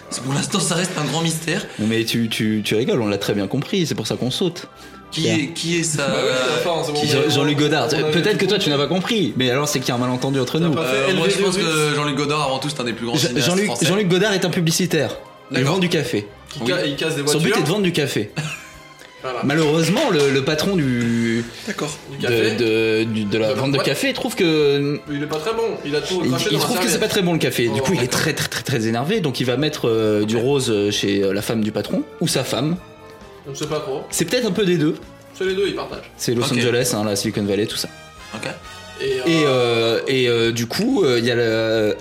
A: Parce que pour l'instant, ça reste un grand mystère.
D: Mais tu, tu, tu rigoles, on l'a très bien compris, c'est pour ça qu'on saute.
A: Qui est, qui est sa.
C: Bah oui, enfin, c'est bon,
D: Qui-
C: on
D: Jean-
C: avait-
D: Jean-Luc Godard.
C: on avait-
D: Peut-être que toi tu n'as pas compris, mais alors c'est qu'il y a un malentendu entre nous.
A: Euh, moi, je
C: LV2
A: pense que
C: Russe.
A: Jean-Luc Godard, avant tout, c'est un des plus grands
D: Je-
A: cinéastes
D: Jean-Luc
A: français.
D: Jean-Luc Godard est un publicitaire. Il
A: D'accord.
D: vend du café.
C: Il, ca- il casse des
D: Son
C: voitures.
D: but est de vendre du café.
C: Voilà.
D: Malheureusement, le, le patron du,
A: D'accord.
C: Du café.
D: de, de- du- de la
C: De la
D: vente de
C: boîte.
D: café trouve que
C: Il est pas très bon, il a tout
D: Il,
C: craché
D: il
C: dans la
D: trouve que c'est pas
C: serviette.
D: très bon le café. Du
C: Oh,
D: coup, il est
C: d'accord.
D: très très très très énervé. Donc, il va mettre euh, du rose euh, chez euh, la femme du patron ou sa femme.
C: On ne sait pas trop.
D: C'est peut-être un peu des deux.
C: C'est les deux, ils partagent.
D: C'est Los
A: Ok.
D: Angeles, hein, la Silicon Valley, tout ça.
A: Ok.
C: Et, euh,
D: Et, euh, et euh, du coup, euh, il y a le.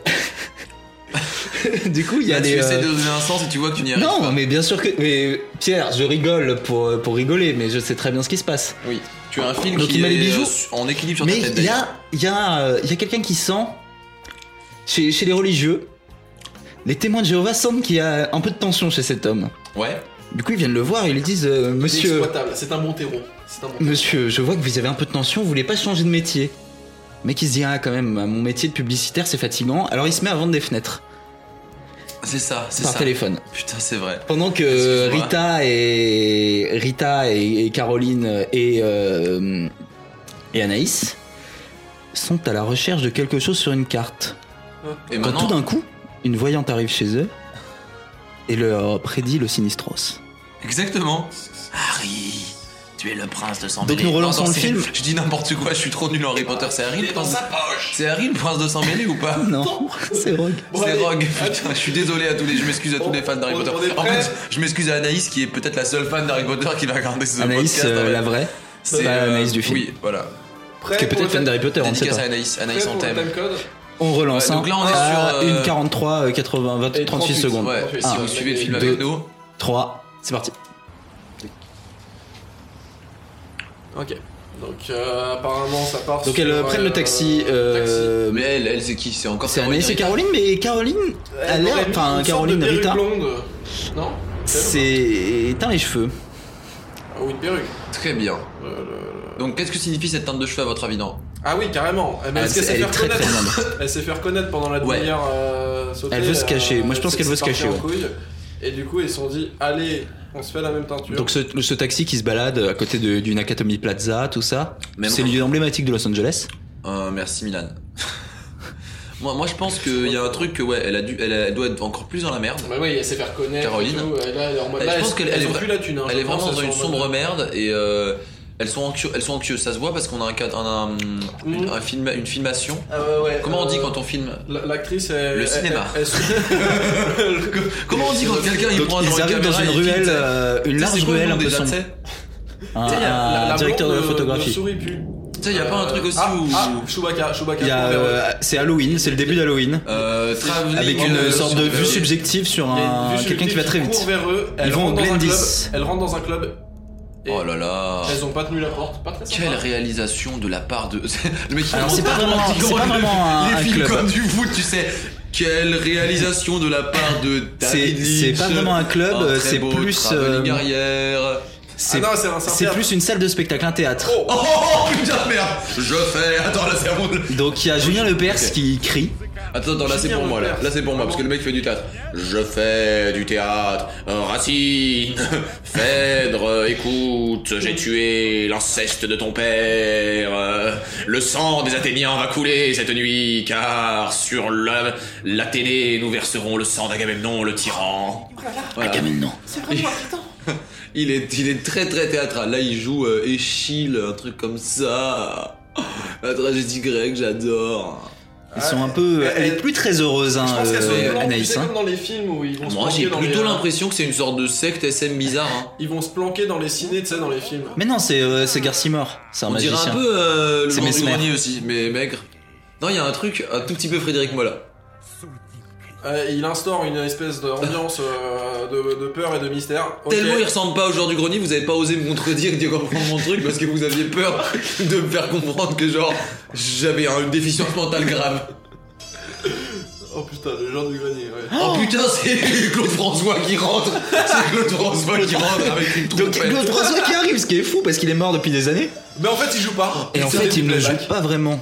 D: du coup, il y a
A: Là, tu
D: des.
A: essaies
D: euh,
A: de donner un sens et tu vois que tu n'y arrives
D: Non,
A: pas.
D: mais bien sûr que. Mais Pierre, je rigole pour, euh, pour rigoler, mais je sais très bien ce qui se passe.
A: Oui. Tu as un film
D: Donc,
A: qui
D: il met les
A: est,
D: bijoux.
A: euh, su- en équilibre sur
D: Mais
A: ta tête.
D: il y
A: d'ailleurs.
D: a, il y a, euh, il y a quelqu'un qui sent, chez, chez les religieux, les témoins de Jéhovah sentent qu'il y a un peu de tension chez cet homme.
A: Ouais.
D: Du coup, ils viennent le voir et ils lui disent euh,
C: il est
D: Monsieur,
C: exploitable, C'est un bon terreau. C'est un bon
D: monsieur, je vois que vous avez un peu de tension, vous voulez pas changer de métier. Le mec, il se dit Ah, quand même, mon métier de publicitaire, c'est fatigant. Alors, il se met à vendre des fenêtres
A: C'est ça, c'est
D: par
A: ça.
D: téléphone.
A: Putain, c'est vrai.
D: Pendant que euh,
A: Excuse-moi.
D: Rita et Rita et, et Caroline et euh, et Anaïs sont à la recherche de quelque chose sur une carte.
A: Et
D: Quand
A: maintenant,
D: tout d'un coup, une voyante arrive chez eux et leur prédit le sinistros.
A: exactement. Harry, tu Tu es le prince de sang
D: Donc nous relançons le film.
A: Je dis n'importe quoi, je suis trop nul en Harry Potter. C'est Harry le prince. C'est Harry le prince de sang mêlé ou pas
D: Ah Non, c'est Rogue.
A: C'est Rogue. Putain, je suis désolé à tous les. Je m'excuse à tous les fans d'Harry Potter. En fait, je m'excuse à Anaïs qui est peut-être la seule fan d'Harry Potter qui va regarder ce
D: Anaïs,
A: podcast.
D: euh, la vraie.
A: C'est
D: pas
A: euh,
D: Anaïs du film.
A: Oui, voilà.
D: Parce que peut-être fan d'Harry Potter, on ne sait
A: Dédicace
D: pas.
A: à Anaïs. Anaïs, on t'aime.
D: On relance.
A: Ouais,
D: hein.
A: donc là, on est
D: Ah,
A: sur, euh,
D: une 43, euh, 80, 20, 38, secondes.
A: Ouais, si
C: Ah.
A: vous suivez le film avec nous.
D: 3, c'est parti.
C: Ok. Donc euh, apparemment ça part.
D: Donc elles
C: sur,
D: euh, prennent le
C: euh,
D: taxi. euh,
A: Mais elle, elle c'est qui C'est encore
D: C'est Anaïs et Caroline, mais Caroline a
C: Elle
D: l'air.
C: aurait mis
D: Enfin,
C: Eh, une sorte
D: Caroline
C: de perruque
D: Rita.
C: blonde. Non
D: C'est éteint les cheveux.
C: Ah oui, une perruque.
A: Très bien.
C: Oh
A: Donc, qu'est-ce que signifie cette teinte de cheveux à votre avis, non
C: Ah oui, carrément. Eh ben,
A: Elle
C: est-ce qu'elle
A: s'est-
C: s'est
A: elle
C: fait
A: est très, très
C: reconnaître Elle s'est fait reconnaître pendant la
A: Ouais.
C: demi-heure. euh, sautée,
D: Elle veut se
C: euh,
D: cacher. Moi, je pense
C: c'est-
D: qu'elle veut
C: c'est
D: se cacher,
C: parti en
D: ouais.
C: couille. Et du coup, ils se sont dit, allez, on se fait la même teinture.
D: Donc ce, ce taxi qui se balade à côté de- du Nakatomi Plaza, tout ça,
A: Même
D: c'est
A: quand-
D: lieu emblématique de Los Angeles.
A: Euh, merci Milan. moi, moi je pense qu'il y a un truc que ouais, elle, a dû, elle, a- elle doit être encore plus dans la merde.
C: Bah oui, elle s'est fait reconnaître.
A: Caroline.
C: et tout. Et là, elle est en mode,
A: Elle-
C: là,
A: je pense
C: elles-
A: qu'elle
C: elles
A: elle est,
C: ont
A: vra-
C: plus la thune. hein.
A: elle est
C: Je pense
A: vraiment
C: qu'elles
A: dans une
C: sont en
A: sombre
C: mode-
A: merde et euh, elles, sont anxio- elles sont anxieuses. Ça se voit parce qu'on a un, cadre- un, un-
C: Mm.
A: une, un film, une filmation.
C: Ah ouais, ouais,
A: Comment on
C: euh,
A: dit quand on filme
C: la- L'actrice, elle.
A: Le
C: elle-
A: cinéma.
C: elle- elle-
A: Comment on dit quand quelqu'un il
D: Donc
A: prend genre
D: ils
A: une
D: arrivent dans
A: caméra
D: une
A: et il filme,
D: ruelle,
A: tu sais
D: euh, une
A: Tu sais,
D: large
A: c'est quoi le
D: ruelle
A: nom
D: un peu
A: déjà, tu
D: sombre.
A: sais
D: Un,
C: Tu sais, y a
D: un
C: la- la
D: Ah, euh, directeur de
C: blonde
D: la
C: de
D: photographie.
C: Souripu. Tu
A: sais, y a pas un truc aussi
C: ah,
A: où-
C: Ah, Chewbacca, Chewbacca.
D: Il y a,
C: couvert.
D: euh, c'est Halloween, c'est le début d'Halloween.
A: Euh, travelling,
D: avec une
A: euh,
D: sorte de
A: sur-
D: vue subjective sur
C: Il y a une
D: un
C: vue sur
D: quelqu'un
C: le
D: qui va
C: clip
D: très vite.
C: court vers eux,
D: Ils
C: elles
D: vont au
C: rentrent dans un club,
D: Glendis.
C: Elles rentrent dans un club.
A: Oh là là.
C: Elles ont pas tenu la porte. Pas très
A: Quelle
C: sympa.
A: réalisation de la part de. le mec qui
D: Alors, c'est
A: monte
D: pas vraiment-
A: un petit
D: c'est
A: drone
D: pas
A: de-
D: vraiment un-
A: les
D: un
A: films
D: club.
A: comme du foot, tu sais. Quelle réalisation de la part de
D: C'est
A: David
D: c'est
A: Lynch.
D: pas vraiment un club, euh,
A: très
D: c'est
A: beau
D: plus
A: travelling
D: euh,
A: arrière.
D: c'est
C: Ah non, c'est un cerf
D: c'est
C: d'herbe.
D: plus une salle de spectacle, un théâtre.
A: Oh, oh, putain de merde Je fais. Attends, là c'est à moi de-
D: Donc il y a Julien Lepers
A: Ok.
D: qui crie.
A: Attends, attends, là c'est pour moi, là, là c'est pour moi, parce que le mec fait du théâtre. Je fais du théâtre, Euh, Racine, Phèdre, euh, écoute, j'ai tué l'anceste de ton père, Euh, le sang des Athéniens va couler cette nuit, car sur la- l'Athénée nous verserons le sang d'Agamemnon, le tyran. Voilà.
C: C'est vraiment putain.
A: Il est, il est très très théâtral. Là, il joue euh, Échille, un truc comme ça. La tragédie grecque, j'adore.
D: Ils sont un peu.
A: Euh,
D: Elle est plus très heureuse, hein,
C: Je pense qu'elles sont
D: euh,
C: blanches, tu
D: Anaïs.
C: sais,
D: hein.
C: comme dans les films où ils vont se
A: Moi,
C: planquer
A: j'ai
C: dans
A: plutôt
C: les,
A: l'impression que c'est une sorte de secte SM bizarre. hein.
C: Ils vont se planquer dans les ciné, tu sais, dans les films.
D: Mais non, c'est euh, c'est Garcimore, c'est un
A: On
D: magicien.
A: dirait un peu euh, le
D: C'est
A: grand du
D: Mesmer.
A: grenier aussi, mais maigre. Non, il y a un truc, un tout petit peu Frédéric Mola.
C: Euh, il instaure une espèce d'ambiance euh, de, de peur et de mystère. Ok.
A: Tellement il ressemble pas au genre du grenier, vous avez pas osé me contredire et dire comprendre mon truc parce que vous aviez peur de me faire comprendre que genre j'avais une déficience mentale grave.
C: Oh putain, le genre du grenier, ouais.
A: Oh, putain, c'est Claude François qui rentre. C'est Claude François qui rentre avec une
D: Donc
A: trompette.
D: Claude François qui arrive, ce qui est fou parce qu'il est mort depuis des années.
C: Mais en fait, il joue pas.
D: Et en
C: C'est
D: fait,
C: des
D: il ne le
C: playbacks.
D: joue pas vraiment.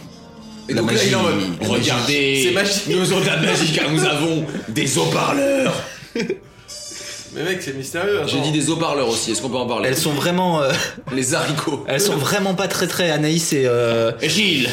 A: Et donc là, il est en mode,
D: La
A: Regardez,
C: C'est magique.
A: nous autres magiques, nous avons des haut-parleurs.
C: Mais mec, c'est mystérieux.
A: J'ai
C: attends.
A: dit des haut-parleurs aussi, est-ce qu'on peut en parler
D: Elles sont vraiment, euh,
A: Les haricots.
D: elles sont vraiment pas très très. Anaïs et euh,
A: Gilles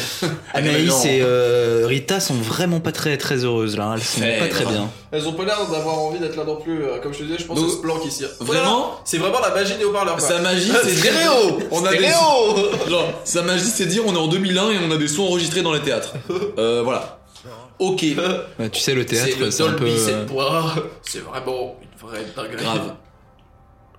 D: Anaïs
A: Ah, non.
D: et euh, Rita sont vraiment pas très très heureuses là. Elles sont pas
A: Phèdre.
D: très bien.
C: Elles ont pas l'air d'avoir envie d'être là non plus. euh, Comme je te disais, je pense
A: Donc,
C: que se planque ici.
A: vraiment
C: Oh C'est vraiment la magie des haut-parleurs. quoi. Euh,
A: Sa magie, c'est dire- On a des- Genre, sa magie, c'est dire on est en 2001 et on a des sons enregistrés dans les théâtres. Euh, voilà. Ok.
D: Bah, tu sais,
A: C'est le
D: le théâtre, c'est un peu.
A: Dolby, c'est
D: euh,
C: Ouah, C'est vraiment une vraie dinguerie.
A: Grave.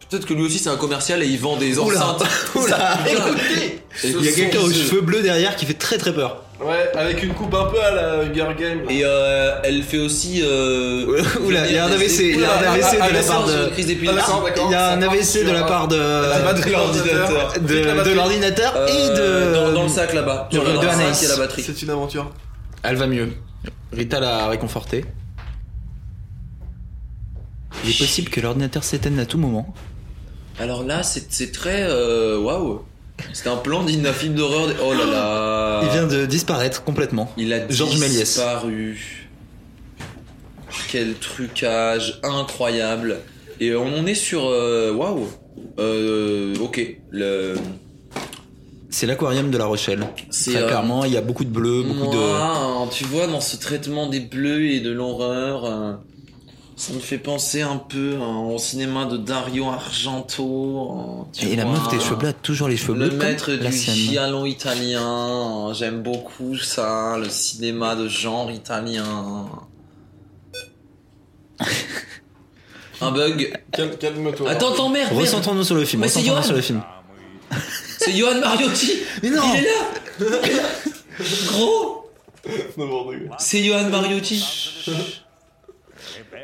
A: Peut-être que lui aussi c'est un commercial et il vend des
D: Oula.
A: enceintes.
D: Oula.
A: Ça-
D: Écoutez,
A: Ce
D: Il y a
A: sont
D: quelqu'un aux
A: ceux-
D: cheveux bleus derrière qui fait très très peur.
C: Ouais, avec une coupe un peu à la Hunger Game. là.
A: Et euh, elle fait aussi. Euh...
D: Oula, il y a un AVC, il y a un
C: Oula,
D: AVC
C: ah,
D: de la
C: ah,
D: part
A: c'est
D: de.
A: une crise
C: Ah,
A: d'épilepsie.
C: d'accord, d'accord.
D: Il y a
C: Ça
D: un
C: part
D: AVC
C: sur,
D: de la
C: euh,
D: part de.
C: batterie de l'ordinateur.
D: de-
C: Toute la
D: De
C: batterie.
D: l'ordinateur
C: E
D: et
A: Euh, dans, dans le
D: de.
A: sac là-bas.
D: de-
A: Sur le
D: de
A: sac,
D: Anaïs.
A: il y a la batterie.
C: C'est une aventure.
D: Elle va mieux. Rita l'a réconfortée. Il est possible que l'ordinateur s'éteigne à tout moment.
A: Alors là, c'est c'est très. euh, Waouh! C'était un plan digne d'un film d'horreur. de- Oh là là!
D: Il vient de disparaître complètement.
A: Il a
D: Georges Méliès.
A: disparu. Quel trucage incroyable! Et on est sur. euh, Waouh! Euh, ok. Le...
D: C'est l'aquarium de La Rochelle.
A: C'est,
D: Très
A: euh,
D: clairement, il y a beaucoup de bleu, beaucoup
A: Moi, hein, tu vois, dans ce traitement des bleus et de l'horreur, euh, Ça me fait penser un peu hein, au cinéma de Dario Argento. hein, tu
D: Et la
A: vois,
D: meuf des cheveux bleus a toujours les cheveux bleus.
A: Le
D: comme
A: maître
D: la
A: du
D: sienne.
A: giallo italien. hein, J'aime beaucoup ça, le cinéma de genre italien. un bug.
C: Calme-toi.
A: Attends, t'emmerdes. merde.
D: Recentrons-nous sur le film.
A: Mais c'est
D: recentrons-nous
A: Johan.
D: sur le film.
A: C'est Johan Mariotti.
D: Mais non
A: Il est là. Gros. C'est Johan Mariotti.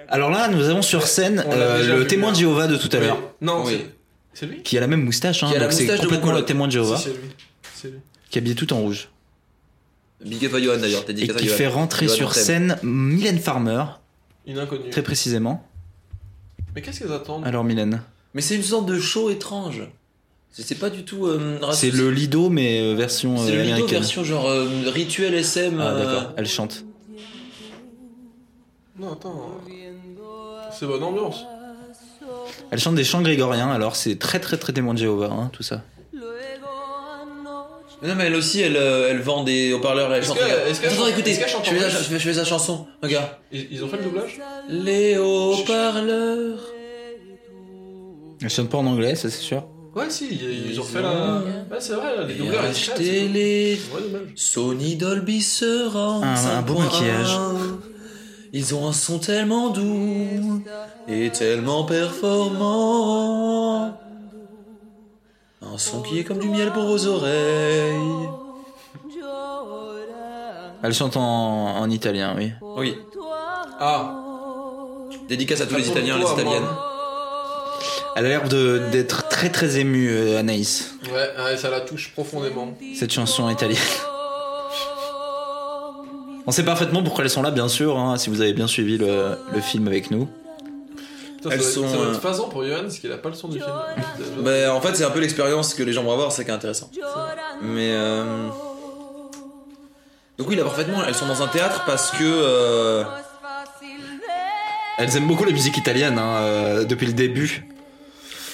D: Alors là, nous avons sur scène
A: On l'a
D: euh,
A: déjà
D: le
A: vu, hein.
D: témoin de Jéhovah de tout à l'heure.
C: Non,
A: Oui.
C: c'est lui
D: Qui a la même moustache, hein,
A: Qui a la
D: donc c'est
A: moustache de
D: complètement
A: Mongol.
D: le témoin de Jéhovah.
C: Si, c'est lui. C'est lui.
D: Qui est habillé tout en rouge.
A: Big up à Johan d'ailleurs, t'as dit
D: Et qui fait rentrer sur scène Mylène Farmer,
C: Une inconnue.
D: très précisément.
C: Mais qu'est-ce qu'ils attendent
D: Alors Mylène,
A: Mais c'est une sorte de show étrange. C'est c'est pas du tout. euh,
D: c'est
A: raciste.
D: le Lido mais euh, version
A: C'est
D: euh,
A: le Lido
D: américaine.
A: version genre euh, rituel SM.
D: Ah
A: euh,
D: d'accord, elle chante.
C: Non, attends. C'est bonne ambiance.
D: Elle chante des chants grégoriens, alors c'est très très très témoin de Jéhovah, hein, tout ça.
A: Non mais elle aussi, elle, euh, elle vend des haut-parleurs là. Elle
C: Est-ce
A: chante.
C: que-
A: regarde.
C: est-ce qu'elle
A: Attends,
C: chante-
A: écoutez,
C: est-ce qu'elle chante en
A: je fais, sa,
C: russe
A: je fais- je fais sa chanson. Regarde.
C: Ils, ils ont fait le doublage
A: Les haut-parleurs.
D: Elle chante pas en anglais, ça c'est sûr.
C: Ouais, si, ils, ils ont fait la. Ouais, c'est vrai, les
A: Et
C: doubleurs, ils chantent.
A: achetez les.
C: Ouais, dommage.
A: Sony Dolby sera
D: Un- Ah, un beau maquillage.
A: Ils ont un son tellement doux et tellement performant. Un son qui est comme du miel pour vos oreilles.
D: Elle chante en, en italien, oui.
A: Oui,
C: Ah,
A: dédicace à tous les Italiens et les
C: Attends-toi,
A: Italiennes.
D: Elle a l'air de- d'être très très émue, euh, Anaïs,
C: ouais, ouais, ça la touche profondément.
D: cette chanson italienne. On sait parfaitement pourquoi elles sont là, bien sûr, hein, si vous avez bien suivi le, le film avec nous.
C: Putain,
A: Elles
C: ça,
A: sont,
C: doit, ça doit
A: euh,
C: être phasant pour Johan, parce qu'il a pas le son du film.
A: Ben, en fait, c'est un peu l'expérience que les gens vont avoir, c'est qui est intéressant. Mais. euh, Donc, oui, là, parfaitement, elles sont dans un théâtre parce que. euh,
D: Elles aiment beaucoup la musique italienne hein, euh, depuis le début.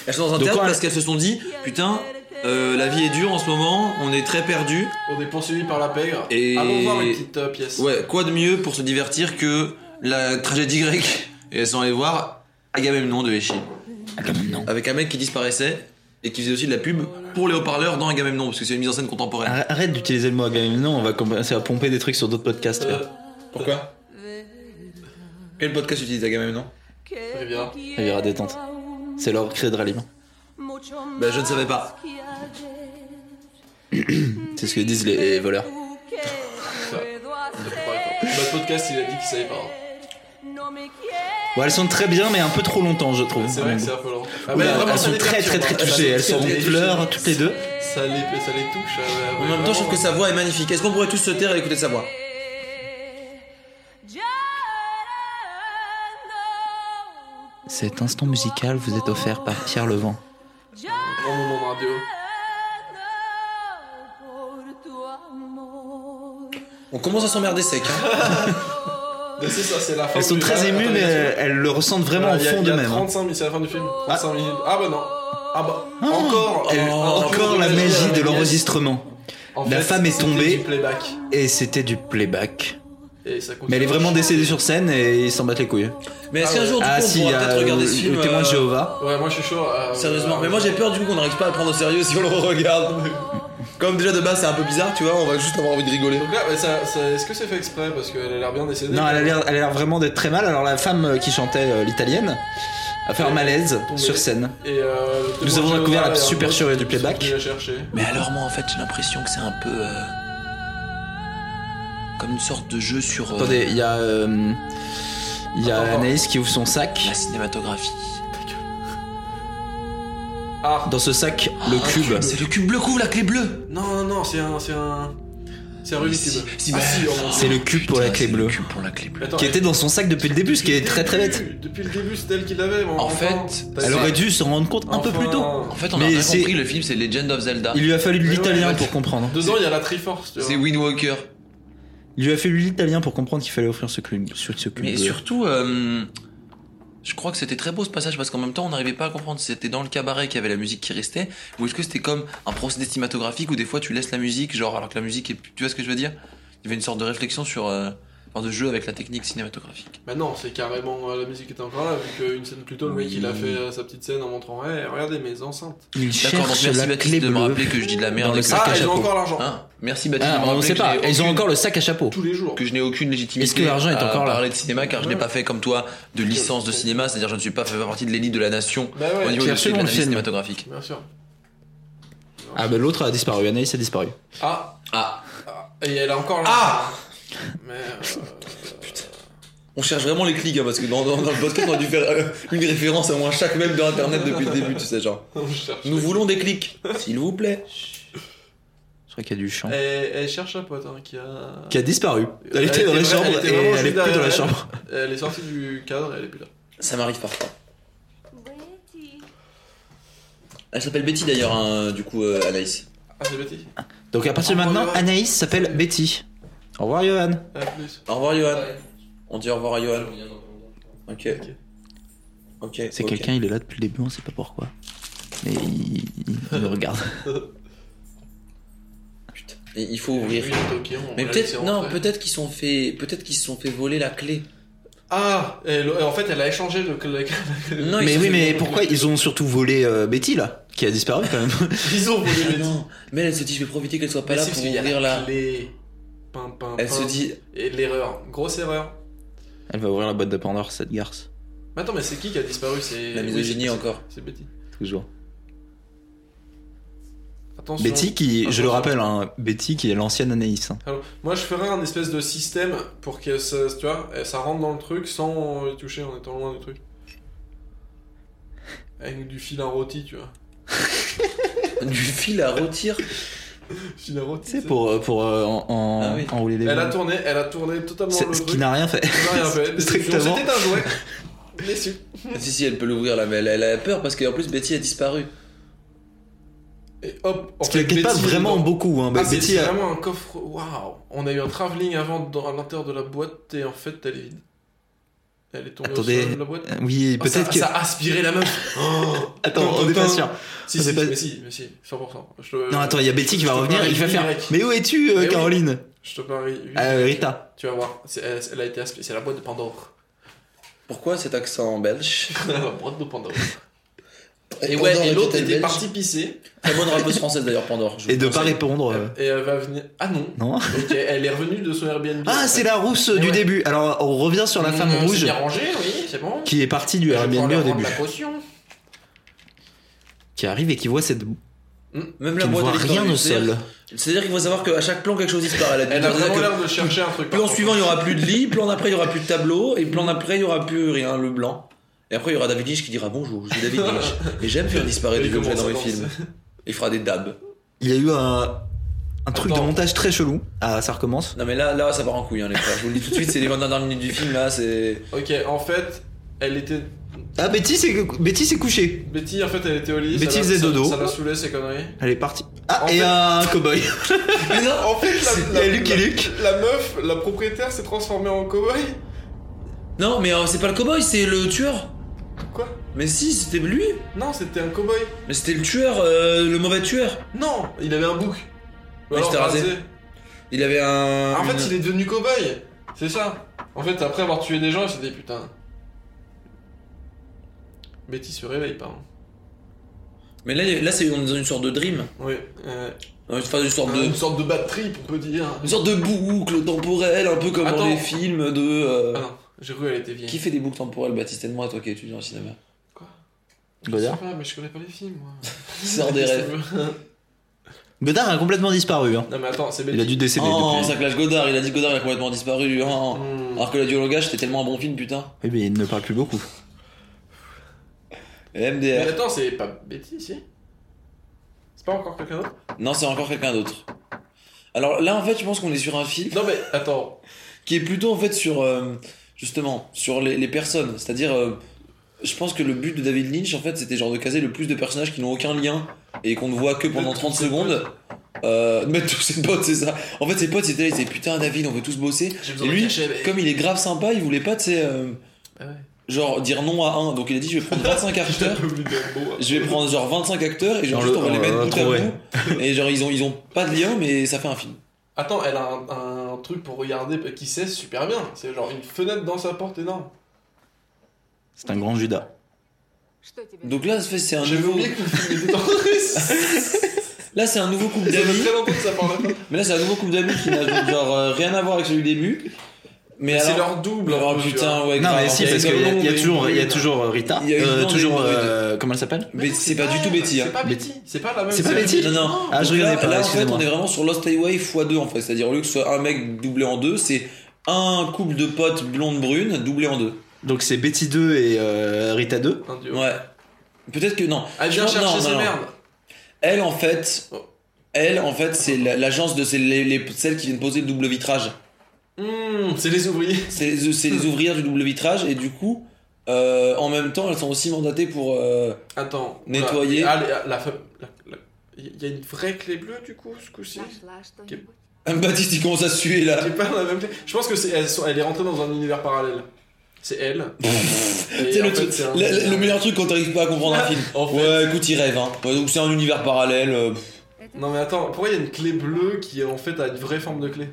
A: Elles sont dans un
D: Donc,
A: théâtre
D: quand
A: parce qu'elles se sont dit Putain, euh, la vie est dure en ce moment, on est très perdu.
C: On est poursuivi par la pègre.
A: Et-
C: Allons voir une petite euh, pièce.
A: Ouais, quoi de mieux pour se divertir que la tragédie grecque Et elles sont allées voir Agamemnon de Eschyle.
D: Agamemnon.
A: Avec un mec qui disparaissait et qui faisait aussi de la pub pour les haut-parleurs dans Agamemnon, parce que c'est une mise en scène contemporaine.
D: Arrête arrête d'utiliser le mot Agamemnon, on va commencer à pomper des trucs sur d'autres podcasts. là.
A: Pourquoi Quel podcast utilise Agamemnon
D: Ah,
C: Riviera.
D: Riviera détente. C'est leur cri de ralliement. Ah.
A: Bah, je ne savais pas.
D: C'est ce que disent les voleurs.
C: Bah, le podcast, il a dit qu'il savait pas. hein.
D: Bon, elles sont très bien, mais un peu trop longtemps, je trouve.
C: C'est vrai que c'est un peu lent. Ah, mais
D: Oula,
C: vraiment,
D: elles
C: ça
D: sont
C: les
D: très
C: capture,
D: très très
C: hein. Ça
D: touchées,
C: les
D: elles sont en
C: capture, les-
D: pleurs toutes les deux.
C: Ça les, ça les touche. euh,
A: En
C: ouais,
A: même temps, je trouve que
C: vraiment.
A: sa voix est magnifique. Est-ce qu'on pourrait tous se taire et écouter sa voix
D: Cet instant musical vous est offert par Pierre Levent.
C: Grand moment de radio.
A: On commence à s'emmerder sec. hein.
C: Mais c'est ça, c'est la fin.
D: Elles sont
C: du-
D: très
C: Ah,
D: émues,
C: attends,
D: mais euh,
C: il y a-
D: elles, elles le ressentent vraiment au
C: Voilà, Ah, il y a-
D: fond
C: il y a
D: d'eux-mêmes. hein.
C: 35 minutes, c'est la fin du film. 35 minutes. Ah bah non. Ah bah.
D: Ah.
C: encore.
D: Elle-
C: Oh,
D: encore la magie de l'enregistrement. La femme est tombée. Et c'était du playback. Mais elle est vraiment décédée sur scène et ils s'en battent les couilles.
A: Mais est-ce
C: Ah
A: qu'un
C: ouais.
A: jour, du coup,
D: Ah
A: on
D: si, il y
A: pourra
D: a
A: peut-être regarder
D: le,
A: ce film
D: le témoin de
A: euh,
D: Jéhovah.
C: Ouais, moi je suis chaud. euh,
A: Sérieusement,
C: euh,
A: mais moi j'ai peur du coup qu'on n'arrive pas à le prendre au sérieux si on le regarde. Comme déjà de base c'est un peu bizarre, tu vois, on va juste avoir envie de rigoler.
C: Donc là, ouais, ça- ça- est-ce que c'est fait exprès Parce qu'elle a l'air bien décédée.
D: Non, elle a l'air- elle a l'air vraiment d'être très mal. Alors la femme euh, qui chantait euh, l'italienne a fait un malaise
C: Tombée.
D: sur scène.
C: Et, euh, le témoin
D: Nous avons
C: de
D: découvert
C: Jéhovah
D: la
C: est un
D: supercherie
C: pote
D: du
C: qui
D: playback.
C: est venu la chercher.
A: Mais alors moi en fait j'ai l'impression que c'est un peu... euh, Comme une sorte de jeu sur euh,
D: Attendez, il y a, euh, il y a
C: Attends.
D: Anaïs qui ouvre son sac.
A: la cinématographie.
C: Ah
D: Dans ce sac, le
A: Un
D: cube.
A: C'est le cube bleu couvre la clé bleue
C: Non, non, non, c'est un. C'est un. C'est un Rubik's
A: Si,
C: Cube.
A: si,
C: Ah,
A: bah,
C: si, on-
D: C'est le cube pour la
A: Putain,
D: clé
A: c'est le
D: bleue.
A: cube pour la clé bleue.
C: Attends,
D: Qui
C: elle-
D: était dans son sac depuis le début, ce qui est très très bête.
C: Depuis le début, c'est elle qui l'avait. mais
A: En
C: même
A: fait,
C: temps, t'as-
D: Elle aurait dû s'en rendre compte un peu
C: Enfin,
D: plus tôt.
A: En fait on
D: Mais
A: a bien
D: c'est-
A: compris, le film c'est Legend of Zelda.
D: Il lui a fallu de
C: Mais ouais,
D: l'italien
C: ouais.
D: pour comprendre.
C: Dedans, il y a la Triforce, tu vois.
A: C'est Wind Walker.
D: Il lui a fallu de l'italien pour comprendre qu'il fallait offrir ce cube. Sur ce cube.
A: Mais surtout, euh, je crois que c'était très beau ce passage parce qu'en même temps, on n'arrivait pas à comprendre si c'était dans le cabaret qu'il y avait la musique qui restait ou est-ce que c'était comme un procédé cinématographique où des fois tu laisses la musique, genre alors que la musique est. Tu vois ce que je veux dire Il y avait une sorte de réflexion sur. euh, genre de jeu avec la technique cinématographique.
C: Bah non, c'est carrément euh, la musique était encore là, vu qu'une scène plus tôt, le mec il a fait euh, sa petite scène en montrant Eh, regardez mes enceintes.
A: Il D'accord, donc merci Baptiste de me rappeler que je dis de la merde
C: Dans le
A: et que
C: sac
A: Ah,
C: à
A: ils ont
C: chapeau.
A: encore l'argent. Hein merci Baptiste
C: Ah,
A: de me
C: on
A: rappeler
C: sait
A: que
C: pas.
A: je n'ai
C: Ils ont
A: aucune-
C: encore
D: le sac à chapeau.
C: Tous les jours.
A: Que je n'ai aucune légitimité.
D: Est-ce que l'argent est
A: à
D: encore là
A: parler de cinéma car je n'ai pas fait comme toi de licence de cinéma, c'est-à-dire je ne suis pas fait partie de l'élite de la nation
C: Bah ouais.
A: au niveau
D: Qui a
A: de ce
D: absolument le film.
A: cinématographique.
C: Bien sûr.
D: Ah bah l'autre a disparu, Anaïs a disparu.
C: Ah
A: Ah
C: Et elle a encore l'argent. euh, Ah
A: On cherche vraiment les clics hein, parce que dans, dans- dans le podcast on a dû faire euh, une référence à moins chaque même de internet depuis le début, tu sais genre. Nous voulons des clics, s'il vous plaît.
D: Je crois qu'il y a du chant.
C: Elle, elle cherche un pote hein, qui a.
D: Euh, Qui a disparu. Elle était dans la
C: vra-
D: chambre
C: était
D: et
C: vraiment
D: elle
C: juste
D: est plus dans la
C: derrière elle.
D: chambre.
C: Elle est sortie Euh, du cadre et elle est plus là.
A: Ça m'arrive parfois. Elle s'appelle Betty d'ailleurs hein, du coup euh, Anaïs.
C: Ah, c'est Betty.
D: Donc à partir de maintenant, Anaïs s'appelle Betty. Au revoir Johan.
C: À Ah, plus.
A: Au revoir Johan. On dit au revoir à Johan. Ok. Ok.
D: C'est
A: ok.
D: quelqu'un, il est là depuis le début, on sait pas pourquoi. Mais il, il- il nous regarde.
A: Et il faut ouvrir. Mais peut-être non, peut-être qu'ils sont fait peut-être qu'ils se sont fait voler la clé.
C: Ah elle- En fait, elle a échangé le. le- le- le-
D: mais oui, mais pourquoi ils ont surtout volé euh, Betty là, qui a disparu quand même.
C: Ils ont volé
A: Ah non. Mais elle, elle se dit je vais profiter qu'elle soit pas
C: Mais
A: là
C: Bah, si,
A: pour
C: parce qu'il y a
A: ouvrir
C: la
A: la.
C: clé. Pim, pim,
A: Elle
C: pim.
A: se dit-
C: Et l'erreur. Grosse erreur.
D: Elle va ouvrir la boîte de Pandore, cette garce.
C: Mais attends, mais c'est qui qui a disparu C'est.
A: La
C: oui,
A: misogynie
C: c'est-
A: encore.
C: C'est Betty.
D: Toujours.
C: Attention.
D: Betty qui, je
C: Attention.
D: le rappelle, hein, Betty qui est l'ancienne Anaïs. hein.
C: Alors, moi, je ferais un espèce de système pour que ça, tu vois, ça rentre dans le truc sans y toucher en étant loin du truc. Avec du fil à rôti, tu vois.
A: du fil à rôtir.
C: fil à rôti.
D: C'est pour, euh, pour euh, en, en-
C: Ah oui.
D: enrouler des
C: Elle a
D: balles.
C: tourné, elle a tourné totalement
D: C'est-
C: le
D: ce qui
C: truc.
D: n'a rien fait.
C: Qui n'a rien fait.
D: Strictement.
C: C'était un jouet. Déçu.
A: si si elle peut l'ouvrir là, mais elle, elle a peur parce qu'en plus Betty a disparu.
C: Et hop.
D: Ce qui l'inquiète pas vraiment beaucoup. Hein.
C: Ah,
D: Bah,
C: c'est
D: Betty
C: c'est
D: a-
C: vraiment un coffre. Waouh! On a eu un travelling avant dans, à l'intérieur de la boîte et en fait elle est vide. Elle est tombée
D: Attendez.
C: au sol de la boîte.
D: Euh, oui,
C: Ah, ça-
D: peut-être que-
C: Ça a aspiré la meuf! Oh.
D: Attends, on est pas sûr.
C: Si,
D: On
C: si,
D: est pas-
C: mais si, mais si, 100%. Je te-
D: Non, attends, il y a Betty qui va
C: je te
D: revenir,
C: parie
D: il va faire.
C: Y.
D: Mais où es-tu, euh,
C: Mais oui.
D: Caroline
C: Je te parie. oui.
D: Euh, Rita.
C: Tu vas voir, c'est- elle, elle a été aspirée. C'est la boîte de Pandore.
A: Pourquoi cet accent belge
C: la boîte de Pandore. Et,
A: Pandore
C: ouais, et
A: est
C: l'autre
A: peut-être
C: était
A: belge.
C: partie pisser.
A: Très bonne rappeuse française d'ailleurs Pandore. je
D: Et
A: vous
D: de pas
A: conseille.
D: répondre. euh.
C: Et elle va venir. Ah non!
D: Non.
C: Ok, elle est revenue de son Airbnb.
D: Ah, c'est la rousse
C: Mais
D: du
C: ouais.
D: début. Alors, on revient sur la
C: Mmh,
D: femme
C: c'est
D: rouge
C: bien rangé, oui, c'est bon.
D: qui est partie du Airbnb au début.
C: potion.
D: Qui arrive et qui voit cette.
A: Même
D: qui
A: la
D: ne
A: boîte
D: voit
A: électronique,
D: rien au
A: c'est-à-dire-
D: sol.
A: C'est-à-dire qu'il faut savoir qu'à chaque plan quelque chose disparaît. a dû
C: Elle a
A: dire
C: vraiment
A: que
C: l'air de chercher un truc.
A: Plan suivant il y aura plus de lit, plan d'après il y aura plus de tableau et plan d'après il y aura plus rien, le blanc. Et après il y aura David Lynch qui dira bonjour, je suis David Lynch et j'aime faire disparaître
C: Et
A: des objets
C: comment
A: dans
C: ça
A: mes
C: danse
A: films. Il fera des dabs.
D: Il y a eu un, un truc de montage très chelou. Ah, ça recommence.
A: Non mais là, là ça part en couille hein, les frères. Je vous le dis tout de suite, c'est les 20 dernières minutes du film là, c'est.
C: Ok, en fait, elle était.
D: Ah, Betty s'est Betty s'est couchée.
C: Betty, en fait, elle était au lit.
D: Betty
C: ça l'a-
D: faisait
C: ça-
D: dodo.
C: Ça l'a saoulé, ces conneries.
D: Elle est partie. Ah, et un cowboy.
C: en fait, la, la,
D: Lucky
C: la-
D: Luke.
C: la meuf, la propriétaire s'est transformée en cowboy.
A: Non mais euh, c'est pas le cowboy, c'est le tueur.
C: Quoi
A: Mais si, c'était lui.
C: Non, c'était un cowboy.
A: Mais c'était le tueur, euh, le mauvais tueur.
C: Non, il avait un bouc. Ou
A: Ouais,
C: alors
A: c'était rasé.
C: rasé.
A: Il avait un.
C: En
A: une-
C: fait, il est devenu cowboy. C'est ça. En fait, après avoir tué des gens, il s'est dit putain. Betty se réveille pas. hein.
A: Mais là, là c'est on est dans une sorte de dream.
C: Oui. euh,
A: Enfin, une sorte de.
C: Une sorte de bad trip, on peut dire.
A: Une sorte de boucle temporelle, un peu comme dans
C: Attends.
A: les films de. euh,
C: Ah non, j'ai cru qu'elle était vieille.
A: Qui fait des boucles temporelles, Baptiste et moi, toi qui es étudiant en cinéma
D: Godard.
C: Je sais pas, mais je connais pas les films, moi.
A: Sors des rêves.
D: Godard a complètement disparu. Hein.
C: non, mais attends, c'est
D: Il a dû décéder
A: Oh,
D: depuis.
A: ça clash Godard, il a dit que Godard il a complètement disparu. oh.
C: Hmm.
A: Alors que la duologage c'était tellement un bon film, putain.
D: Oui, Eh, mais il ne parle plus beaucoup.
A: Et
C: Mais
A: MDR.
C: attends, c'est pas Betty, si C'est pas encore quelqu'un d'autre
A: Non, c'est encore quelqu'un d'autre. Alors là, en fait, je pense qu'on est sur un film.
C: Non, mais attends.
A: qui est plutôt en fait sur euh, justement sur les, les personnes c'est à dire je pense que le but de David Lynch en fait c'était genre de caser le plus de personnages qui n'ont aucun lien et qu'on ne voit que pendant 30 secondes euh, de mettre tous ses potes c'est ça en fait ses potes c'était là ils disaient putain David on veut tous bosser
C: besoin
A: et
C: de
A: lui
C: cacher, mais-
A: comme il est grave sympa il voulait pas tu sais euh,
C: Bah ouais.
A: genre dire non à un donc il a dit je vais prendre 25 acteurs je vais prendre genre 25 acteurs et genre
D: Dans le-
A: juste,
C: Oh
A: on va les
D: on
A: mettre
D: va
A: bout à
D: trouver.
A: bout et genre ils ont, ils ont pas de lien mais ça fait un film
C: Attends, elle a un, un un truc pour regarder qui sait super bien. C'est genre une fenêtre dans sa porte énorme.
D: C'est un grand Judas.
J: Donc là, c'est c'est un
C: J'avais
J: nouveau.
C: oublié que le film était en russe.
J: Là, c'est un nouveau couple
C: Ça fait
J: d'amis.
C: très longtemps que ça parle pas.
J: Mais là, c'est un nouveau couple d'amis qui n'a genre euh, rien à voir avec celui du début. Mais
C: C'est
J: alors-
C: leur double.
J: Oh putain, ouais.
D: non,
J: grave.
D: mais si,
J: Il y a
D: parce
J: une
D: qu'il y, a- il y a
J: blonde et
D: toujours,
J: une
D: il y a
J: brune.
D: toujours euh, Rita.
J: Il y a une
D: euh,
J: blonde et
D: toujours.
J: une brune.
D: euh, comment elle s'appelle
J: Mais c'est pas du tout Betty. hein.
C: C'est pas Betty. C'est pas la même.
D: C'est pas
C: série.
D: Betty
J: Non, non.
D: Ah, je
J: Donc là-
D: regardais pas,
J: Là, en fait,
D: excusez-moi.
J: on est vraiment sur Lost Highway x2, en fait. C'est-à-dire, au lieu que ce soit un mec doublé en deux, c'est un couple de potes blonde brune doublé en deux.
D: Donc c'est Betty 2 et euh, Rita 2.
C: Un duo.
J: Ouais. Peut-être que non.
C: Elle vient
J: Non,
C: chercher
J: non,
C: ses
J: non.
C: merdes.
J: Elle, en fait, elle, en fait, c'est la- l'agence de ces- les- les- celles qui viennent poser le double vitrage.
C: Mmh, c'est les ouvriers.
J: C'est les, c'est les ouvrières du double vitrage et du coup, euh, en même temps, elles sont aussi mandatées pour. euh,
C: Attends. oula.
J: Nettoyer.
C: Ah, la, la femme- la- la- Il y a une vraie clé bleue du coup ce coup-ci. Qui est-
J: Baptiste, il commence à suer là.
C: qui est pas dans la même clé. Je pense que c'est elle, sont- elle est rentrée dans un univers parallèle. C'est elle. Et
J: C'est
C: en
J: le,
C: fait,
J: truc-
C: c'est un-
J: le- le- le meilleur truc quand t'arrives pas à comprendre un film.
C: En fait-
J: Ouais, écoute, il rêve. Hein. Ouais, donc c'est un univers parallèle. euh, pff.
C: Non mais attends, pourquoi il y a une clé bleue qui en fait a une vraie forme de clé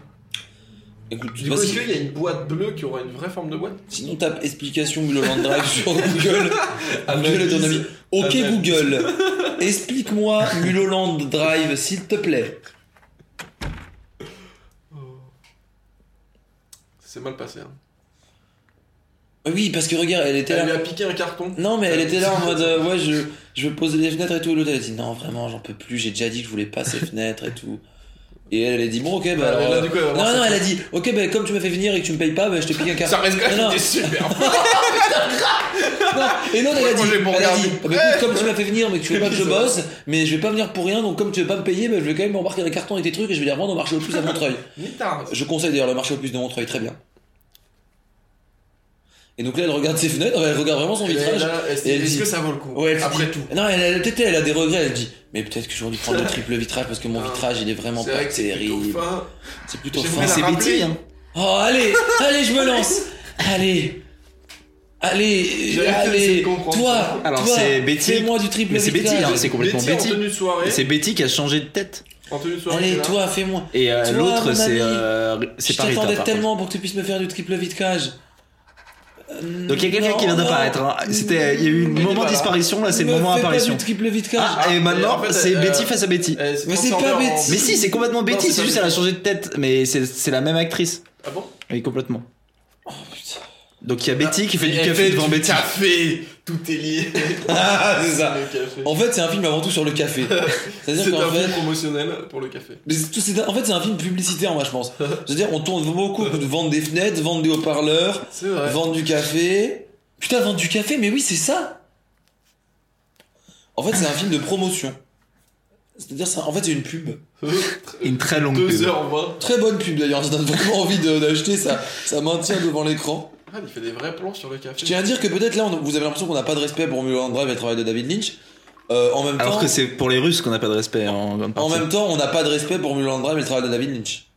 J: écoute, je sais
C: Du
J: pas
C: coup, est-ce
J: si-
C: qu'il y a une boîte bleue qui aura une vraie forme de boîte
J: Sinon, tape explication Mulholland Drive sur Google.
C: Ah,
J: Google est ton ami. Ok,
C: Analyse.
J: Google, explique-moi Mulholland Drive, s'il te plaît.
C: C'est mal passé. Hein.
J: Oui, parce que regarde, elle était
C: Elle lui
J: là.
C: a piqué un carton.
J: Non, mais elle était là en mode euh, ouais, je, je veux poser des fenêtres et tout. Et l'autre, elle a dit non, vraiment, j'en peux plus, j'ai déjà dit que je voulais pas ces fenêtres et tout. Et elle, elle a dit bon, ok, bah.
C: Ah, mais
J: alors,
C: là,
J: euh,
C: du coup, elle va
J: non,
C: voir
J: non,
C: ça.
J: elle a dit ok, bah, comme tu m'as fait venir et que tu me payes pas, bah, je te pique un carton.
C: Ça reste quand
J: Non,
C: même
J: non.
C: des super.
J: Non, et l'autre, elle a
C: Moi,
J: dit,
C: j'ai pas
J: elle a
C: regardé.
J: dit Ah, bah, écoute, comme tu m'as fait venir, mais que tu veux pas que je bosse, mais je vais pas venir pour rien, donc comme tu veux pas me payer, bah, je vais quand même embarquer les cartons et tes trucs et je vais les revendre au marché aux puces à Montreuil.
C: Ni tard.
J: Je conseille d'ailleurs le marché aux puces de Montreuil, très bien. Et donc là, elle regarde ses fenêtres, elle regarde vraiment son
C: Et
J: vitrage.
C: là, Est-ce
J: Et elle
C: est-ce
J: dit-
C: que ça vaut le coup
J: Ouais, elle se
C: Après
J: dit-
C: tout.
J: Non, elle, elle, peut-être elle a des regrets, elle dit Mais peut-être que j'aurais dû prendre le triple vitrage parce que mon vitrage il est vraiment
C: Ah. C'est
J: pas
C: vrai que c'est
J: terrible.
C: plutôt fin.
J: C'est plutôt
C: J'aimerais la
J: fin.
D: C'est
C: rappeler.
D: Betty. Hein.
J: Oh, allez, allez, je me lance Allez Allez,
C: J'arrive pas à essayer
J: allez
C: de comprendre
J: Toi,
D: Alors,
J: toi,
D: c'est Betty.
J: Fais-moi du triple
D: Mais c'est
J: vitrage.
D: Betty, hein, c'est complètement
C: Betty en
D: Betty.
C: tenue de soirée.
D: C'est Betty qui a changé de tête.
C: En tenue de soirée.
J: Allez,
C: là.
J: toi, fais-moi
D: Et euh,
J: Toi, mon
D: l'autre,
J: ami,
D: c'est. euh,
J: Je
D: c'est pas Rita.
J: t'attendais
D: par contre.
J: tellement pour que tu puisses me faire du triple vitrage. Euh,
D: Donc il y a quelqu'un
J: non,
D: qui vient
J: non.
D: d'apparaître. hein. C'était, il y a eu le
C: est
D: moment
C: pas là.
D: disparition, là c'est le
J: Me
D: moment
J: fais pas
D: apparition.
J: du triple vitrage.
D: Ah, et maintenant
C: en fait,
D: c'est
C: euh,
D: Betty face à Betty.
C: Elle se
J: Mais c'est
C: transforme
J: pas
C: en-
J: Betty.
D: mais si, c'est complètement Betty.
C: c'est
D: C'est
C: pas
D: juste
C: Betty.
D: elle a changé de tête, mais c'est, c'est la même actrice.
C: Ah bon
D: Oui, complètement.
J: Oh, putain.
D: Donc il y a Betty qui fait du
J: Eh,
C: Elle
D: café
C: fait
D: devant
C: du
D: Betty.
C: Café, tout est lié.
J: Ah, c'est ça.
C: Le café.
J: En fait, c'est un film avant tout sur le café. C'est-à-dire
C: C'est
J: qu'en
C: un
J: fait,
C: film promotionnel pour le café.
J: Mais c'est tout- c'est- en fait, c'est un film publicitaire, moi, je pense. C'est-à-dire, on tourne beaucoup de vendre des fenêtres, vendre des haut-parleurs,
C: C'est vrai.
J: vendre du café. Putain, vendre du café, mais oui, c'est ça. En fait, c'est un film de promotion. C'est-à-dire, c'est- en fait, c'est une pub.
D: Une très longue pub.
C: 2h20.
J: Très bonne pub d'ailleurs, ça donne vraiment envie de- d'acheter, ça, ça maintient devant l'écran.
C: Ah, il fait des vrais plans sur le
J: Je
C: café.
J: tiens à dire que peut-être là, on- vous avez l'impression qu'on n'a pas de respect pour Mulholland Drive et le travail de David Lynch. Euh, en même
D: Alors
J: temps,
D: que c'est pour les Russes qu'on n'a pas de respect en grande
J: En
D: partie.
J: même temps, on n'a pas de respect pour Mulholland Drive et le travail de David Lynch.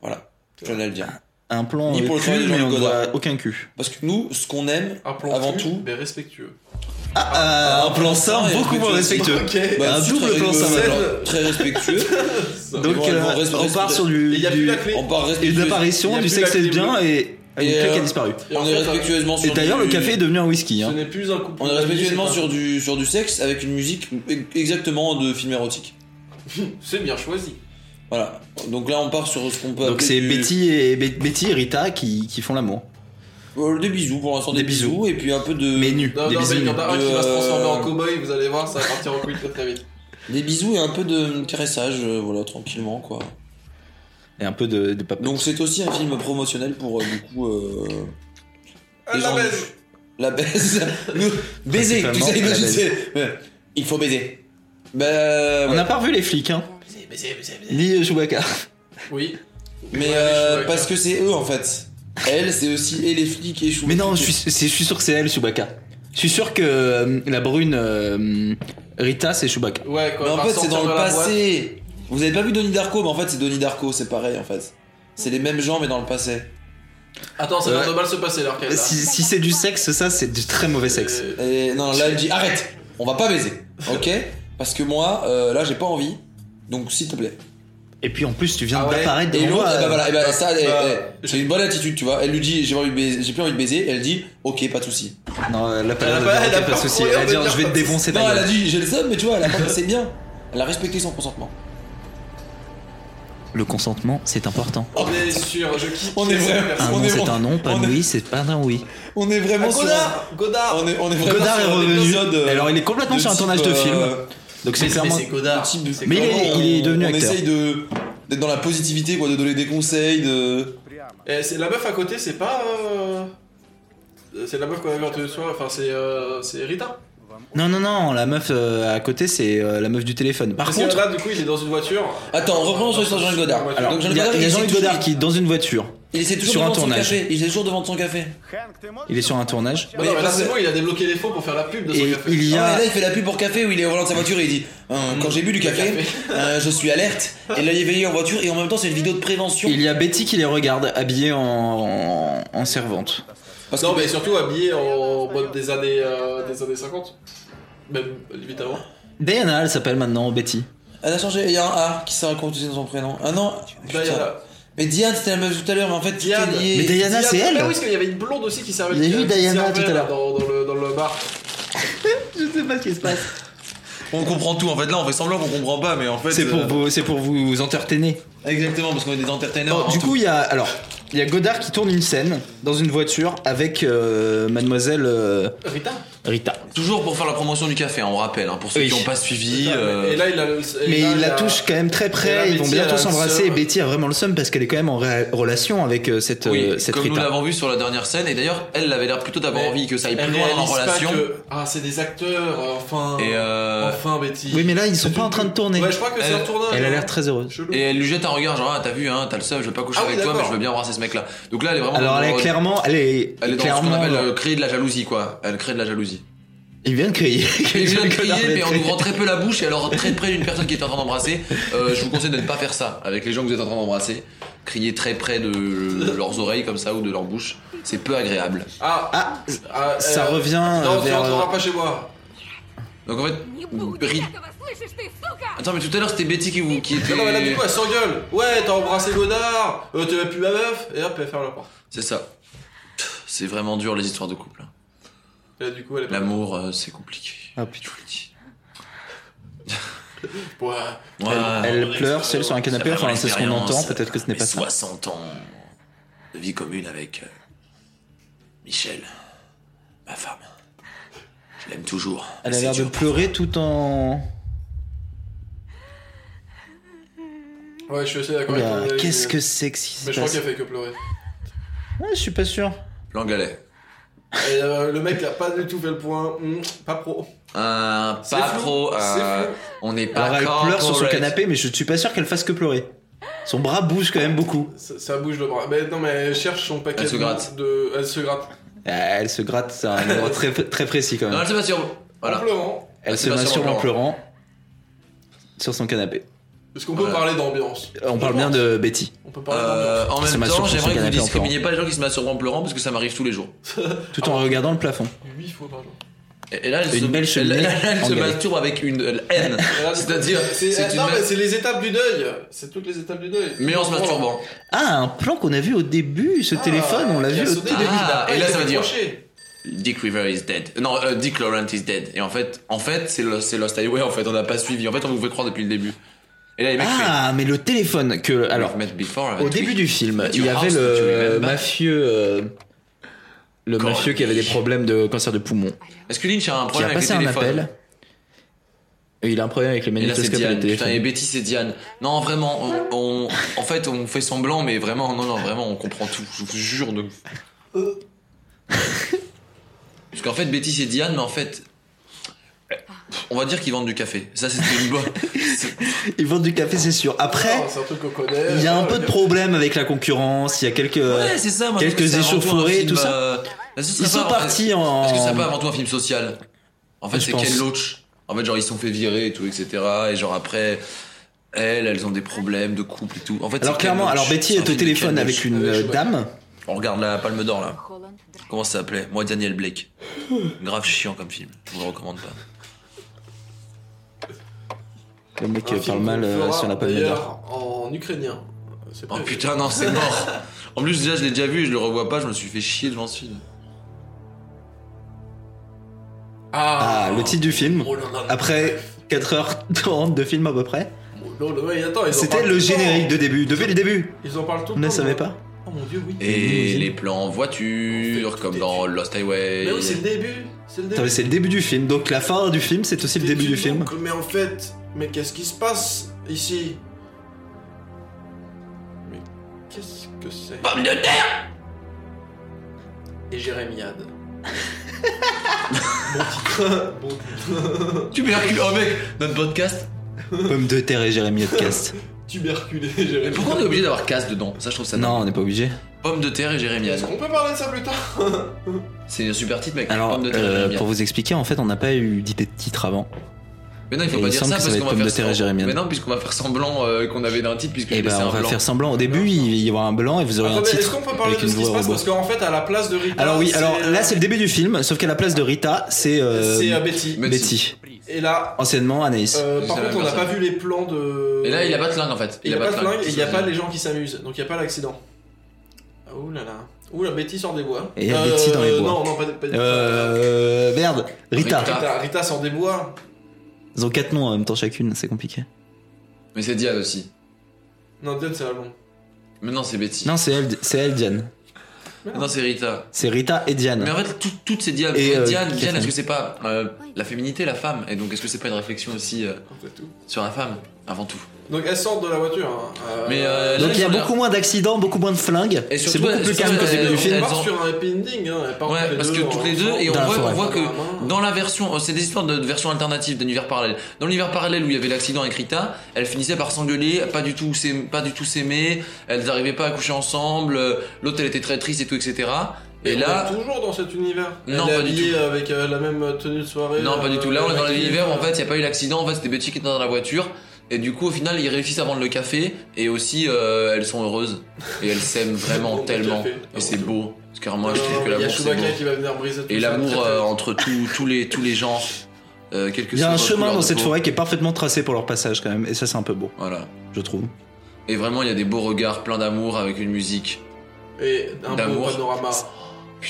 J: Voilà, je tenais à le dire.
D: Un plan
J: Ni
D: euh,
J: pour le
D: cul,
J: travail de
D: mais on
J: Jean-Luc
D: voit aucun cul.
J: Parce que nous, ce qu'on aime,
C: Un plan
J: avant
C: cul,
J: tout,
C: mais respectueux.
D: Ah,
J: Bah,
D: un plan simple,
J: et
D: beaucoup
J: respectueux.
D: moins respectueux.
C: Ok.
J: bah,
D: un
J: c'est
D: double
J: très
D: plan
J: rigolo,
D: simple.
J: alors, très respectueux.
D: Donc
J: Bon,
D: euh,
J: bon, reste-
D: on
J: reste-
D: part sur
C: Et
D: du,
C: il y a plus
D: du-
C: la clé.
J: On part
D: une
J: respectueuse-
D: apparition
C: Il y a
D: du
C: plus la
D: sexe
C: clé
D: lesbien
C: bleue.
D: et une
J: Et,
D: clé qui
J: euh,
D: a disparu.
J: On est respectueusement
D: Et
J: sur
D: d'ailleurs,
J: du-
D: le café est devenu un whisky.
C: Ce
D: Hein.
C: n'est plus un couple.
J: On est
C: d'amis,
J: respectueusement
C: c'est
J: sur du, sur du sexe avec une musique exactement de film érotique.
C: pas- C'est bien choisi.
J: Voilà. Donc là, on part sur ce qu'on peut
D: Donc
J: appeler
D: c'est
J: du-
D: Betty et Be- Betty et Rita qui, qui font l'amour,
J: Euh, des bisous pour l'instant, des,
D: Des
J: bisous.
D: bisous.
J: et puis un peu de.
D: mais nus,
C: Non,
D: des
C: non, mais
D: bisous
C: il y
D: nus.
C: en a un qui va se
J: Euh,
C: transformer en cow-boy, vous allez voir, ça va partir en couille très très vite.
J: Des bisous et un peu de caressage, euh, voilà, tranquillement quoi.
D: et un peu de, de papa.
J: Donc c'est aussi un film promotionnel pour euh, du coup. Euh,
C: Euh,
J: les gens- La baise. Nous, baiser, tu sais,
D: Principalement, la
J: imagine,
D: baise.
J: c'est- ouais, Il faut baiser. Bah.
D: on
J: ouais.
D: n'a pas revu les flics, hein. Ni euh, Chewbacca.
C: Oui.
J: Mais
C: Ouais,
J: euh,
C: je suis
J: parce que c'est eux en fait. Elle, c'est aussi et les flics et Chewbacca.
D: Mais non, je suis, c'est- je suis sûr que c'est elle, Chewbacca. Je suis sûr que euh, la brune euh, Rita, c'est Chewbacca.
C: Ouais, quoi.
J: Mais en
C: par
J: fait, c'est
C: sortir
J: dans
C: de
J: le
C: la boîte.
J: passé. Vous avez pas vu Donnie Darko, mais en fait, c'est Donnie Darko, c'est pareil en fait. C'est les mêmes gens, mais dans le passé.
C: Attends, ça
D: Euh,
C: va de mal se passer leur qu'elle
D: Si, si c'est du sexe, ça, c'est du très mauvais sexe.
C: Euh,
J: Et non, là, elle dit arrête, on va pas baiser, ok Parce que moi, euh, là, j'ai pas envie, donc s'il te plaît.
D: Et puis en plus, tu viens
A: Ah ouais.
D: d'apparaître
A: Et
D: devant
A: l'autre,
D: euh, moi.
A: eh ben voilà, eh ben ça, elle-
D: Bah,
A: elle- c'est une bonne attitude, tu vois. Elle lui dit, j'ai pas envie de baiser, j'ai plus envie de baiser. Elle dit, ok, pas de souci.
D: Non, elle a pas l'air de dire, ok, pas de souci. Elle a dit, je vais te défoncer ta
A: Non, elle a
D: gueule.
A: dit, j'ai le seum, mais tu vois, elle a pas passé bien. Elle a respecté son consentement.
D: Le consentement, c'est important.
A: Oh, bien sûr, je kiffe. On est vraiment.
D: Un Ah, non, c'est un non, pas un oui, c'est pas un oui.
A: On est vraiment sur.
J: Godard
A: Godard On est, on est vraiment
D: Godard
A: sur
D: est
A: un
D: revenu.
A: épisode, euh,
D: Alors, il est complètement
A: de
D: sur un
A: type,
D: tournage de
A: euh,
D: film. Donc, c'est
A: mais-
D: clairement-
A: mais c'est Godard.
D: de type-
A: C'est
D: Mais il est-
A: clairement,
D: il est devenu
A: on
D: acteur.
A: essaye de- d'être dans la positivité, quoi, de donner des conseils, de.
C: Et eh, c'est la meuf à côté, c'est pas. euh, C'est la meuf qu'on avait entendu soir, enfin c'est euh, c'est Rita.
D: Non, non, non, la meuf euh, à côté, c'est euh, la meuf du téléphone. Par
C: Parce
D: contre,
C: que là, du coup, il est dans une voiture.
A: Attends, reprenons sur l'histoire de Jean-Luc Godard.
D: alors,
A: Donc, Jean-Luc
D: il y a,
A: Godard,
D: il y a
A: il
D: Jean-Luc
A: s'est toujours-
D: Godard qui est dans une voiture.
A: Il essaie toujours
D: sur un
A: devant son
D: tournage.
A: café. Il essaie toujours devant son café.
D: Il est sur un tournage.
C: Bah non, mais là, c'est bon, il a débloqué les fonds pour faire la pub de son
D: Et
C: café.
D: il y
A: Ah,
D: a.
A: mais là, il fait la pub pour café où il est au volant de sa voiture et il dit Euh, Quand j'ai bu du café, euh, je suis alerte. Et là, il est veillé en voiture et en même temps, c'est une vidéo de prévention.
D: Il y a Betty qui les regarde, habillée en, en, en servante.
C: non, mais surtout habillé en mode des années, euh, des années 50. Même limite avant.
D: Diana, elle s'appelle maintenant Betty.
A: Elle a changé, il y a un A qui s'est raconté dans son prénom. Ah non putain.
C: Diana.
A: Mais Diane, c'était la meuf tout à l'heure, mais en fait, tout est lié. bah
C: Ah oui, parce qu'il y avait une blonde aussi qui servait
A: Il y a
C: qui-
A: eu
C: qui
A: Diana
C: servait,
A: tout à
C: là,
A: l'heure.
C: Dans, dans le, dans le bar.
D: Je sais pas ce qui se passe.
J: On comprend tout. En fait, là, on fait semblant qu'on comprend pas, mais en fait.
D: C'est pour,
J: euh,
D: vous- c'est pour vous entertainer.
J: Exactement, parce qu'on est des entertainers.
D: Bon,
J: avant
D: du
J: tout.
D: coup, il y a alors il y a Godard qui tourne une scène dans une voiture avec euh, Mademoiselle euh,
C: Rita.
D: Rita.
A: Toujours pour faire la promotion du café, on rappelle, hein, pour ceux
D: Oui.
A: qui n'ont pas suivi. euh,
C: Et là, il a le- et
D: Mais
C: là,
D: il la
C: a-
D: touche quand même très
C: et là,
D: près. Ils vont
C: Betty, elle a
D: bientôt
C: le
D: s'embrasser.
C: seum.
D: Et Betty a vraiment le seum parce qu'elle est quand même en ré- relation avec euh, cette
A: oui,
D: euh, cette
A: comme nous
D: Rita.
A: l'avons vu sur la dernière scène, et d'ailleurs, elle avait l'air plutôt d'avoir
C: Mais
A: envie que ça aille plus
C: elle
A: loin dans
C: réalise
A: leur
C: pas
A: relation.
C: que- Ah, c'est des acteurs, euh, enfin.
A: Et euh,
C: Enfin, Betty.
D: Oui, mais là ils sont pas en train de tourner.
C: Ouais, je crois que c'est
A: Elle-
C: un tournage.
D: Elle a
C: hein.
D: l'air très heureuse.
A: Et elle lui jette un regard, genre, ah, t'as vu, hein, t'as le seum, je veux pas coucher
C: Ah oui,
A: avec toi, mais
C: d'accord.
A: je veux bien embrasser ce mec-là. Donc là, elle est vraiment.
D: Alors
A: dans- euh,
D: elle est clairement, elle est,
A: Elle est dans ce
D: clairement.
A: qu'on appelle euh, créer de la jalousie, quoi. Elle crée de la jalousie.
D: Il vient de crier.
A: Elle vient de
D: Godard
A: crier,
D: vient de
A: mais en
D: crier.
A: ouvrant très peu la bouche et alors très près d'une personne qui est en train d'embrasser. Euh, je vous conseille de ne pas faire ça avec les gens que vous êtes en train d'embrasser. Crier très près de leurs oreilles comme ça ou de leur bouche, c'est peu agréable.
C: Ah,
D: Ah,
C: ah,
D: ça revient, euh,
C: Non, tu
D: vers-
C: rentreras pas chez moi.
A: Donc en fait, Ri-
G: Слышишь ты, сука?
A: attends, mais tout à l'heure c'était Betty qui vous qui était.
C: Non, mais là, du coup, elle s'engueule. Ouais, t'as embrassé Godard. Euh, t'as plus ma meuf. Et hop, elle ferme la porte.
A: C'est ça. C'est vraiment dur les histoires de couple. hein.
C: Et là, du coup, elle est pas.
A: L'amour, euh, c'est compliqué.
D: Ah, putain.
A: Je vous le dis.
C: Ouais.
A: Ouais.
D: Elle, elle pleure seule sur un
A: Ça
D: canapé.
A: fait
D: Enfin,
A: vraiment
D: c'est ce qu'on
A: l'expérience,
D: entend. Peut-être que ce n'est
A: mes
D: pas ça.
A: 60 ans de vie commune avec euh, Michel, ma femme. Je l'aime toujours.
D: Elle
A: mais
D: a l'air
A: c'est
D: de
A: dur.
D: pleurer tout en.
C: Ouais, je suis assez d'accord
D: Oula,
C: avec toi.
D: Oh Qu'est-ce que c'est que ce qui se
C: Mais je crois
D: passe
C: qu'elle fait que pleurer.
D: Ouais, Je suis pas sûr.
A: L'angalais.
C: Et, euh, le mec, il a pas du tout fait le point. Hum, pas pro.
A: Un
C: C'est
A: pas
C: flou,
A: trop.
C: c'est
A: un-
C: flou.
A: on n'est pas
D: Alors elle pleure sur son
A: corporate.
D: canapé, mais je ne suis pas sûr qu'elle fasse que pleurer. Son bras bouge quand même beaucoup.
C: Ça, ça bouge le bras. Mais non, mais elle cherche son paquet
A: Elle se
C: de-
A: gratte.
C: de. Elle se gratte.
D: Ah, Elle se gratte, c'est un endroit très, très précis quand
A: Non,
D: même.
A: elle se masturbe.
C: En
A: Voilà.
C: pleurant.
D: Elle
A: elle
D: se
A: se masturbe
D: masturbe en
A: en
D: pleurant sur son canapé.
C: Est-ce qu'on peut
A: Voilà.
C: parler d'ambiance
D: On parle bien de Betty.
C: On peut parler
A: Euh,
C: d'ambiance.
A: en
D: Elle se
A: même
D: masturbe
A: temps,
D: sur son
A: j'aimerais que vous
D: canapé en
A: discriminiez pas les gens qui se masturbent en pleurant parce que ça m'arrive tous les jours.
D: Tout en regardant le plafond.
C: 8 fois par jour.
A: Et, et là, elle
D: Une
A: se,
D: belle cheminée
A: elle- elle- elle se
D: engalée.
A: masturbe avec une euh, haine.
C: Voilà,
A: C'est-à-dire,
C: c'est eh,
A: c'est une
C: non, mais
A: ma-
C: c'est les étapes du deuil. C'est toutes les étapes du deuil.
A: mais en se
C: Oh.
A: masturbant.
D: Ah, un plan qu'on a vu au début, ce
C: Ah,
D: téléphone, on l'a
C: qui a
D: vu au
C: sonné
D: début.
C: début,
A: Ah,
C: il a
A: et là,
C: pas
A: ça veut dire-
C: décroché.
A: Dick River is dead. Non, euh, Dick Laurent is dead. Et en fait, en fait, c'est Lost, c'est Lost Highway. En fait, on n'a pas suivi. En fait, on vous fait croire depuis le début. Et là, les mecs.
D: Ah, mais le téléphone que. Alors,
A: alors, met before,
D: au
A: but
D: début
A: we-
D: du film,
A: but
D: il y
A: your
D: avait
A: house, but you
D: le
A: remember.
D: mafieux. euh, Le
A: Corny.
D: mafieux qui avait des problèmes de cancer de poumon,
A: Est-ce que Lynch a un
D: qui a
A: problème avec
D: passé
A: le
D: un
A: téléphone
D: appel. Et Il a un problème avec les
A: Et là, c'est
D: magnétoscopes et
A: Diane.
D: le
A: Putain, et
D: téléphone.
A: Betty, c'est Diane. Non, vraiment, on, on- en fait, on fait semblant, mais vraiment, non, non, vraiment, on comprend tout. Je vous jure de. Parce qu'en fait, Betty, c'est Diane, mais en fait. On va dire qu'ils vendent du café. Ça, c'était une bonne.
D: Ils vendent du café, c'est sûr. Après,
A: Oh,
C: Non, Ah, c'est un truc qu'on connaît.
D: Il y a un peu de problème avec la concurrence, il y a quelques.
A: Ouais, c'est ça, moi,
D: quelques
A: je trouve que c'est avant tout un
D: échauffourées,
A: film,
D: tout ça.
A: euh, bah, ce serait
D: Ils
A: pas
D: sont
A: avant-
D: partis en-
A: Est-ce que c'est pas avant tout un film social En fait,
D: Je
A: c'est
D: pense.
A: quel Loach En fait, genre, ils se sont fait virer et tout, etc. Et genre, après, elles, elles ont des problèmes de couple et tout. En fait,
D: alors
A: c'est
D: clairement,
A: Ken
D: alors
A: Loach.
D: Betty
A: C'est un
D: est au
A: film de
D: téléphone
A: Ken
D: avec
A: Loach.
D: une euh, dame.
A: On regarde la Palme d'Or, là.
G: Холланд, да.
A: Comment ça s'appelait Moi, Daniel Blake. Grave chiant comme film. Je vous le recommande pas.
D: Le mec
C: Un
D: qui
C: film
D: parle mal
C: qu'on
D: euh,
C: fera,
D: si on n'a pas de manière.
C: D'ailleurs, en ukrainien. C'est
L: Oh
C: prévu.
L: putain, non, c'est mort. En plus, déjà, je l'ai déjà vu et je le revois pas, je me suis fait chier devant ce film.
D: Ah, le titre du film.
C: Oh là là.
D: Après 4h30 de film à peu près.
C: Non, non, mais attends, ils en
D: C'était
C: parlent
D: le
C: tout temps.
D: générique de début, depuis le début.
C: Ils en parlent tout
D: On
C: le
D: ne
C: temps.
D: savait pas.
C: Oh mon dieu, oui.
A: Et les plans en voiture, comme dans Lost Highway.
C: Mais oui, c'est le début. C'est le
D: Attends, mais
C: début.
D: c'est le début du film, donc la fin du film, c'est aussi le début du film.
C: Donc, mais en fait, mais qu'est-ce qui se passe ici Mais qu'est-ce que c'est
D: Bah,
A: Pomme de terre
C: Et Jérémy Had.
L: Tuberculeux, oh mec, notre podcast.
D: Pomme de terre et Jérémy Podcast.
C: Tuberculé, Jérémy.
L: Mais pourquoi on est obligé d'avoir casse dedans Ça, je trouve ça.
D: non, on n'est pas obligé.
L: Pomme de terre et Jérémy Haas.
C: Est-ce qu'on peut parler de ça plus tard
L: C'est un super titre, mec.
D: Alors,
L: pomme de terre et
D: euh,
L: Jérémy Haas.
D: pour vous expliquer, en fait, on n'a pas eu d'idée de titre avant.
L: Mais non, il faut
D: Et
L: pas
D: il
L: dire
D: semble
L: ça
D: que ça
L: parce
D: va
L: qu'on
D: être
L: va
D: pomme
L: faire
D: de terre et
L: semblant.
D: Jérémy Haas.
L: Mais non, puisqu'on va faire semblant euh, qu'on avait d'un titre, puisque
D: Et ben, on va faire semblant. Au début, il va y avoir un blanc et vous aurez un
C: Attendez, est-ce
D: titre
C: qu'on peut parler
D: avec
C: de
D: une
C: ce qui se
D: voix
C: passe
D: robot.
C: Parce qu'en fait, à la place de Rita.
D: Alors oui,
C: c'est- euh,
D: alors là c'est le début du film, sauf qu'à la place de Rita, c'est euh,
C: C'est, euh, Betty.
D: Betty.
C: Et là,
D: Anciennement Anaïs.
C: euh, par contre, on n'a pas vu les plans de.
A: Et là, il a pas de flingue en fait.
C: Il n'y a pas de flingue et il n'y a
A: c'est
C: pas
A: ça.
C: les gens qui s'amusent, donc il n'y a pas l'accident. Ah, Ouh là là. Ouh la Betty sort des bois. Euh,
D: Et il y a Betty dans les bois.
C: Non, non, pas, pas
D: Euh, merde, Rita.
C: Rita. Rita sort des bois.
D: Ils ont quatre noms en même temps chacune, c'est compliqué.
A: Mais c'est Diane aussi.
C: Non, Diane, c'est la blonde.
A: Mais non, c'est Betty.
D: Non, c'est elle, c'est elle Diane.
A: Non, c'est Rita.
D: C'est Rita et Diane.
A: Mais en fait, tout- toutes ces Diane,
D: Et, euh,
A: Diane,
D: Catherine.
A: Diane, est-ce que c'est pas euh, la féminité, la femme Et donc, est-ce que c'est pas une réflexion aussi euh, sur la femme, avant tout
C: Donc elle sort de la voiture. hein. Euh,
A: Mais, euh,
D: Donc il y a beaucoup moins d'accidents, beaucoup moins de flingues.
A: Et
D: C'est
A: surtout,
D: beaucoup
A: elles-
D: plus calme
A: surtout,
D: que le début
A: elles-
D: du film.
A: elles
C: Elle part sur un happy ending. Hein. Elle part
A: Ouais,
C: toutes les
A: parce
C: deux
A: que
C: dans
A: toutes
C: un
A: les deux,
C: champ.
A: et on
D: Dans la
A: voit, on
D: forêt.
A: voit que dans la version, euh, c'est des histoires de de versions alternatives d'univers parallèle. Dans l'univers parallèle où il y avait l'accident avec Rita, elles finissaient par s'engueuler, pas du tout s'aim- pas du tout s'aimer, elles n'arrivaient pas à coucher ensemble, euh, l'autre elle était très triste et tout, etc. Et,
C: on
A: là,
C: est toujours dans cet univers.
A: Non,
C: elle est
A: pas du
C: habillée avec euh, la même tenue de soirée.
A: non, pas du tout. Là, on est dans
C: euh,
A: l'univers où en fait, il n'y a pas eu l'accident, en fait, c'était Betty qui était dans la voiture. Et du coup, au final, ils réussissent à vendre le café, et aussi, euh, elles sont heureuses. Et elles s'aiment vraiment,
C: Bon, le
A: tellement.
C: café,
A: Et c'est beau. Parce que moi, je
C: Non,
A: trouve que
C: il y a
A: l'amour, c'est
C: Chewbacca
A: beau.
C: qui va venir briser tout
A: Et
C: ça.
A: l'amour euh, entre tous tous les, tous les gens. euh, quelle que
D: Il y a
A: soit
D: un
A: votre
D: chemin
A: couleur
D: dans
A: de
D: cette
A: peau.
D: forêt qui est parfaitement tracé pour leur passage quand même, et ça c'est un peu beau,
A: Voilà.
D: je trouve.
A: Et vraiment, il y a des beaux regards pleins d'amour avec une musique.
C: Et un beau
A: d'amour.
C: panorama.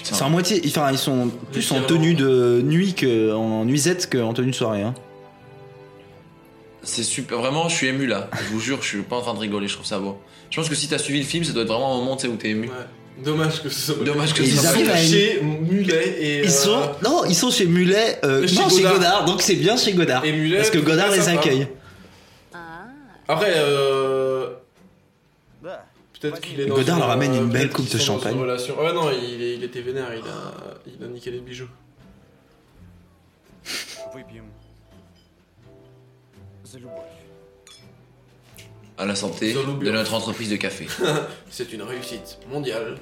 D: C'est en moitié, enfin ils sont plus en
C: Légèrement.
D: tenue de nuit que en nuisette qu'en tenue de soirée. Hein.
A: C'est super. Vraiment, je suis ému là. Je vous jure, je suis pas en train de rigoler, je trouve ça beau. Je pense que si t'as suivi le film, ça doit être vraiment un moment tu sais, où t'es ému.
C: Dommage que ce soit.
A: Dommage que
D: Ils
A: ce soit
D: arrivent
A: pas-
D: à-
C: Chez Mulet et. euh,
D: Ils sont non, ils sont chez Mulet, euh,
C: Chez
D: non, chez
C: Godard.
D: Godard, donc c'est bien chez Godard,
C: Et Mulet,
D: parce que
C: tout
D: Godard
C: ça,
D: les
C: ça va.
D: accueille.
F: А,
C: Après, euh. Peut-être qu'il est dans
D: Godard
C: une,
D: leur amène
C: euh,
D: une belle
C: peut-être
D: coupe
C: qu'ils
D: de
C: sont dans
D: champagne.
C: une relation. Ouais, non, il, est- il était vénère, il a, il a niqué les bijoux.
E: Выпьем за любовь.
A: À la santé de notre entreprise de café.
C: C'est une réussite mondiale.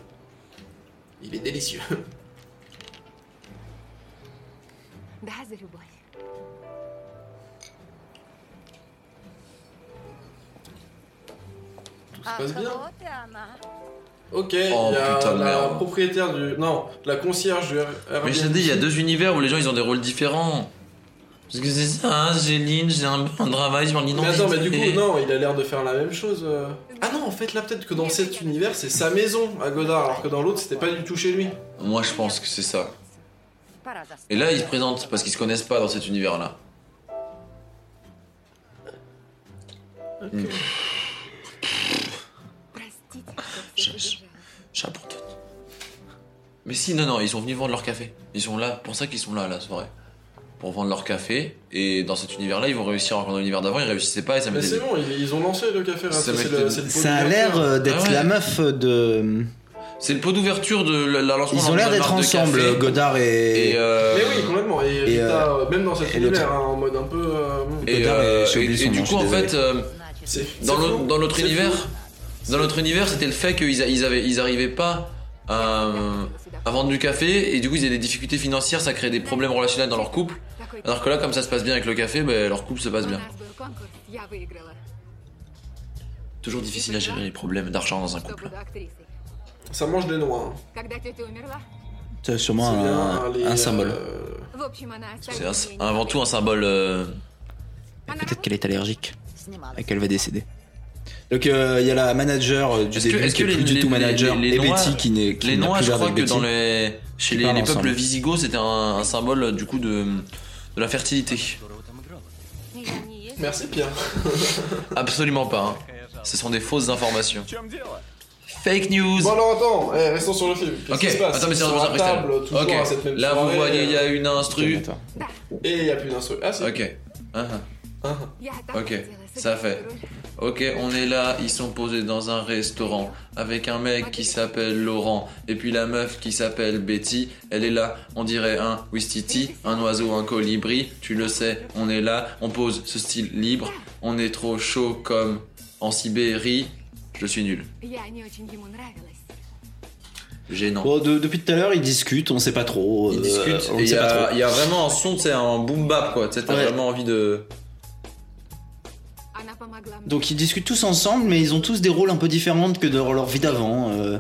C: Il est délicieux.
G: Да, за любовь.
C: Tout se
F: А
C: passe bien.
F: кого ты она?
C: Ok, il
D: Oh,
C: y a
A: putain de
C: la
A: merde.
C: propriétaire du. Non, la concierge du Airbnb.
A: Mais je te dis, il y a deux univers où les gens ils ont des rôles différents. Parce que c'est ça, hein, Céline, j'ai un, un travail, je m'en dis non.
C: Mais attends, mais
A: vite
C: du
A: fait.
C: coup, non, il a l'air de faire la même chose. euh. Ah non, en fait, là, peut-être que dans cet univers, c'est sa maison à Godard, alors que dans l'autre, c'était pas du tout chez lui.
A: Moi je pense que c'est ça.
F: Пора заснуть.
A: Et là, ils se présentent parce qu'ils se connaissent pas dans cet univers là.
G: Простите,
A: J'abandonne. Mais si, non, non, ils sont venus vendre leur café. Ils sont là, pour ça qu'ils sont là à la soirée. Pour vendre leur café, et dans cet univers-là, ils vont réussir encore dans l'univers d'avant, ils réussissaient pas et ça
C: Mais
A: m'était.
C: c'est bon, ils, ils ont lancé le café.
A: Ça
C: Raphaël, c'est
A: m'était-
C: le- c'est le pot
D: Ça a l'air
C: d'ouverture.
D: euh, d'être
A: Ah ouais.
D: la meuf de.
A: C'est le pot d'ouverture de la, la lancement
D: Ils ont l'air
A: de la
D: d'être
A: marque de
D: ensemble,
A: café.
D: Godard et.
A: Et, euh,
C: Mais oui, complètement. Et,
D: Et,
C: Rita, euh, même dans cet
D: et l'autre-
C: univers, hein, en mode un peu. euh, bon.
A: et,
D: Godard,
A: euh,
D: j'ai oublié
A: et-
D: son
A: et
D: nom,
A: du
D: je
A: coup,
D: suis
A: en
D: désolé.
A: fait, euh,
C: C'est-
A: dans
C: c'est
A: l'autre-
C: flou.
A: dans l'autre
C: C'est
A: univers,
C: flou.
A: dans notre univers, c'était le fait qu'ils a- ils avaient, ils arrivaient pas à, à vendre du café, et du coup, ils avaient des difficultés financières, ça créait des problèmes relationnels dans leur couple.
G: Такой
A: Alors que là, comme ça se passe bien avec le café, ben, leur couple se passe
G: у
A: bien.
G: нас был конкурс, я выиграла,
A: Toujours difficile à gérer les problèmes d'argent dans un
G: что
A: couple.
G: буду актрисой.
C: Ça mange des noix. hein.
G: Когда тетя умерла,
D: C'est sûrement
C: C'est bien,
D: Ah, un,
C: les,
D: un symbole.
C: euh,
G: в общем, она
A: C'est
G: оставила
A: un- avant tout un symbole euh,
D: Mais peut-être qu'elle est allergique et qu'elle va décéder. Donc euh, il y a la manager euh, du
A: Est-ce que,
D: début
A: est-ce
D: qui
A: que
D: est
A: les,
D: plus du
A: les-
D: tout
A: les-
D: manager
A: les
D: et
A: Noirs-
D: Betty qui n'est qui
A: les
D: n'a
A: Noirs,
D: plus
A: je
D: l'air
A: crois
D: d'être
A: que
D: Betty.
A: dans les chez
D: Ils
A: les,
D: parlent
A: les peuples
D: ensemble.
A: visigoths, c'était un, un symbole du coup de de la fertilité.
C: Merci Pierre.
A: Absolument pas. hein. Ce sont des fausses informations. Fake news.
C: Bon alors attends, eh, restons sur le film. Qu'est-ce
A: Ok,
C: qui se passe
A: attends mais
C: Ils
A: c'est
C: sont à
A: un
C: table, toujours
A: Ok,
C: à cette même
A: là vous
C: soirée,
A: voyez, il y a
C: euh,
A: une instru.
C: Et il y a plus d'un seul. Ah si.
A: Ok. Ah, ah. Ok, ça fait. Ok, on est là, ils sont posés dans un restaurant avec un mec qui s'appelle Laurent et puis la meuf qui s'appelle Betty. Elle est là, on dirait un Wistiti, un oiseau, un colibri. Tu le sais, on est là, on pose ce style libre. On est trop chaud comme en Sibérie. Je suis nul,
G: Я не очень ему нравилась.
A: gênant.
D: Bon, de- depuis tout à l'heure, ils discutent, on sait pas trop.
A: Ils
D: Oh, euh,
A: discutent
D: on
A: et
D: ne
A: il y,
D: sait pas
A: a-
D: trop.
A: il y a vraiment un son, c'est un boom bap quoi. Tu sais, t'as
D: Ouais.
A: vraiment envie de.
G: Она помогла мне.
D: Donc ils discutent tous ensemble, mais ils ont tous des rôles un peu différents que dans leur vie d'avant. euh,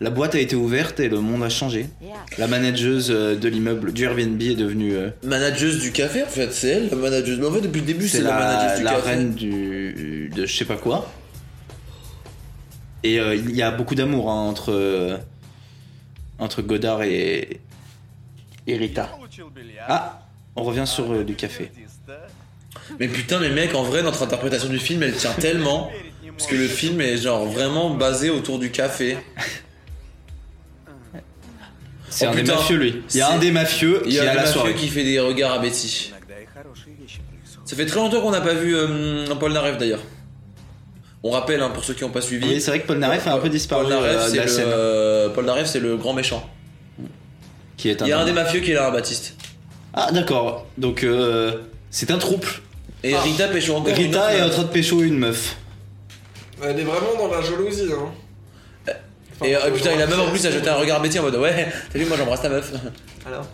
D: la boîte a été ouverte et le monde a changé. La manageuse euh, de l'immeuble du Airbnb est devenue. euh,
A: Manageuse du café en fait, c'est elle, la manageuse. Mais en fait, depuis le début,
D: c'est la, la reine du, de je sais pas quoi. Et euh, il y a beaucoup d'amour hein, entre euh, entre Godard et, et Rita. Ah, on revient sur euh, du café.
A: Mais putain, mais mec, en vrai, notre interprétation du film, elle tient tellement. Parce que le film est genre vraiment basé autour du café.
D: C'est
A: Oh,
D: un des
A: putain.
D: mafieux lui. Il y a un
A: C'est-
D: des mafieux
A: Il
D: qui
A: y
D: est
A: a
D: à
A: le
D: la
A: mafieux
D: soirée.
A: qui fait des regards à Betty. Ça fait très longtemps qu'on n'a pas vu euh, Paul Naref d'ailleurs. On rappelle hein, pour ceux qui n'ont pas suivi.
D: Oui, c'est vrai que Paul Naref a un peu disparu
A: Paul Naref,
D: euh, de
A: c'est
D: la
A: le,
D: scène.
A: euh, Paul Naref, c'est le grand méchant.
D: Qui est un
A: Il y a un
D: homme.
A: des mafieux qui est là, Baptiste.
D: Ah d'accord. Donc euh, c'est un trouble.
A: Et Rita pêche encore une autre euh,
D: Rita est en
A: meuf.
D: train de pécho une meuf.
C: Elle est vraiment dans la jalousie hein.
A: Et euh, putain, il a même en plus à jeter un regard à Betty en mode ouais, t'as vu, moi j'embrasse ta meuf.
C: Alors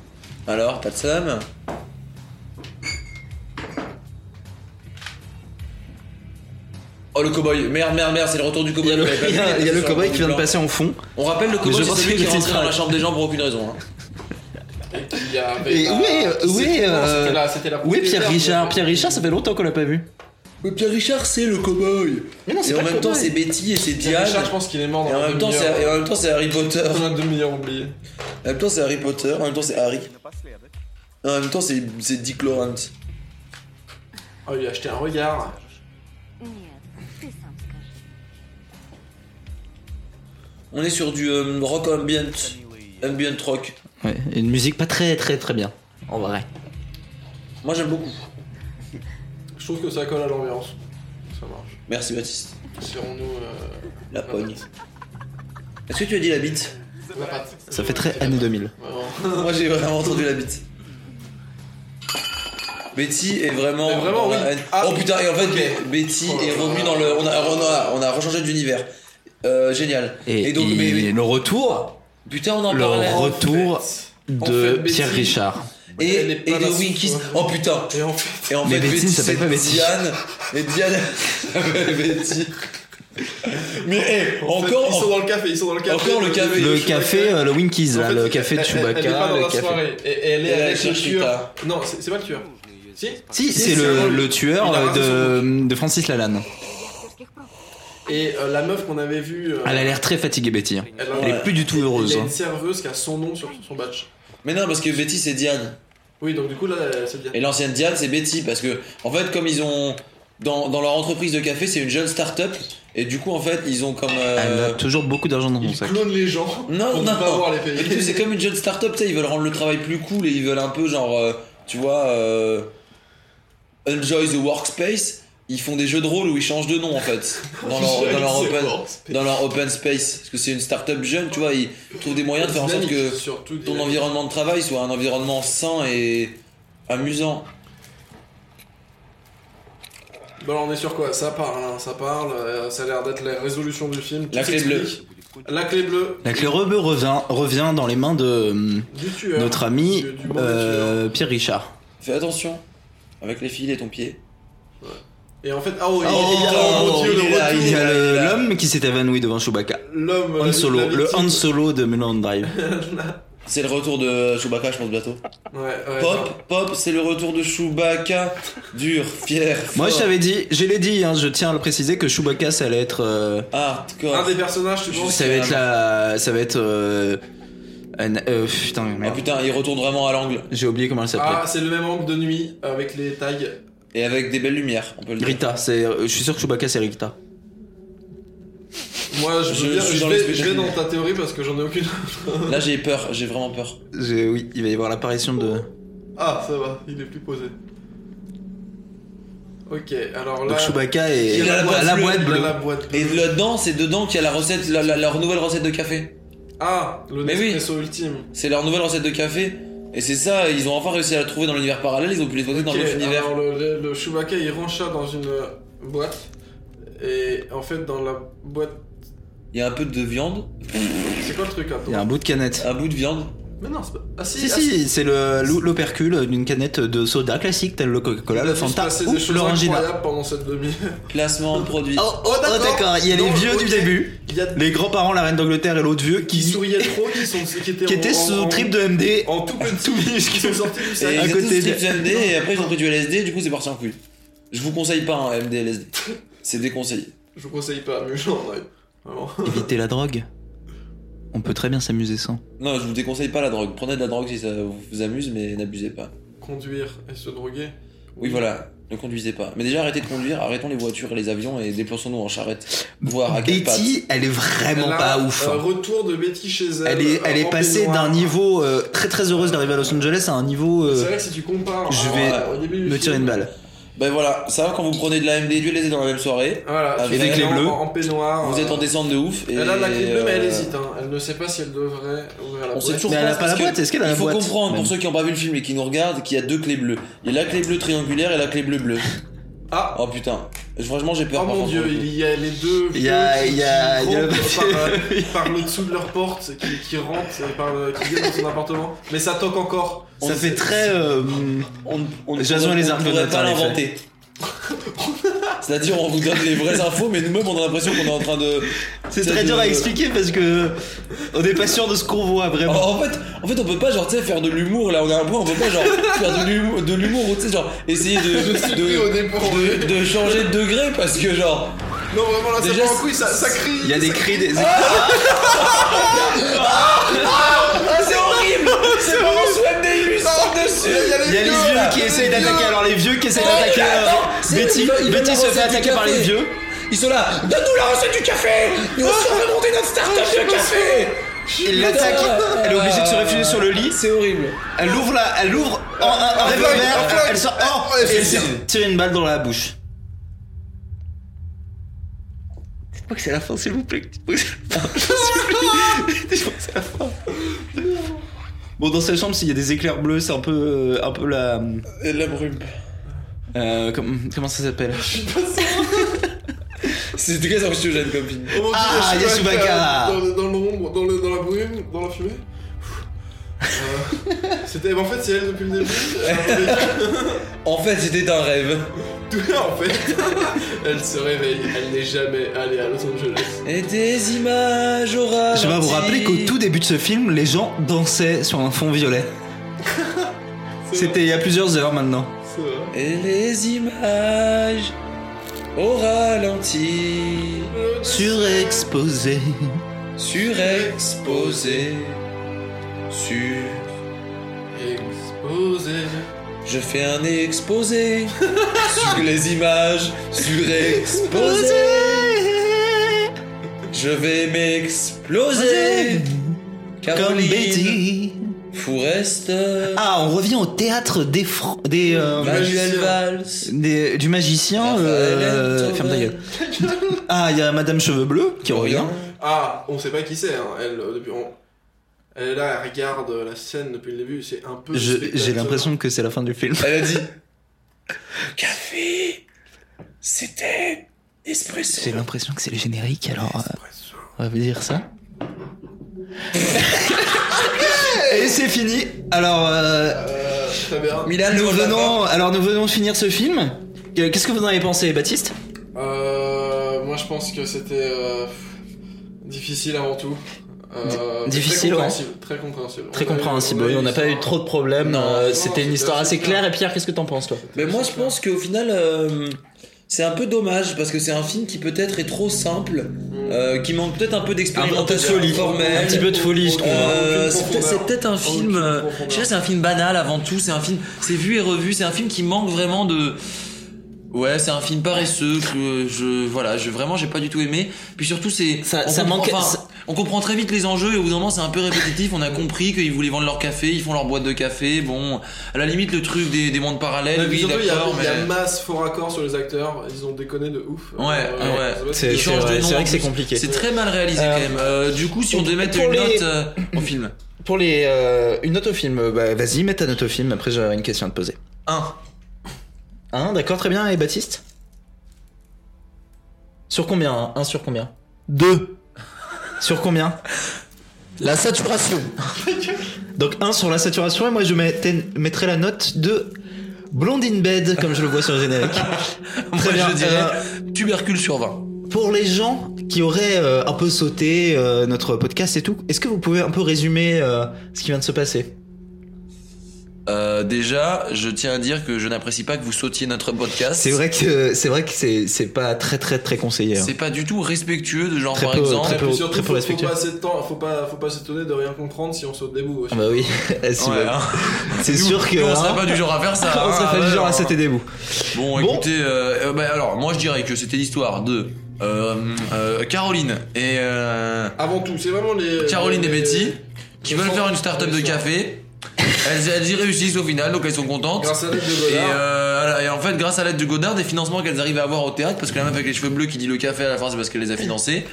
A: Alors, pas de somme Oh le cowboy, merde, merde, merde, c'est le retour du
D: Il y
A: cowboy.
D: a le,
A: J'avais pas
D: il y a-
A: vu,
D: il y a
A: c'est
D: le
A: sur
D: cowboy
A: fond
D: qui vient de
A: blanc.
D: passer en fond.
A: On rappelle le
D: Mais
A: cowboy,
D: je
A: c'est
D: pense
A: celui
D: qu'il
A: qui est
D: était
A: rentré dans
D: très-
A: la chambre des gens pour aucune raison. hein.
C: Il y avait
D: Et
C: la-
D: où est,
C: qui
D: où
C: c'est-
D: est,
C: non,
D: euh,
C: c'était la- c'était la
D: où est
C: poupée
D: Pierre
C: verte,
D: Richard
C: là.
D: Pierre Richard, ça fait longtemps qu'on l'a pas vu.
A: Mais Pierre Richard, c'est le cowboy.
D: Mais non, c'est
A: et
D: pas
A: en
D: le
A: même temps,
D: cowboy.
A: c'est Betty et c'est
C: Pierre
A: Diane.
C: Richard, je pense qu'il est mort dans
A: Et en
C: la
A: même temps,
C: demi-heure.
A: c'est et en même temps, c'est Harry Potter.
C: Dans la demi-heure oubliée.
A: En même temps, c'est Harry Potter. En même temps, c'est Harry. Et En même temps, c'est c'est Dick Laurent.
C: Oh, il a acheté un regard.
A: On est sur du euh, rock ambient. Ambient rock.
D: Ouais, une musique pas très très très bien. En vrai.
A: Moi j'aime beaucoup.
C: Je trouve que ça colle à l'ambiance. Ça marche.
A: Merci Baptiste.
C: Serons-nous. euh,
A: La pogne. Est-ce que tu as dit la bite
C: la patte.
D: Ça fait très années 2000.
C: Vraiment.
A: Moi j'ai vraiment entendu la bite. Betty est vraiment.
C: Mais vraiment,
A: dans la
C: oui. Ah, Oh
A: haine. oh putain, et en fait, Be- Betty est revenue dans le. On a, on a, on a rechangé d'univers. Euh, génial.
D: Et,
A: donc,
D: il-
A: mais- mais-
D: le retour,
A: Putain, on en
D: le
A: parlait.
D: retour
A: en
D: de
A: fait, Betty-
D: Pierre Richard.
A: Et, et de Winkies. Oh putain.
C: Et en fait.
A: Et en
D: Mais
A: fait,
D: Betty ne s'appelle pas
A: c'est
D: Betty.
A: Diane. Et Diane s'appelle Betty. Mais eh, encore.
C: ils sont dans le café, ils sont dans le café.
A: Encore le café.
D: Le café, euh, le Winkies, là, le café de
C: Elle- elle- Elle est pas
D: Chewbacca,
C: dans
D: le
C: la
D: café.
C: soirée. Et, et elle est
A: Et elle
C: avec le
A: cherche
C: tueur.
A: Rita.
C: Non, c'est c'est pas le tueur. Si
D: Si,
C: Si,
D: c'est
C: un
D: le,
C: rôle.
D: le tueur
C: Il a
D: euh,
C: raté son coup.
D: de, de Francis Lalanne.
C: Et euh, la meuf qu'on avait vue. euh,
D: Elle a l'air très fatiguée, Betty. hein.
C: Elle,
D: Elle est plus du tout
C: Il
D: heureuse.
C: y a une
D: hein.
C: serveuse qui a son nom sur son badge.
A: Mais non, parce que Betty c'est Diane.
C: Oui, donc du coup là, c'est bien.
A: Et l'ancienne Diane c'est Betty. Parce que, en fait, comme ils ont. Dans, dans leur entreprise de café, c'est une jeune start-up. Et du coup, en fait, ils ont comme. euh,
D: Ah, Elle a toujours beaucoup d'argent dans son sac.
C: Clone les gens.
A: Non,
C: On
A: non,
C: peut pas
A: non.
C: voir les pays.
A: Mais du coup, c'est comme une jeune start-up, tu sais, ils veulent rendre le travail plus cool et ils veulent un peu genre, euh, tu vois, euh, enjoy the workspace. Ils font des jeux de rôle où ils changent de nom en fait dans leur, dans leur
C: Enjoy the
A: open,
C: workspace.
A: dans leur open space parce que c'est une start-up jeune, tu vois, ils trouvent des moyens de faire en sorte
C: Dynamique,
A: que
C: surtout
A: ton
C: dynamique.
A: environnement de travail soit un environnement sain et amusant.
C: Bon, alors, on est sur quoi Ça parle, hein, ça parle. euh, ça a l'air d'être la résolution du film.
A: La
C: Tout
A: clé bleue.
C: s'explique. La clé bleue.
D: La clé rebeu revient, revient dans les mains de hum,
C: Du tueur.
D: notre ami
C: Du- du mauvais
D: euh, Pierre Richard.
A: Fais attention avec les fils et ton pied.
C: Et en fait, ah oh, il-
A: Oh,
C: il y a- oh, mon dieu,
A: il est
C: le
A: là,
C: retour.
D: Il y a
A: là,
D: le-
A: il est là.
D: l'homme qui s'est évanoui devant Chewbacca.
C: L'homme.
D: Han
C: euh,
D: Solo,
C: la
D: le
C: victime.
D: Han Solo de Mulholland Drive.
A: C'est le retour de Chewbacca, je pense, bientôt.
C: Ouais, ouais.
A: Pop, pop, c'est le retour de Chewbacca. Dur, fier.
D: Moi, je
A: fort.
D: t'avais dit, je l'ai dit, hein, je tiens à le préciser que Chewbacca, ça allait être. euh,
A: Ah, d'accord.
C: Un des personnages, tu penses
D: ça va être la. Ça va être. euh, un- euh, putain, merde.
A: putain, il retourne vraiment à l'angle.
D: J'ai oublié comment elle s'appelait.
C: Ah, c'est le même angle de nuit avec les tags.
A: Et avec des belles lumières, on peut le dire.
D: Rita, c'est. euh, Je suis sûr que Chewbacca, c'est Rita.
C: Moi, je,
A: Je
C: veux dire,
A: suis
C: je
A: dans
C: vais,
A: les
C: je vais dans ta théorie parce que j'en ai aucune.
A: Là, j'ai peur, j'ai vraiment peur.
D: J'ai- Oui, il va y avoir l'apparition de.
C: Ah, ça va, il est plus posé. Ok, alors là.
D: Donc Chewbacca est- Il a la boîte à la bleue, boîte il a bleue. la
A: Et là-dedans, c'est dedans qu'il y a la recette, la- la- leur nouvelle recette de café.
C: Ah, le
A: Mais oui,
C: Nespresso ultime.
A: c'est leur nouvelle recette de café. Et c'est ça, ils ont enfin réussi à la trouver dans l'univers parallèle, ils ont pu l'exploiter dans
C: Ok,
A: l'autre univers.
C: Alors le, le, le Chewbacca il range ça dans une euh, boîte et en fait dans la boîte
A: Il y a un peu de viande.
C: c'est quoi le truc attends
D: Il y a un bout de canette.
A: Un bout de viande.
C: Mais non c'est pas ah si
D: Si,
C: ah,
D: si, c'est le- l'opercule d'une canette de soda classique, tel le Coca-Cola, le
C: Il se
D: Fanta
C: passait
D: ou
C: des choses
D: l'Orangina.
C: incroyables pendant cette demi-heure.
A: Classement de produits.
D: Oh, oh, d'accord, il y a les
C: Donc,
D: vieux du
C: ok,
D: début,
C: il y a-
D: les grands-parents, la reine d'Angleterre et l'autre vieux
C: Qui
D: qui,
C: souriaient trop, qui, sont, qui étaient,
D: qui étaient
C: en- en-
D: sous trip de MD.
C: En tout petit,
D: tout minuscule.
C: Ils sont sortis du
A: Et
C: sac.
A: ils
D: À
A: étaient
D: côté
A: tous
D: de-
A: trips MD et après ils ont pris du LSD et du coup c'est parti en couille. Je vous conseille pas hein, un MD LSD. C'est déconseillé.
C: Je vous conseille pas, mais j'en ai. Vraiment.
D: Éviter la drogue. On peut très bien s'amuser sans.
A: Non, je vous déconseille pas la drogue. Prenez de la drogue si ça vous amuse mais n'abusez pas.
C: Conduire et se droguer.
A: Oui voilà, ne conduisez pas. Mais déjà arrêtez de conduire, arrêtons les voitures et les avions et déplaçons-nous en charrette. Voir à quelle patte.
D: Betty, elle est vraiment
C: Là,
D: pas ouf.
C: euh,
D: hein.
C: retour de Betty chez
D: Elle
C: elle.
D: est, elle
C: euh,
D: est
C: en
D: passée
C: peignoir.
D: d'un niveau euh, très très heureuse d'arriver à Los Angeles à un niveau. euh,
C: C'est vrai que si tu compares.
D: je
C: à-
D: vais
C: au début du
D: me
C: film,
D: tirer une balle.
A: Ben voilà, ça va quand vous prenez de la MD et du LSD dans la même soirée.
C: Voilà, tu
A: Avec
C: fais
A: les
C: en-
A: bleus.
C: En, en peignoir.
A: Vous
C: euh,
A: êtes en descente de ouf. Et
C: Elle a la clé bleue, mais elle
A: euh,
C: hésite. hein. Elle ne sait pas si elle devrait ouvrir la
A: On sait
C: boîte.
A: toujours
D: Mais elle a
A: parce
D: pas la
A: que
D: boîte, est-ce qu'elle a la
A: Il faut
D: boîte,
A: comprendre,
D: même
A: pour ceux qui n'ont pas vu le film et qui nous regardent, qu'il y a deux clés bleues. Il y a la clé bleue triangulaire et la clé bleue bleue.
C: Ah.
A: Oh putain. Franchement, j'ai peur.
C: Oh
A: par
C: mon
A: contre.
C: dieu, il y a les deux.
D: Il y a-
C: vieux qui-
D: il y a-
C: qui
D: il y a le
C: rampent
D: papier.
C: par, euh, par le dessous de leur porte, qui, qui rentrent, et par le- qui viennent dans son appartement. Mais ça toque encore.
D: Ça fait très. euh,
A: On, on,
D: Jason
A: on-
D: et les
A: on
D: Argonautes,
A: pourrait pas
D: en effet.
A: l'inventer. C'est-à-dire, on vous donne les vraies infos, mais nous-mêmes, on a l'impression qu'on est en train de.
D: C'est
A: tu sais,
D: très
A: de-
D: dur à expliquer parce que on n'est pas sûr de ce qu'on voit
A: En,
D: vraiment.
A: Oh, en fait, en fait, on peut pas genre tu sais faire de l'humour là. On a un point, on peut pas genre faire de l'humour, de l'humour ou tu sais genre essayer de
C: pris au
A: de,
C: dépourvu.
A: de- de changer de degré parce que genre
C: Non, vraiment, là, ça
A: Déjà,
C: prend un couille, ça, ça crie.
A: Oh,
D: Il y a des
C: ça-
D: cris, des... Ah,
A: c'est horrible, c'est vraiment Swam des
C: Ah,
A: lui sort dessus.
D: il y a les vieux qui essayent d'attaquer. Alors les vieux qui essayent d'attaquer. euh, Betty, Betty se fait attaquer par les vieux. Oh,
A: Ils sont là, donne-nous la recette du café Nous allons monter notre start-up de café
D: Il l'attaque. Elle est obligée de se réfugier sur le lit.
A: C'est horrible.
D: Elle ouvre la, elle ouvre en- un, un revolver. Elle, elle sort. Oh, et elle tire- tire une balle dans la bouche. Dites-moi que c'est la fin, s'il vous plaît. Dites-moi que c'est la fin, s'il vous plaît. Dites-moi que c'est la fin. Bon, dans sa chambre, s'il y a des éclairs bleus, c'est un peu, euh, un peu la,
A: La brume.
D: euh, com- comment ça s'appelle
A: C'est très anxiogène comme film.
C: Oh mon Dieu,
D: Ah, il y a Chewbacca.
C: euh, Dans, le- dans l'ombre, dans, le- dans la brume, dans la fumée. Euh, C'était, en fait, c'est elle depuis le début. Elle avait-
A: En fait, c'était un rêve.
C: Tout en fait. Elle se réveille, elle n'est jamais allée à Los Angeles.
A: Et des images au ralenti.
D: Je vais vous rappeler qu'au tout début de ce film, les gens dansaient sur un fond violet. C'était il y a plusieurs heures maintenant.
C: C'est vrai.
A: Et les images au ralenti.
D: Surexposé.
A: Surexposé. Sur.
C: Exposé.
A: Je fais un exposé. sur les images. Surexposé. Je vais m'exploser.
D: Comme
A: Caroline
D: Betty.
A: Fourest.
D: Ah, on revient au théâtre des Fran- des, euh,
A: Manuel Valls.
D: des- du magicien. euh,
A: Raphaël
D: ferme ta gueule.
A: Enthoven.
D: Ah, il y a Madame Cheveux Bleus
A: Oh,
D: qui revient.
C: Ah, on sait pas qui c'est, hein. Elle, euh, depuis. on- Elle est là, elle regarde euh, la scène depuis le début, c'est un peu.
D: Je-
C: spectacle.
D: J'ai l'impression que c'est la fin du film.
A: Elle a dit Café, c'était espresso.
D: J'ai l'impression que c'est le générique. Alors, euh, on va vous dire ça. Et c'est fini. Alors, euh,
C: Euh, très bien.
A: Milan,
D: nous
A: on l'a
D: venons, alors nous venons de finir ce film. Euh, Qu'est-ce que vous en avez pensé, Baptiste
C: Euh, moi, je pense que c'était. euh, difficile avant tout. Euh,
D: difficile,
C: très
D: ouais.
C: compréhensible,
D: Très
C: Très compréhensible. On a eu- euh,
D: compréhensible.
C: a
D: oui, On n'a pas eu
C: l'histoire.
D: trop de problèmes.
A: Non,
D: euh,
A: non,
D: C'était une
A: c'était
D: histoire
A: assez
D: assez claire. Et Pierre, qu'est-ce que t'en penses, toi
A: Mais moi, je pense qu'au final, euh, c'est un peu dommage parce que c'est un film qui peut-être est trop simple, euh, qui manque peut-être un peu d'expérimentation
D: Un peu de folie.
A: formelle.
D: Un petit peu de folie, je trouve.
A: Euh,
D: Aucune
A: c'est peut-être-
D: profondeur.
A: c'est peut-être un film. euh, je dirais, c'est un film banal avant tout. C'est un film. C'est vu et revu. C'est un film qui manque vraiment de. Ouais, c'est un film paresseux que je voilà, je vraiment j'ai pas du tout aimé. Puis surtout c'est ça,
D: ça manque- ça-
A: on comprend très vite les enjeux et au bout d'un moment c'est un peu répétitif. On a compris qu'ils voulaient vendre leur café, ils font leur boîte de café. Bon, à la limite le truc des, des mondes parallèles,
C: Et puis
A: oui
C: surtout, il y a-
A: d'accord,
C: il y, a
A: mais
C: masse faux raccords sur les acteurs. Ils ont déconné de ouf. Euh,
A: Ouais, ouais.
D: C'est-
A: Ils
D: c'est
A: changent de
D: vrai,
A: nom,
D: c'est vrai
A: en
D: que c'est
A: plus.
D: compliqué.
A: C'est très mal réalisé
D: Euh,
A: quand même. Euh, du coup, si on devait mettre
D: pour
A: une
D: les-
A: note euh, au film,
D: Pour les euh, une note au film, euh, bah, vas-y, mets ta note au film. Après, j'aurai une question à te poser.
A: 1.
D: 1, d'accord, très bien. Et Baptiste Sur combien 1 sur combien 2. Sur combien La saturation. Donc 1 sur la saturation, et moi je mettais- mettrais la note de Blonde in Bed, comme je le vois sur le générique.
A: moi, je dirais tubercule sur 20.
D: Pour les gens qui auraient euh, un peu sauté euh, notre podcast et tout, est-ce que vous pouvez un peu résumer euh, ce qui vient de se passer
A: Euh, déjà, je tiens à dire que je n'apprécie pas que vous sautiez notre podcast.
D: C'est vrai que c'est vrai que c'est c'est pas très très très conseillé. hein.
A: C'est pas du tout respectueux de genre
D: Très
A: par
D: peu,
A: exemple.
D: très peu,
C: Puis surtout,
D: très peu
C: faut, faut
D: respectueux.
C: pas assez de temps, faut pas, faut pas s'étonner de rien comprendre si on saute des bouts. aussi.
D: Ah bah oui, si,
A: Ouais,
D: bah,
A: hein.
D: c'est
A: Nous-
D: sûr que.
A: nous, on serait
D: hein,
A: pas du genre à faire ça,
D: on
A: hein,
D: serait pas
A: ouais,
D: du genre à
A: alors.
D: sauter des bouts.
A: Bon, écoutez, euh, euh, bah, alors moi je dirais que c'était l'histoire de euh, euh, Caroline et euh,
C: Avant tout, c'est vraiment les.
A: Caroline et
C: les-
A: Betty qui veulent faire une start-up de café. Elles, elles y réussissent au final, donc elles sont contentes.
C: Grâce à l'aide de
A: et,
C: Godard.
A: euh, et en fait, grâce à l'aide de Godard, des financements qu'elles arrivent à avoir au théâtre, parce que la meuf avec les cheveux bleus qui dit le café à la fin, c'est parce qu'elle les a financés.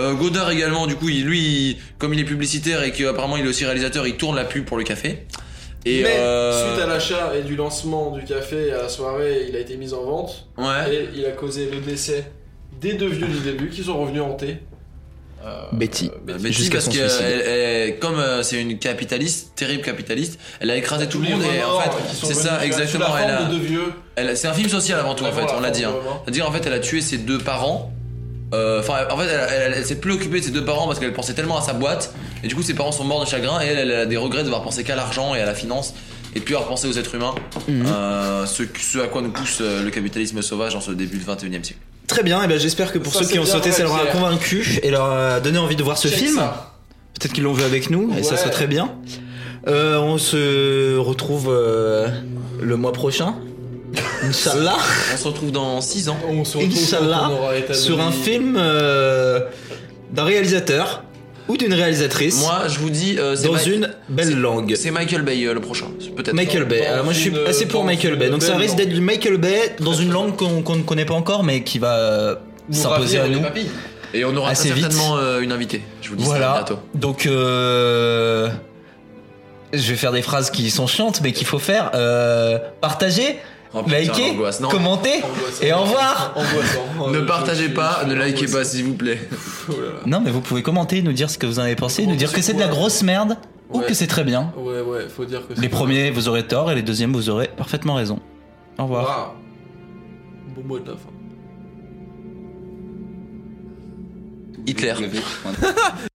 A: Euh, Godard également, du coup, il, lui, il- comme il est publicitaire et qu'apparemment il est aussi réalisateur, il tourne la pub pour le café. Et
C: Mais
A: euh,
C: suite à l'achat et du lancement du café à la soirée, il a été mis en vente.
A: Ouais.
C: Et il a causé le décès des deux vieux du début qui sont revenus hantés.
D: Betty.
A: euh, Betty,
D: Jusqu'à
A: Bah, parce
D: son
A: que
D: suicide.
A: elle- elle- comme euh, c'est une capitaliste, terrible capitaliste, elle a écrasé tout le
C: Bah, les
A: monde et en
C: remords
A: fait,
C: qui sont
A: c'est
C: venus
A: ça
C: sous la
A: exactement.
C: forme
A: elle a-
C: de deux vieux.
A: elle- c'est un film social avant tout en fait,
C: Vraiment,
A: on
C: la
A: l'a dit.
C: forme
A: hein.
C: de remords.
A: C'est-à-dire en fait, elle a tué ses deux parents. Euh, Enfin, en fait, elle, elle- elle s'est plus occupée de ses deux parents parce qu'elle pensait tellement à sa boîte et du coup, ses parents sont morts de chagrin et elle, elle a des regrets d'avoir pensé qu'à l'argent et à la finance et de plus avoir pensé aux êtres humains.
D: Mhm.
A: Euh, ce, ce à quoi nous pousse euh, le capitalisme sauvage en ce début du 21 e siècle.
D: Très bien, et ben j'espère que pour
A: Ça,
D: ceux qui
A: c'est
D: ont
A: bien
D: sauté, ça
A: vrai,
D: leur a
A: Pierre.
D: convaincu et leur a donné envie de voir ce
A: Check
D: film.
A: ça.
D: Peut-être qu'ils l'ont vu avec nous, et ça
A: Ouais.
D: serait très bien. Euh, on se retrouve euh, le mois prochain. Inch'Allah.
A: On se retrouve dans 6 ans.
C: On se
A: retrouve
D: Inch'Allah.
A: quand on aura établi-
D: Sur un film euh, d'un réalisateur ou d'une réalisatrice.
A: Moi, je vous dis. euh, c'est
D: dans
A: Ma-
D: une belle langue.
A: C'est Michael Bay euh, le prochain, c'est peut-être.
D: Michael Bay. Alors moi je suis assez pour Michael Bay. Donc ça risque d'être du Michael Bay dans une langue qu'on qu'on ne connaît pas encore mais qui va euh, s'imposer à nous.
A: Et on aura
D: Assez
A: très
D: vite.
A: certainement euh, une invitée. Je vous dis ça
D: Voilà.
A: bientôt.
D: Donc euh, je vais faire des phrases qui sont chiantes mais qu'il faut faire. Euh, partager,
A: Oh, putain,
D: liker,
A: l'angoisse. Non.
D: commenter et au revoir.
A: ne partagez pas, ne likez pas s'il vous plaît.
D: Non mais vous pouvez commenter, nous dire ce que vous euh, en avez pensé, nous dire que c'est de la grosse merde ou que c'est très bien.
C: Ouais, ouais, faut dire que
D: Les premiers vous aurez tort et les deuxièmes vous aurez parfaitement raison. Au revoir.
C: Waouh. Bon mot de hein. la fin.
A: Hitler.